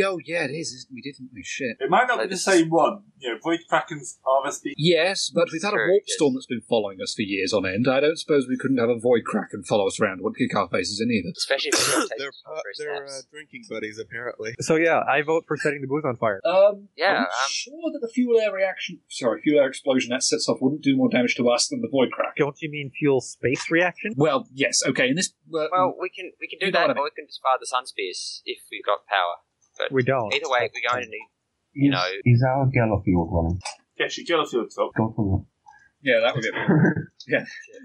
[SPEAKER 4] Oh yeah, it is. Isn't we didn't we? Shit.
[SPEAKER 2] It might not
[SPEAKER 5] Like
[SPEAKER 2] be the
[SPEAKER 5] this-
[SPEAKER 2] same one. You know, Void Kraken's RSD.
[SPEAKER 4] Yes, but we've had a
[SPEAKER 5] Sure,
[SPEAKER 4] warp
[SPEAKER 5] yes.
[SPEAKER 4] storm that's been following us for years on end. I don't suppose we couldn't have a void crack and follow us around. Wouldn't kick our faces in either.
[SPEAKER 5] Especially if you don't take
[SPEAKER 3] they're
[SPEAKER 5] the
[SPEAKER 3] uh,
[SPEAKER 5] first
[SPEAKER 3] they're uh,
[SPEAKER 5] snaps.
[SPEAKER 3] drinking buddies apparently.
[SPEAKER 1] So yeah, I vote for setting the booth on fire.
[SPEAKER 4] Um,
[SPEAKER 5] Yeah,
[SPEAKER 4] are we
[SPEAKER 5] um,
[SPEAKER 4] sure that the fuel air reaction, sorry, fuel air explosion that sets off wouldn't do more damage to us than the void crack?
[SPEAKER 1] Don't you mean fuel space reaction?
[SPEAKER 4] Well, yes, okay. In this, uh,
[SPEAKER 5] Well, we can we can do
[SPEAKER 4] You know
[SPEAKER 5] that,
[SPEAKER 4] what I
[SPEAKER 5] or we can just fire the sun spears if we've got power.
[SPEAKER 1] We don't.
[SPEAKER 5] Either way, we're going to need.
[SPEAKER 6] Is,
[SPEAKER 5] know.
[SPEAKER 6] is our Gala field running?
[SPEAKER 2] Yes, you get field top.
[SPEAKER 6] God from
[SPEAKER 4] yeah, that would be a,
[SPEAKER 6] that.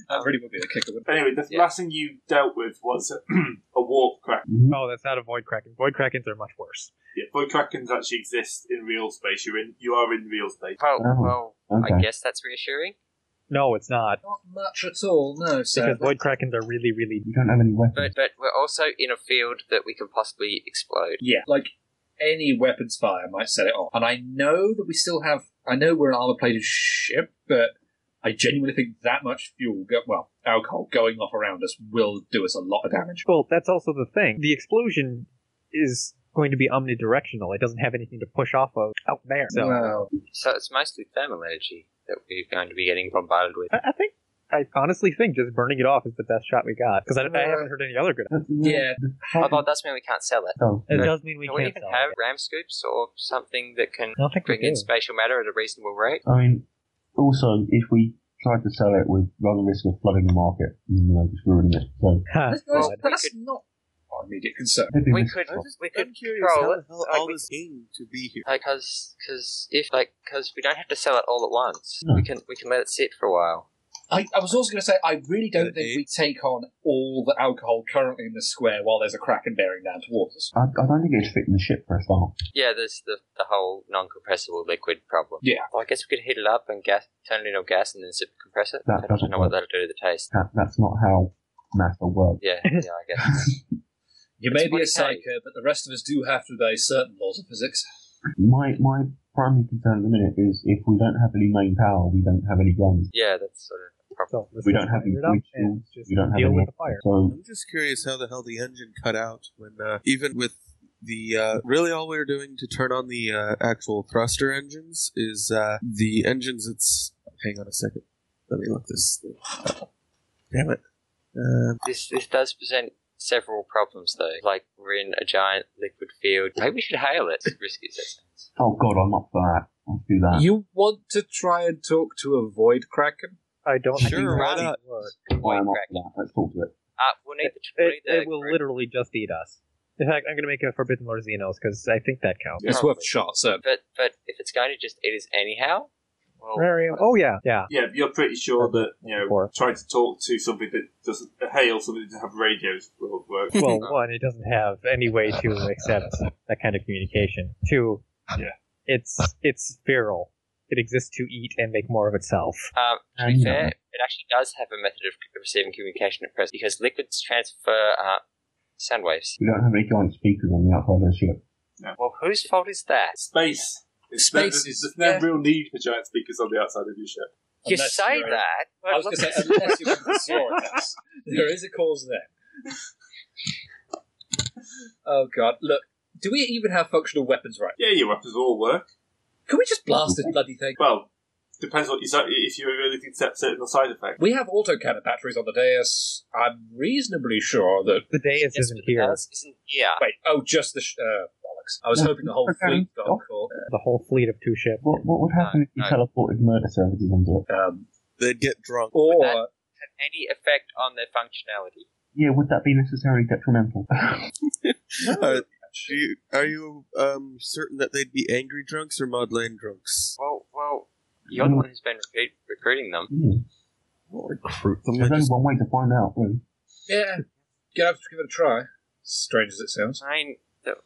[SPEAKER 4] that really would be a kicker. Wouldn't
[SPEAKER 2] Anyway, the
[SPEAKER 5] Yeah.
[SPEAKER 2] last thing you dealt with was a warp crack.
[SPEAKER 1] Oh, that's not a void kraken. Void krakens are much worse.
[SPEAKER 2] Yeah, Void Krakens actually exist in real space. You're in, you are in real space.
[SPEAKER 5] Well,
[SPEAKER 6] Oh,
[SPEAKER 5] well, I
[SPEAKER 6] okay.
[SPEAKER 5] guess that's reassuring.
[SPEAKER 1] No, it's not.
[SPEAKER 4] it? Not much at all. No, sir.
[SPEAKER 1] Because void krakens are really, really
[SPEAKER 6] We don't have any
[SPEAKER 5] But
[SPEAKER 6] weapons.
[SPEAKER 5] but we're also in a field that we can possibly explode.
[SPEAKER 4] Yeah, like any weapons fire might set it off. And I know that we still have. I know we're an armor plated ship, but I genuinely think that much fuel, go, well, alcohol going off around us will do us a lot of damage.
[SPEAKER 1] Well, that's also the thing. The explosion is going to be omnidirectional. It doesn't have anything to push off of out there. So
[SPEAKER 4] Well,
[SPEAKER 5] So it's mostly thermal energy that we're going to be getting bombarded with.
[SPEAKER 1] I, I think I honestly think just burning it off is the best shot we got because I, I
[SPEAKER 4] Uh,
[SPEAKER 1] haven't heard any other good.
[SPEAKER 6] But,
[SPEAKER 4] yeah.
[SPEAKER 5] Although it does mean we can't sell it.
[SPEAKER 1] It does mean we
[SPEAKER 5] Can we
[SPEAKER 1] can't
[SPEAKER 5] even
[SPEAKER 1] sell
[SPEAKER 5] have
[SPEAKER 1] it.
[SPEAKER 5] ram scoops or something that can
[SPEAKER 1] I don't think we
[SPEAKER 5] bring
[SPEAKER 1] do.
[SPEAKER 5] in spatial matter at a reasonable rate?
[SPEAKER 6] I mean, also, if we tried to sell it, we'd run the risk of flooding the market. You know, just ruining it. So,
[SPEAKER 1] Huh,
[SPEAKER 4] that's,
[SPEAKER 5] well,
[SPEAKER 4] that's-
[SPEAKER 5] we
[SPEAKER 4] that's
[SPEAKER 5] could-
[SPEAKER 4] not our immediate concern.
[SPEAKER 6] maybe
[SPEAKER 5] We
[SPEAKER 6] this-
[SPEAKER 5] could we could
[SPEAKER 3] I'm curious
[SPEAKER 5] control
[SPEAKER 3] how the
[SPEAKER 5] it.
[SPEAKER 3] hell
[SPEAKER 5] Like,
[SPEAKER 3] all
[SPEAKER 5] we-
[SPEAKER 3] this came to be here.
[SPEAKER 5] Like, cause, 'cause if like, cause we don't have to sell it all at once.
[SPEAKER 6] No.
[SPEAKER 5] We can we can let it sit for a while.
[SPEAKER 4] I, I was also going to say, I really don't
[SPEAKER 3] An
[SPEAKER 4] think we take on all the alcohol currently in the square while there's a kraken bearing down towards us.
[SPEAKER 6] I, I don't think it's fitting the ship for a start.
[SPEAKER 5] Yeah, there's the, the whole non compressible liquid problem.
[SPEAKER 4] Yeah.
[SPEAKER 5] Well, I guess we could heat it up and gas, turn it into gas and then sip compress it.
[SPEAKER 6] That
[SPEAKER 5] I don't
[SPEAKER 6] doesn't
[SPEAKER 5] know what
[SPEAKER 6] work.
[SPEAKER 5] that'll do to the taste.
[SPEAKER 6] That, that's not how math will work.
[SPEAKER 5] Yeah, yeah, I guess.
[SPEAKER 4] You
[SPEAKER 5] It's
[SPEAKER 4] may be
[SPEAKER 5] what
[SPEAKER 4] a
[SPEAKER 5] it
[SPEAKER 4] psycho, but the rest of us do have to obey certain laws of physics.
[SPEAKER 6] My my primary concern at the minute is if we don't have any main power, we don't have any guns.
[SPEAKER 5] yeah, that's sort of a problem.
[SPEAKER 1] So let's
[SPEAKER 6] We
[SPEAKER 1] just
[SPEAKER 6] don't have
[SPEAKER 1] fire
[SPEAKER 6] any
[SPEAKER 1] it up
[SPEAKER 6] bridge
[SPEAKER 1] and
[SPEAKER 6] shields,
[SPEAKER 1] just
[SPEAKER 6] we don't have
[SPEAKER 1] deal
[SPEAKER 6] any-
[SPEAKER 1] with the fire.
[SPEAKER 6] So
[SPEAKER 3] I'm just curious how the hell the engine cut out when, uh, even with the uh, really all we were doing to turn on the uh, actual thruster engines is uh, the engines. It's hang on a second. Let me look this. Thing. up. Damn it. Uh,
[SPEAKER 5] This, this does present several problems, though. Like, we're in a giant liquid field. Maybe we should hail it. Risky as that sounds.
[SPEAKER 6] oh god, I'm up for that. Let's do that.
[SPEAKER 4] You want to try and talk to a void kraken?
[SPEAKER 1] I don't
[SPEAKER 3] Sure,
[SPEAKER 1] think
[SPEAKER 3] why
[SPEAKER 1] that'd
[SPEAKER 3] not?
[SPEAKER 1] work.
[SPEAKER 5] Wait,
[SPEAKER 6] I'm up
[SPEAKER 5] crack.
[SPEAKER 6] for that. Let's talk to it.
[SPEAKER 5] Uh, we'll need the
[SPEAKER 1] It,
[SPEAKER 5] the
[SPEAKER 1] it will
[SPEAKER 5] group.
[SPEAKER 1] literally just eat us. In fact, I'm going to make a Forbidden Lord Xenos because I think that counts.
[SPEAKER 5] Yeah.
[SPEAKER 4] It's worth a shot, so.
[SPEAKER 5] But, but if it's going to just eat us anyhow, well,
[SPEAKER 1] Very- Oh, yeah. Yeah.
[SPEAKER 2] Yeah, but you're pretty sure that you know
[SPEAKER 1] Four.
[SPEAKER 2] trying to talk to somebody that doesn't hail somebody that doesn't have radios will work.
[SPEAKER 1] Well, one, it doesn't have any way to accept that kind of communication. Two,
[SPEAKER 2] Yeah.
[SPEAKER 1] it's it's feral. It exists to eat and make more of itself.
[SPEAKER 5] Um, to
[SPEAKER 6] I
[SPEAKER 5] be
[SPEAKER 6] know.
[SPEAKER 5] fair, it actually does have a method of receiving communication at present because liquids transfer uh, sound waves.
[SPEAKER 6] We don't have any giant speakers on the outside of the ship.
[SPEAKER 5] Well, whose fault is that?
[SPEAKER 2] Space. It's
[SPEAKER 4] Space
[SPEAKER 2] There's,
[SPEAKER 4] is-
[SPEAKER 2] there's no
[SPEAKER 4] yeah.
[SPEAKER 2] real need for giant speakers on the outside of your ship.
[SPEAKER 5] You
[SPEAKER 4] Unless
[SPEAKER 5] say
[SPEAKER 4] you're-
[SPEAKER 5] that, but
[SPEAKER 4] I was going to
[SPEAKER 5] look-
[SPEAKER 4] say, unless you're from the Sororitas. There is a cause there. Oh, God. Look, do we even have functional weapons right?
[SPEAKER 2] Yeah, your weapons all work.
[SPEAKER 4] Can we just blast this bloody thing?
[SPEAKER 2] Well, depends what you say. If you really accept certain side effects.
[SPEAKER 4] We have autocannon batteries on the dais. I'm reasonably sure that.
[SPEAKER 1] The Deus
[SPEAKER 5] Yes,
[SPEAKER 1] isn't
[SPEAKER 5] but
[SPEAKER 1] here.
[SPEAKER 5] ours isn't here.
[SPEAKER 4] Wait, oh, just the. Sh- uh, bollocks. I was
[SPEAKER 6] No,
[SPEAKER 4] hoping the whole
[SPEAKER 6] autocannon.
[SPEAKER 4] fleet got caught.
[SPEAKER 1] The whole fleet of two ships.
[SPEAKER 6] What what would happen if you
[SPEAKER 5] no.
[SPEAKER 6] teleported murder services onto it?
[SPEAKER 4] Um,
[SPEAKER 3] they'd get drunk.
[SPEAKER 4] or.
[SPEAKER 5] that- Have any effect on their functionality?
[SPEAKER 6] Yeah, would that be necessarily detrimental?
[SPEAKER 3] Are, Uh, do you, are you um, certain that they'd be angry drunks or mod lane drunks?
[SPEAKER 5] Well, well, you're the
[SPEAKER 4] Mm.
[SPEAKER 5] one who's been recruit- recruiting them.
[SPEAKER 6] Hmm.
[SPEAKER 3] Well, recruit them.
[SPEAKER 6] There's
[SPEAKER 3] They
[SPEAKER 6] only
[SPEAKER 3] just-
[SPEAKER 6] one way to find out. really.
[SPEAKER 4] Yeah, gonna have to give it a try. Strange as it sounds.
[SPEAKER 5] I mean, th-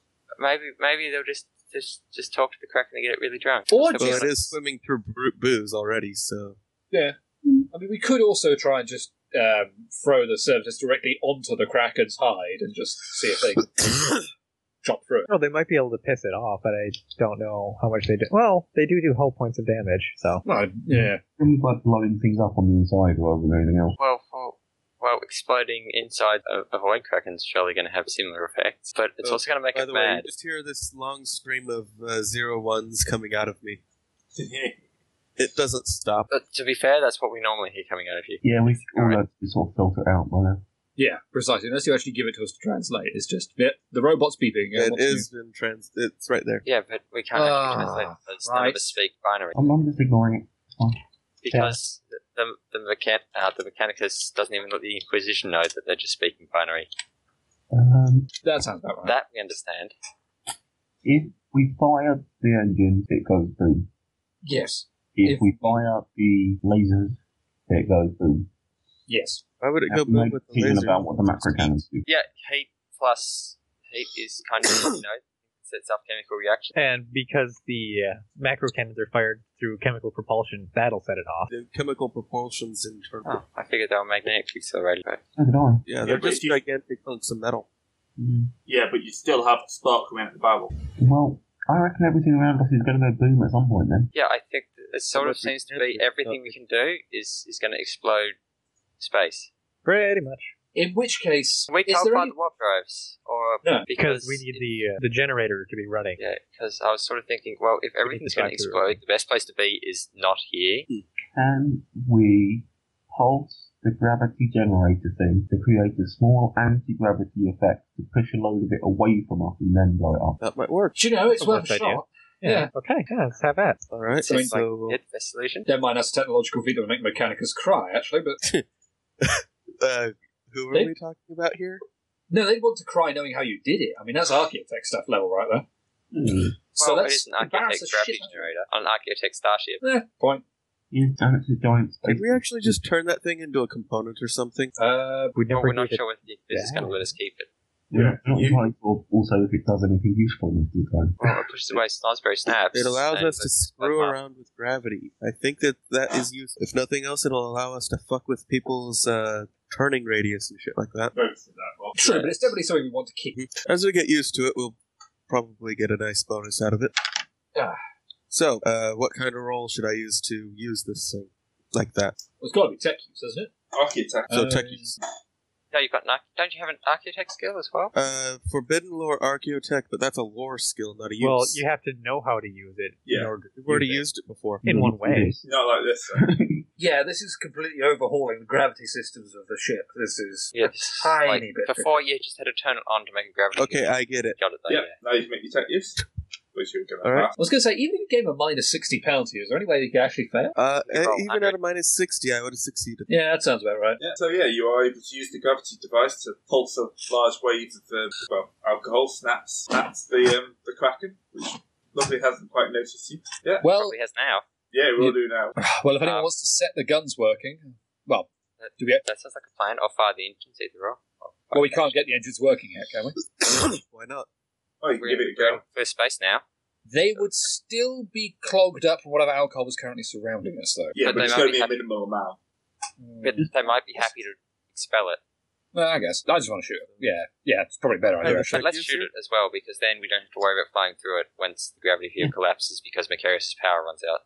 [SPEAKER 5] maybe maybe they'll just just just talk to the crack and they get really drunk.
[SPEAKER 4] Or
[SPEAKER 5] That's
[SPEAKER 3] well,
[SPEAKER 5] what
[SPEAKER 3] it is swimming through bru- booze already, so
[SPEAKER 4] Yeah, I mean, we could also try and just um, throw the services directly onto the Kraken's hide and just see if they chop through it.
[SPEAKER 1] Well, they might be able to piss it off, but I don't know how much they do. Well, they do do hull points of damage, so.
[SPEAKER 4] Well, yeah,
[SPEAKER 6] Only by blowing things up on the inside rather than anything else.
[SPEAKER 5] Well, well, well, exploding inside a, a void kraken's surely going to have similar effects, but it's
[SPEAKER 3] Oh,
[SPEAKER 5] also going to make
[SPEAKER 3] by
[SPEAKER 5] it
[SPEAKER 3] the way,
[SPEAKER 5] mad.
[SPEAKER 3] you just hear this long stream of uh, zero ones coming out of me. It doesn't stop.
[SPEAKER 5] But to be fair, that's what we normally hear coming out of you.
[SPEAKER 6] Yeah, we all
[SPEAKER 5] Alright.
[SPEAKER 6] learned to sort of filter it out by now.
[SPEAKER 4] yeah, precisely. Unless you actually give it to us to translate, it's just yeah, the robot's beeping. and
[SPEAKER 3] it
[SPEAKER 4] what's
[SPEAKER 3] is been trans. It's right there.
[SPEAKER 5] Yeah, but we can't
[SPEAKER 4] Ah,
[SPEAKER 5] actually translate because none
[SPEAKER 4] right.
[SPEAKER 5] of us speak binary.
[SPEAKER 6] I'm, I'm just ignoring it.
[SPEAKER 5] Because the the, the, mechan- uh, the mechanicus doesn't even let the Inquisition know that they're just speaking binary.
[SPEAKER 6] Um,
[SPEAKER 4] new? That sounds about right.
[SPEAKER 5] That we understand.
[SPEAKER 6] if we fire the engine, it goes boom.
[SPEAKER 4] yes,
[SPEAKER 6] If,
[SPEAKER 4] If-
[SPEAKER 6] we fire the lasers, it goes boom.
[SPEAKER 4] yes.
[SPEAKER 3] Why would it go
[SPEAKER 6] Have no
[SPEAKER 3] boom with the
[SPEAKER 6] decision
[SPEAKER 3] laser?
[SPEAKER 6] about what the macro cannons do.
[SPEAKER 5] Yeah, heat plus heat is kind of you know sets up chemical reaction.
[SPEAKER 1] And because the uh, macro cannons are fired through chemical propulsion, that'll set it off.
[SPEAKER 3] The chemical propulsions in turn.
[SPEAKER 5] Oh, I figured they were magnetically accelerated. but-
[SPEAKER 6] So did I.
[SPEAKER 3] Yeah, they're
[SPEAKER 2] Yeah, but
[SPEAKER 3] just
[SPEAKER 2] you-
[SPEAKER 3] gigantic hunks of metal.
[SPEAKER 6] Mm.
[SPEAKER 2] yeah, but you still have spark coming out of the barrel.
[SPEAKER 6] Well, I reckon everything around us is going to go boom at some point then.
[SPEAKER 5] Yeah, I think that it sort of
[SPEAKER 3] Unless we
[SPEAKER 5] seems to
[SPEAKER 3] can't
[SPEAKER 5] be
[SPEAKER 3] get
[SPEAKER 5] everything we can do is is going to explode space.
[SPEAKER 1] Pretty much.
[SPEAKER 4] In which case,
[SPEAKER 5] We
[SPEAKER 4] is
[SPEAKER 5] can't
[SPEAKER 4] there
[SPEAKER 5] find
[SPEAKER 4] any-
[SPEAKER 5] the warp drives, or
[SPEAKER 4] No,
[SPEAKER 1] Because we need the uh, the generator to be running.
[SPEAKER 5] Yeah, because I was sort of thinking, well, if everything's going to
[SPEAKER 1] factory.
[SPEAKER 5] explode, the best place to be is not here.
[SPEAKER 6] Can we pulse the gravity generator thing to create a small anti-gravity effect to push a load of it away from us and then blow it up?
[SPEAKER 3] That might work.
[SPEAKER 4] Do you know it's
[SPEAKER 1] Oh,
[SPEAKER 4] worth a
[SPEAKER 1] that's idea.
[SPEAKER 4] shot? Yeah.
[SPEAKER 1] Okay, yeah, let's have that.
[SPEAKER 3] All right.
[SPEAKER 4] So,
[SPEAKER 3] So,
[SPEAKER 4] like,
[SPEAKER 5] It's the best solution.
[SPEAKER 4] Never mind, that's a technological feat that would make Mechanicus cry, actually, but
[SPEAKER 3] uh, who are
[SPEAKER 4] They-
[SPEAKER 3] we talking about here?
[SPEAKER 4] No, they'd want to cry knowing how you did it. I mean, that's architect stuff level right there.
[SPEAKER 6] Hmm.
[SPEAKER 4] so
[SPEAKER 5] well, it
[SPEAKER 4] that's
[SPEAKER 5] is an architect gravity generator, on an architect starship.
[SPEAKER 4] Eh, point.
[SPEAKER 6] Yeah, down to the giant
[SPEAKER 3] Did
[SPEAKER 6] space.
[SPEAKER 3] we actually just turn that thing into a component or something?
[SPEAKER 4] Uh,
[SPEAKER 1] We
[SPEAKER 5] Well,
[SPEAKER 1] never
[SPEAKER 5] we're not
[SPEAKER 1] did it.
[SPEAKER 5] sure whether this is going to let us keep it.
[SPEAKER 6] We're not- we're not
[SPEAKER 3] You-
[SPEAKER 6] entirely sure also if it does anything useful most of the time.
[SPEAKER 5] Well, it pushes away Slimeberry snaps.
[SPEAKER 3] It allows
[SPEAKER 5] and
[SPEAKER 3] us to
[SPEAKER 5] lets-
[SPEAKER 3] screw
[SPEAKER 5] let Mark-
[SPEAKER 3] around with gravity. I think that that is useful. If nothing else, it'll allow us to fuck with people's uh, turning radius and shit like that.
[SPEAKER 2] Both of that one.
[SPEAKER 4] true, but it's definitely something we want to keep.
[SPEAKER 3] As we get used to it, we'll probably get a nice bonus out of it.
[SPEAKER 4] Ah.
[SPEAKER 3] So, uh, what kind of roll should I use to use this thing? Like that.
[SPEAKER 4] Well, it's got to be tech use, isn't it?
[SPEAKER 2] Architect.
[SPEAKER 3] So,
[SPEAKER 4] Uh,
[SPEAKER 3] tech use.
[SPEAKER 5] No, you've got an arch- don't you have an architect skill as well?
[SPEAKER 3] Uh, forbidden lore archaeotech, but that's a lore skill, not a use.
[SPEAKER 1] Well, you have to know how to use it.
[SPEAKER 2] Yeah.
[SPEAKER 1] In order to
[SPEAKER 3] We've already
[SPEAKER 1] use
[SPEAKER 3] used it before.
[SPEAKER 1] it. in one way.
[SPEAKER 2] Not like this. though.
[SPEAKER 7] Yeah, this is completely overhauling the gravity systems of the ship. This is
[SPEAKER 5] Yeah, this is
[SPEAKER 7] tiny
[SPEAKER 5] like,
[SPEAKER 7] bit
[SPEAKER 5] Before you just had to turn it on to make a gravity.
[SPEAKER 3] Okay, I get it.
[SPEAKER 5] got it though.
[SPEAKER 2] yeah.
[SPEAKER 5] Yeah.
[SPEAKER 2] Now you can make your tech use. Which you're going
[SPEAKER 3] All right.
[SPEAKER 4] I was going to say, even if you gave a minus 60 pounds here, is there any way you could actually fail?
[SPEAKER 3] Uh,
[SPEAKER 5] You roll
[SPEAKER 3] even
[SPEAKER 5] 100.
[SPEAKER 3] at a minus 60, I would have succeeded.
[SPEAKER 4] Yeah, that sounds about right.
[SPEAKER 2] Yeah, so yeah, you are able to use the gravity device to pulse a large wave of um, well alcohol snaps at the um, the kraken, which lovely hasn't quite noticed you. Yeah,
[SPEAKER 4] Well,
[SPEAKER 5] Probably has now.
[SPEAKER 2] yeah, we'll
[SPEAKER 4] Yeah.
[SPEAKER 2] do now.
[SPEAKER 4] well, if anyone
[SPEAKER 5] Uh,
[SPEAKER 4] wants to set the guns working, well,
[SPEAKER 5] That,
[SPEAKER 4] Do we have-
[SPEAKER 5] that sounds like a plan. Or fire the engines, either Oh, or. Or
[SPEAKER 4] well, we
[SPEAKER 5] fire
[SPEAKER 4] can't get the engines working yet, can we?
[SPEAKER 3] Why not?
[SPEAKER 2] Oh, you
[SPEAKER 5] the-
[SPEAKER 2] can
[SPEAKER 5] We're,
[SPEAKER 2] give
[SPEAKER 5] in,
[SPEAKER 2] it a
[SPEAKER 5] we're
[SPEAKER 2] go.
[SPEAKER 5] in first space now.
[SPEAKER 4] They would still be clogged up from whatever alcohol was currently surrounding us, though.
[SPEAKER 2] Yeah,
[SPEAKER 5] But
[SPEAKER 2] but,
[SPEAKER 5] they
[SPEAKER 2] it's
[SPEAKER 5] might
[SPEAKER 2] going to
[SPEAKER 5] be
[SPEAKER 2] be a
[SPEAKER 5] happy-
[SPEAKER 2] minimal amount.
[SPEAKER 5] But they might be happy to expel it.
[SPEAKER 4] Well, I guess. I just want to shoot it. Yeah, yeah, it's probably a better idea,
[SPEAKER 3] Yeah,
[SPEAKER 4] actually.
[SPEAKER 5] But
[SPEAKER 3] Check
[SPEAKER 5] let's
[SPEAKER 3] you,
[SPEAKER 5] shoot
[SPEAKER 3] sir.
[SPEAKER 5] it as well, because then we don't have to worry about flying through it once the gravity field collapses because Macarius' power runs out.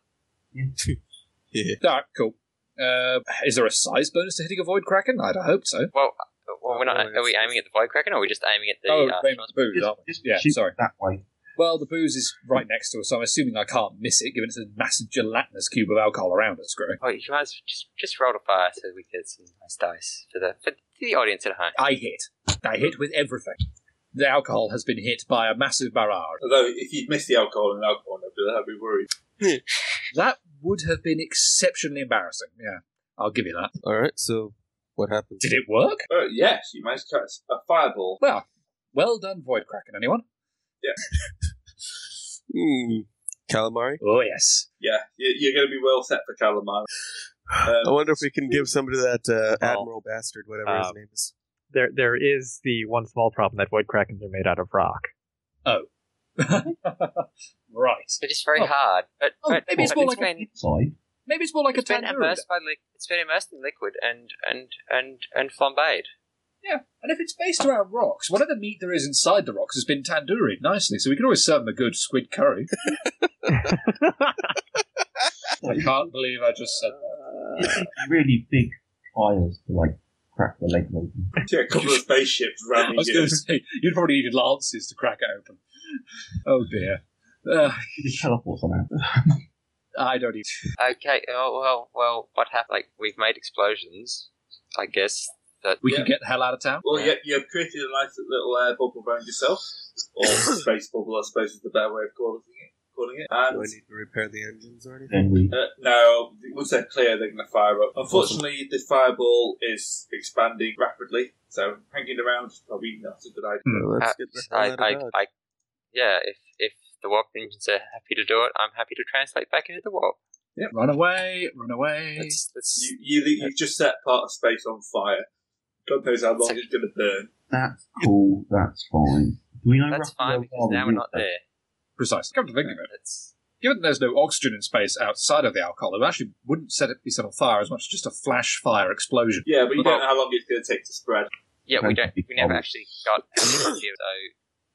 [SPEAKER 3] Yeah.
[SPEAKER 4] All right, cool. Uh, is there a size bonus to hitting a Void Kraken? I'd hope so.
[SPEAKER 5] Well, uh, well, we're not.
[SPEAKER 3] Oh,
[SPEAKER 5] Are we
[SPEAKER 3] yes.
[SPEAKER 5] aiming at the Void Kraken, or are we just aiming at the?
[SPEAKER 4] oh,
[SPEAKER 5] uh,
[SPEAKER 4] Raymond's
[SPEAKER 5] trans-
[SPEAKER 4] booze, aren't we?
[SPEAKER 6] Just
[SPEAKER 4] Yeah,
[SPEAKER 6] shoot
[SPEAKER 4] sorry.
[SPEAKER 6] that way.
[SPEAKER 4] Well, the booze is right next to us, so I'm assuming I can't miss it, given it's a massive gelatinous cube of alcohol around us growing.
[SPEAKER 5] oh, you might as well just just roll a fire so we get some nice dice for the for the audience at home.
[SPEAKER 4] I hit. I hit with everything. The alcohol has been hit by a massive barrage.
[SPEAKER 2] Although if you'd missed the alcohol and alcohol, I'd be, I'd be worried.
[SPEAKER 4] That would have been exceptionally embarrassing. Yeah, I'll give you that.
[SPEAKER 3] All right, so what happens?
[SPEAKER 4] Did it work?
[SPEAKER 2] Uh, yes, you managed to catch a fireball.
[SPEAKER 4] Well, well done, Void Kraken. Anyone?
[SPEAKER 3] Hmm. Calamari?
[SPEAKER 4] Oh yes.
[SPEAKER 2] Yeah, you- you're going to be well set for calamari.
[SPEAKER 3] I wonder if we can give somebody that uh,
[SPEAKER 1] Well,
[SPEAKER 3] Admiral Bastard, whatever his
[SPEAKER 1] um,
[SPEAKER 3] name is.
[SPEAKER 1] There, there is the one small problem that void krakens are made out of rock.
[SPEAKER 4] right.
[SPEAKER 5] It is very
[SPEAKER 4] Oh.
[SPEAKER 5] hard, but,
[SPEAKER 4] Oh,
[SPEAKER 5] but
[SPEAKER 4] maybe it's
[SPEAKER 5] but
[SPEAKER 4] more like a
[SPEAKER 5] been,
[SPEAKER 6] Inside.
[SPEAKER 4] Maybe it's more like
[SPEAKER 5] it's
[SPEAKER 4] a
[SPEAKER 5] been
[SPEAKER 4] tandoori.
[SPEAKER 5] immersed by li- it's been immersed in liquid and and and and flambéed.
[SPEAKER 4] Yeah, and if it's based around rocks, whatever meat there is inside the rocks has been tandoori nicely, so we can always serve them a good squid curry. I can't believe I just said that.
[SPEAKER 6] really big fires to like crack the legs open.
[SPEAKER 2] Yeah, a couple of spaceships
[SPEAKER 4] I
[SPEAKER 2] ramming
[SPEAKER 4] was
[SPEAKER 2] you.
[SPEAKER 4] going to say you'd probably needed lances to crack it open. Oh dear. Uh,
[SPEAKER 6] You just teleport somehow.
[SPEAKER 4] I don't even.
[SPEAKER 5] Okay, oh well, well, what happened? Like we've made explosions, I guess. That
[SPEAKER 4] We
[SPEAKER 2] Yeah.
[SPEAKER 4] can get the hell out of town.
[SPEAKER 2] Well, yeah, you've created a nice little air bubble around yourself, or space bubble, I suppose is the better way of calling it. Calling it.
[SPEAKER 3] Do I
[SPEAKER 2] And
[SPEAKER 3] need to repair the engines or anything?
[SPEAKER 6] Then we
[SPEAKER 2] uh, no, once they're clear, they're going to fire up. Unfortunately, the fireball is expanding rapidly, so hanging around is probably not a good idea.
[SPEAKER 4] Hmm.
[SPEAKER 3] Well,
[SPEAKER 5] Uh,
[SPEAKER 3] let's get the hell
[SPEAKER 5] I,
[SPEAKER 3] out of
[SPEAKER 5] I,
[SPEAKER 3] Dodge.
[SPEAKER 5] I, yeah. If if the warp engines are happy to do it, I'm happy to translate back into the warp.
[SPEAKER 4] Run away, run away.
[SPEAKER 5] That's, that's,
[SPEAKER 2] You, you, you've just set part of space on fire. God knows how long
[SPEAKER 5] It's
[SPEAKER 2] it's going to burn.
[SPEAKER 6] that's cool, that's fine. Do we know
[SPEAKER 5] that's
[SPEAKER 6] roughly
[SPEAKER 5] fine
[SPEAKER 6] where
[SPEAKER 5] because
[SPEAKER 6] we are
[SPEAKER 5] now we're not
[SPEAKER 6] with
[SPEAKER 5] there.
[SPEAKER 4] Precisely. Come to think of it,
[SPEAKER 5] That's
[SPEAKER 4] given there's no oxygen in space outside of the alcohol, it actually wouldn't set it be set on fire as much as just a flash fire explosion.
[SPEAKER 2] Yeah, but you
[SPEAKER 5] Well-
[SPEAKER 2] don't know how long it's going to take to spread.
[SPEAKER 5] yeah. We don't. We never
[SPEAKER 6] Okay.
[SPEAKER 5] actually got an idea, so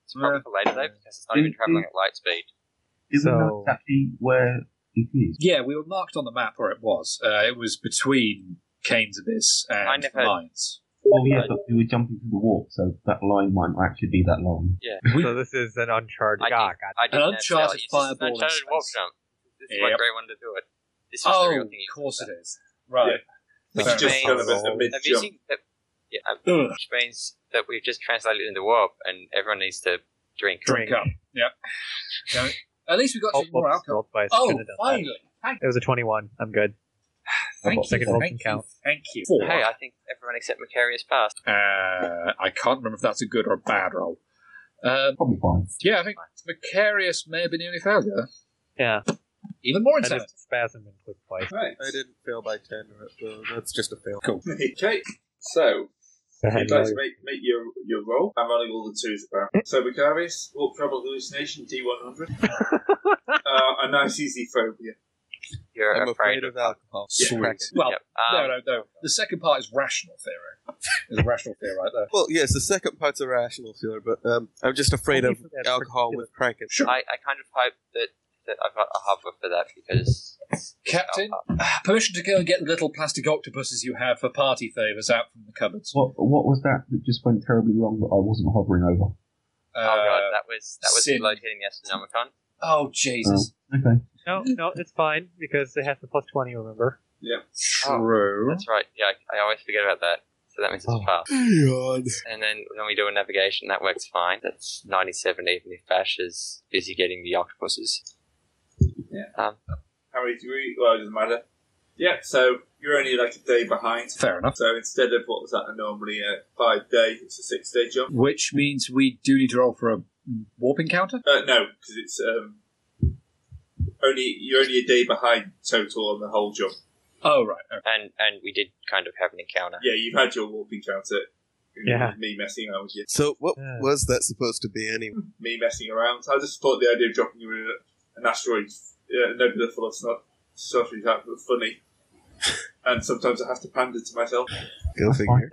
[SPEAKER 5] it's probably
[SPEAKER 4] Yeah.
[SPEAKER 5] for later though because it's not even
[SPEAKER 6] Mm,
[SPEAKER 5] traveling at light speed.
[SPEAKER 6] that? Do we
[SPEAKER 1] So-
[SPEAKER 6] know exactly where it is?
[SPEAKER 4] Yeah, we were marked on the map where it was. Uh, it was between Kane's Abyss
[SPEAKER 5] I
[SPEAKER 4] and
[SPEAKER 5] never-
[SPEAKER 4] Mines.
[SPEAKER 6] Well, yeah, but we were jumping through the warp, so that line might not actually be that line.
[SPEAKER 1] so this is an uncharted.
[SPEAKER 5] I did-
[SPEAKER 1] Ah, God.
[SPEAKER 5] I didn't
[SPEAKER 4] An
[SPEAKER 5] know Sally,
[SPEAKER 4] uncharted
[SPEAKER 5] it's just
[SPEAKER 4] fireball
[SPEAKER 5] An
[SPEAKER 4] in
[SPEAKER 5] uncharted warp
[SPEAKER 4] space.
[SPEAKER 5] jump. This is my
[SPEAKER 4] Yep.
[SPEAKER 5] Gray wanted to do it. This is
[SPEAKER 4] Oh,
[SPEAKER 5] the real
[SPEAKER 4] of
[SPEAKER 5] thing.
[SPEAKER 4] course it is. Right.
[SPEAKER 5] Which
[SPEAKER 4] Fair
[SPEAKER 2] It's just
[SPEAKER 5] means-
[SPEAKER 2] kind of a, a mid
[SPEAKER 5] Have you
[SPEAKER 2] jump.
[SPEAKER 5] seen that? Yeah, um,
[SPEAKER 4] enough. Ugh,
[SPEAKER 5] which means that we've just translated into warp, and everyone needs to drink.
[SPEAKER 4] drink up. Yep. Don't- At least we got
[SPEAKER 1] Oh,
[SPEAKER 4] some more
[SPEAKER 1] whoops,
[SPEAKER 4] alcohol.
[SPEAKER 1] rolled twice.
[SPEAKER 4] Oh,
[SPEAKER 1] Should've done that.
[SPEAKER 4] finally. Thank,
[SPEAKER 1] It was a 21. I'm good.
[SPEAKER 4] thank
[SPEAKER 1] second
[SPEAKER 4] you.
[SPEAKER 1] roll
[SPEAKER 4] Thank
[SPEAKER 1] can count.
[SPEAKER 4] you. Thank you.
[SPEAKER 5] Hey, I think everyone except Macarius passed.
[SPEAKER 4] Uh, I can't remember if that's a good or a bad roll. Um,
[SPEAKER 6] Probably fine.
[SPEAKER 4] yeah, I think Macarius may have been the only failure.
[SPEAKER 1] Yeah.
[SPEAKER 4] Even more
[SPEAKER 1] That
[SPEAKER 4] insanity.
[SPEAKER 1] is spasm and quick play.
[SPEAKER 2] Right.
[SPEAKER 3] I didn't fail by 10, right, so that's just a fail.
[SPEAKER 2] Okay. So
[SPEAKER 1] I
[SPEAKER 2] You'd like to make, make your your roll. I'm rolling all the twos apparently. So Macarius, walk trouble hallucination, D one hundred. Uh a nice easy phobia.
[SPEAKER 5] You're
[SPEAKER 3] I'm
[SPEAKER 5] afraid,
[SPEAKER 3] afraid
[SPEAKER 5] of
[SPEAKER 3] of alcohol. Crack it.
[SPEAKER 4] Well,
[SPEAKER 5] Yep. Um,
[SPEAKER 4] no, no, no. The second part is rational theory. There's a rational theory right there.
[SPEAKER 3] Well, yes, the second part's a rational feeler, but um, I'm just afraid
[SPEAKER 1] Only
[SPEAKER 3] of
[SPEAKER 1] for that
[SPEAKER 3] alcohol
[SPEAKER 1] particular-
[SPEAKER 3] with Kraken.
[SPEAKER 5] I, I kind of hope that, that I've got a hover for that because. it's- it's oh,
[SPEAKER 4] Captain?
[SPEAKER 5] not up.
[SPEAKER 4] Permission to go and get the little plastic octopuses you have for party favours out from the cupboards.
[SPEAKER 6] What, what was that that just went terribly wrong that I wasn't hovering over?
[SPEAKER 5] Oh god, that was that was
[SPEAKER 4] Sin.
[SPEAKER 5] load hitting the Astronomicon.
[SPEAKER 4] Uh, oh, Jesus.
[SPEAKER 6] Okay.
[SPEAKER 1] No, no, it's fine because it has the plus twenty. Remember,
[SPEAKER 4] True.
[SPEAKER 5] That's right. Yeah, I, I always forget about that. So that means it's
[SPEAKER 6] Oh.
[SPEAKER 5] passed.
[SPEAKER 3] God.
[SPEAKER 5] And then then we do a navigation. That works fine. That's ninety-seven, even if Bash is busy getting the octopuses.
[SPEAKER 2] How many degree well it doesn't matter. Yeah, so you're only like a day behind.
[SPEAKER 4] Fair enough.
[SPEAKER 2] So instead of what was that normally a five day, it's a six day jump.
[SPEAKER 4] Which means we do need to roll for a warp encounter?
[SPEAKER 2] Uh, no, because it's um only you're only a day behind total on the whole jump.
[SPEAKER 4] Oh, right. Okay.
[SPEAKER 5] And and we did kind of have an encounter.
[SPEAKER 2] Yeah, you've had your walking counter.
[SPEAKER 1] Yeah.
[SPEAKER 2] Me messing around with you.
[SPEAKER 3] So, what
[SPEAKER 1] Yeah.
[SPEAKER 3] was that supposed to be anyway?
[SPEAKER 2] me messing around. I just thought the idea of dropping you in a- an asteroid uh, nebula full of snot stuff is that funny. and sometimes I have to pander to myself.
[SPEAKER 3] Go figure.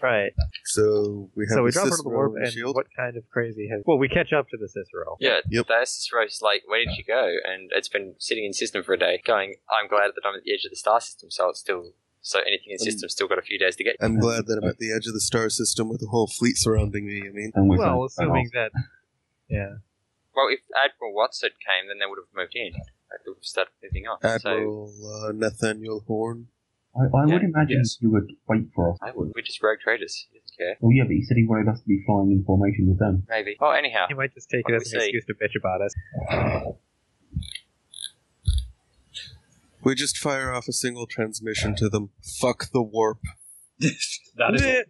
[SPEAKER 1] right?
[SPEAKER 3] So, we have
[SPEAKER 1] So we
[SPEAKER 3] the
[SPEAKER 1] drop into the
[SPEAKER 3] Cicero
[SPEAKER 1] warp,
[SPEAKER 3] and
[SPEAKER 1] and
[SPEAKER 3] shield.
[SPEAKER 1] what kind of crazy has? Well, we catch up to the Cicero.
[SPEAKER 5] Yeah,
[SPEAKER 3] Yep.
[SPEAKER 5] Dionysus Rose is like, where did you go? And it's been sitting in system for a day, going, I'm glad that I'm at the edge of the star system, so it's still, so anything in
[SPEAKER 3] Um,
[SPEAKER 5] system's still got a few days to get.
[SPEAKER 3] I'm glad that I'm at the edge of the star system with the whole fleet surrounding me. I mean,
[SPEAKER 6] And we're
[SPEAKER 1] Well,
[SPEAKER 6] going-
[SPEAKER 1] assuming that. Yeah.
[SPEAKER 5] Well, if Admiral Watson came, then they would have moved in. Like, they would have started moving on. So
[SPEAKER 3] Admiral uh, Nathaniel Horn.
[SPEAKER 6] I, I would
[SPEAKER 5] Yeah,
[SPEAKER 6] imagine
[SPEAKER 4] yes.
[SPEAKER 6] you would wait for us.
[SPEAKER 5] I would. We just rogue traders. He doesn't care.
[SPEAKER 6] Well, yeah, but he said he wanted us to be flying in formation with them.
[SPEAKER 5] Maybe. Oh, anyhow.
[SPEAKER 1] He might just take it
[SPEAKER 5] What do
[SPEAKER 1] as
[SPEAKER 5] we
[SPEAKER 1] an
[SPEAKER 5] say?
[SPEAKER 1] excuse to bitch about us.
[SPEAKER 3] We just fire off a single transmission to them. Fuck the warp.
[SPEAKER 4] that is all.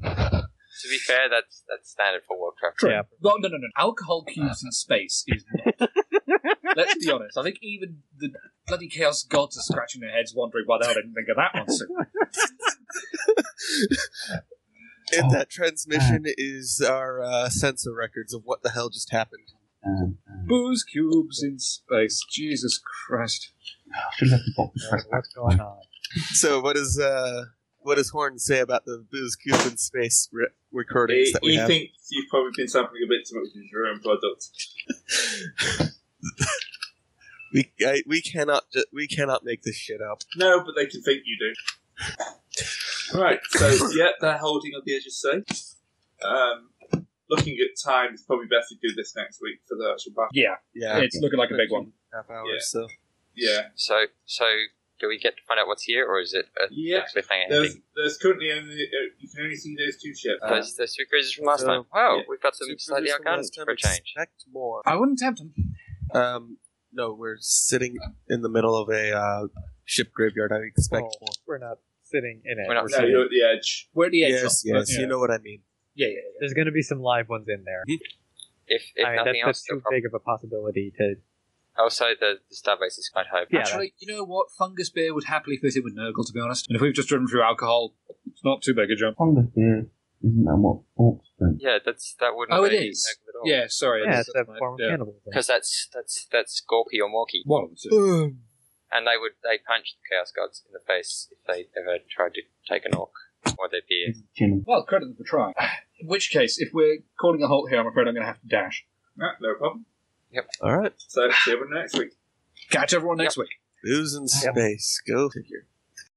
[SPEAKER 1] Meh.
[SPEAKER 5] To be fair, that's that's standard for Warcraft.
[SPEAKER 4] True.
[SPEAKER 1] Yeah.
[SPEAKER 4] Well, no, no, no. Alcohol cubes in space is not. Let's be honest. I think even the bloody chaos gods are scratching their heads, wondering why the hell they didn't think of that one sooner.
[SPEAKER 3] And that transmission is our uh, sensor records of what the hell just happened.
[SPEAKER 6] Um, um,
[SPEAKER 4] Booze cubes in space. Jesus Christ.
[SPEAKER 6] I should have left the box with press back.
[SPEAKER 1] What's going on?
[SPEAKER 3] So, what is uh, what does Horn say about the booze cube in space re- recordings
[SPEAKER 2] He,
[SPEAKER 3] that we
[SPEAKER 2] he
[SPEAKER 3] have?
[SPEAKER 2] thinks you've probably been sampling a bit too much of your own product.
[SPEAKER 3] we I, we cannot ju- we cannot make this shit up.
[SPEAKER 2] No, but they can think you do. right, so yeah, they're holding on the edge of safe. Um, looking at time, it's probably best to do this next week for the actual battle.
[SPEAKER 4] Yeah,
[SPEAKER 3] Yeah,
[SPEAKER 4] it's looking like a big one.
[SPEAKER 3] half hour.
[SPEAKER 2] Yeah.
[SPEAKER 3] So
[SPEAKER 2] Yeah.
[SPEAKER 5] So, so do we get to find out what's here, or is it a
[SPEAKER 2] Yeah.
[SPEAKER 5] cliffhanger
[SPEAKER 2] There's,
[SPEAKER 5] ending?
[SPEAKER 2] there's currently only, uh, you can only see those two ships.
[SPEAKER 5] Those, those two cruisers from last
[SPEAKER 3] uh, so,
[SPEAKER 5] time. Wow,
[SPEAKER 2] yeah.
[SPEAKER 5] we've got them
[SPEAKER 3] Super
[SPEAKER 5] slightly
[SPEAKER 3] Crystal
[SPEAKER 5] outgunned
[SPEAKER 3] last time,
[SPEAKER 5] for a change.
[SPEAKER 3] Expect more.
[SPEAKER 4] I wouldn't tempt them.
[SPEAKER 3] Um, no, we're sitting in the middle of a uh, ship graveyard. I expect
[SPEAKER 1] Well,
[SPEAKER 3] more.
[SPEAKER 1] Oh, we're not sitting in it.
[SPEAKER 5] We're not
[SPEAKER 1] We're
[SPEAKER 2] no,
[SPEAKER 1] sitting-
[SPEAKER 2] you're at the edge.
[SPEAKER 4] We're at the edge.
[SPEAKER 3] Yes,
[SPEAKER 4] of-
[SPEAKER 3] yes,
[SPEAKER 4] yeah.
[SPEAKER 3] you know what I mean.
[SPEAKER 4] Yeah, yeah, yeah.
[SPEAKER 1] There's going to be some live ones in there.
[SPEAKER 5] If, if
[SPEAKER 1] I mean,
[SPEAKER 5] nothing
[SPEAKER 1] that's,
[SPEAKER 5] else,
[SPEAKER 1] that's too
[SPEAKER 5] they'll
[SPEAKER 1] big of a possibility to.
[SPEAKER 5] Also, the, the Starbase is quite high.
[SPEAKER 1] Yeah,
[SPEAKER 4] Actually, you know what? Fungus beer would happily fit in with Nurgle, to be honest. And if we've just driven through alcohol, it's not too big a jump.
[SPEAKER 6] Fungus beer, isn't that what orcs drink?
[SPEAKER 5] Yeah, that's that wouldn't.
[SPEAKER 4] Oh, it
[SPEAKER 5] be
[SPEAKER 4] is.
[SPEAKER 5] negative at all.
[SPEAKER 4] Yeah, sorry.
[SPEAKER 1] Yeah,
[SPEAKER 4] that's-
[SPEAKER 1] it's a
[SPEAKER 4] that's my-
[SPEAKER 1] form of
[SPEAKER 4] yeah.
[SPEAKER 1] cannibalism.
[SPEAKER 5] because that's that's that's Gorky or Morky,
[SPEAKER 4] One of the two.
[SPEAKER 3] Um,
[SPEAKER 5] and they would they punch the Chaos Gods in the face if they ever tried to take an orc or their beer.
[SPEAKER 6] Chin.
[SPEAKER 4] Well, credit them for trying. In which case, if we're calling a halt here, I'm afraid I'm going to have to dash.
[SPEAKER 2] No, no problem.
[SPEAKER 3] all right,
[SPEAKER 2] So see everyone next week.
[SPEAKER 4] Catch everyone next week.
[SPEAKER 3] booze in
[SPEAKER 1] Yep.
[SPEAKER 3] space. Go figure.